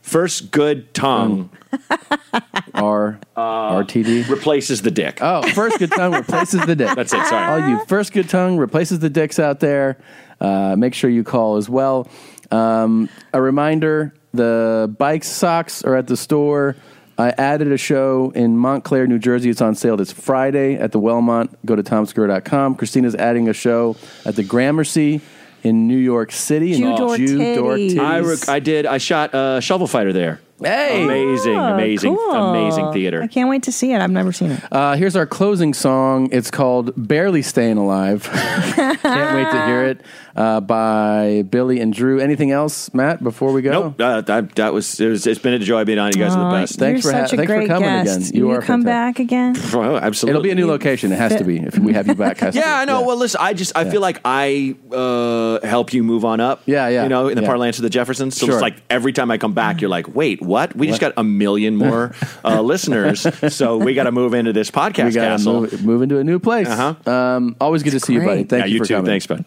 Speaker 11: First good tongue.
Speaker 1: Oh. R
Speaker 11: Uh,
Speaker 1: RTD
Speaker 11: replaces the dick.
Speaker 1: Oh, first good tongue replaces the dick.
Speaker 11: That's it. Sorry.
Speaker 1: All you first good tongue replaces the dicks out there. Uh, make sure you call as well. Um, a reminder: the bike socks are at the store. I added a show in Montclair, New Jersey. It's on sale this Friday at the Wellmont. Go to tomskerr.com. Christina's adding a show at the Gramercy in New York City. in
Speaker 11: Oh.
Speaker 1: Judor
Speaker 11: I,
Speaker 1: Titties.
Speaker 11: rec- I did. I shot uh, Shovel Fighter there.
Speaker 1: Hey.
Speaker 11: Amazing,
Speaker 2: Oh,
Speaker 11: amazing,
Speaker 2: cool.
Speaker 11: amazing theater.
Speaker 2: I can't wait to see it. I've never seen it.
Speaker 1: Uh, here's our closing song. It's called Barely Staying Alive. Can't wait to hear it uh, by Billy and Drew. Anything else, Matt, before we go?
Speaker 11: Nope. Uh, that, that was, it was, it's been a joy being on. You guys are
Speaker 2: Oh,
Speaker 11: the best.
Speaker 1: Thanks
Speaker 2: You're
Speaker 1: for ha-
Speaker 2: such a
Speaker 1: thanks for
Speaker 2: great
Speaker 1: coming
Speaker 2: guest.
Speaker 1: again. You
Speaker 2: Will
Speaker 1: are
Speaker 2: come back again.
Speaker 11: Oh, absolutely.
Speaker 1: It'll be a new location. It has to be if we have you back. has to
Speaker 11: Yeah, I know. Well, listen, I just I
Speaker 1: Yeah.
Speaker 11: feel like I uh, help you move on up. Yeah, yeah. You know, in the
Speaker 1: yeah.
Speaker 11: parlance of the Jeffersons. So
Speaker 1: Sure.
Speaker 11: it's like every time I come back, you're like, wait, what? We just got a million more uh, listeners, so we got to move into this podcast
Speaker 1: we gotta
Speaker 11: castle.
Speaker 1: move, move into a new place.
Speaker 11: Uh-huh.
Speaker 1: Um, always good to see you, buddy.
Speaker 11: Great.
Speaker 1: Thank
Speaker 11: Yeah,
Speaker 1: you,
Speaker 11: you
Speaker 1: for
Speaker 11: too.
Speaker 1: coming.
Speaker 11: Thanks, bud.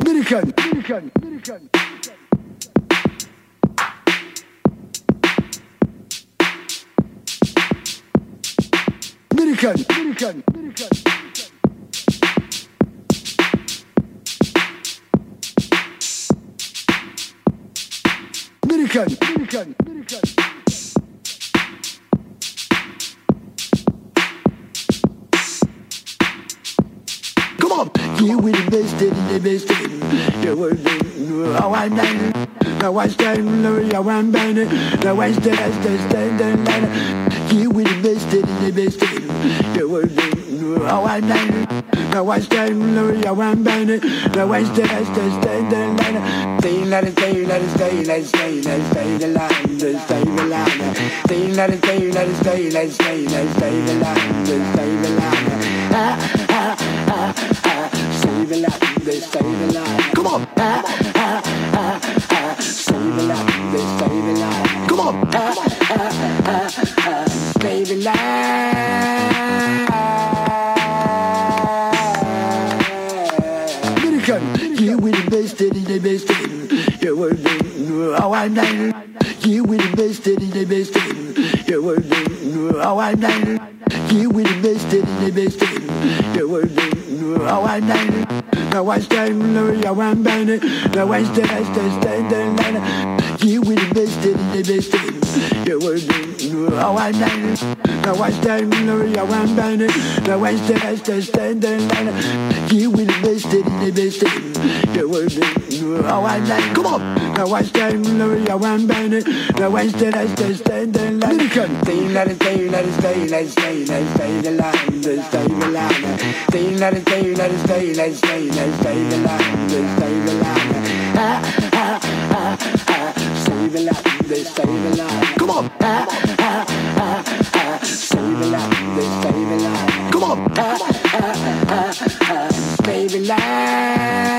Speaker 13: Minigun, minigun, minigun. Minigun, minigun, minigun. American, American, American. Come on, you will invest in the best. You will be- I want that. I want that. I want that. I want that. I stand, stand, stand, stand. You will invest in the best. You will be- I want that. I want that. I want that. I want that. I stand, stand, stand, stand. Stay, let it stay, let it stay, let it stay, let it stay the line, just stay the line. Stay, let it stay, let it stay, let it stay, let it stay the line, just stay the line. Ah, ah, ah, ah, stay the line, just stay the line. Come on. Ah, ah, ah, ah, stay the line, just stay the line. Come on. Ah, ah, ah, ah, stay the line. American, you will the best in the best in. You will be how I You will the best in the best in. You will be how I You will the best in the best in. You will be how I I was down, I went down it. I was down, I stand, stand, stand, stand. You will the best in the best in. You will be how I I was down, I went down it. I was down, I stand, stand, stand, stand. You will the best in the best in. You will be how I Come on. I was down, I went down it. I was down, I stand, stand, stand, stand. American. Stay, let it stay, let it stay, let it stay, let it stay the line, just stay the line. Stay, let it stay, let it stay, let it stay, let it stay the line, just stay the line. Ah, ah, ah, ah, stay the line, just stay the line. Come on. Ah, ah, ah, ah, stay the line, just stay the line. Come on. Ah, ah, ah, ah, stay the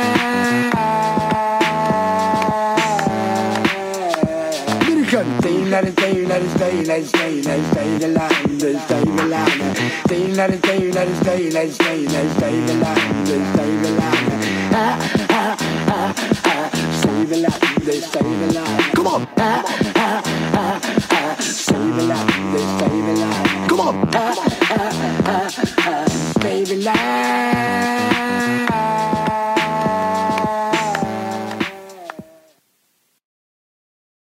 Speaker 13: line. American. Stay, let it stay, let it stay, let it stay, let it stay the line, just stay the line. Stay, let it stay, let it stay, let it stay, let it stay the line, just stay the line. Ah, ah, ah, ah, stay the line, just stay the line. Come on. Ah, ah, ah, ah, stay the line, just stay the line. Come on. Ah,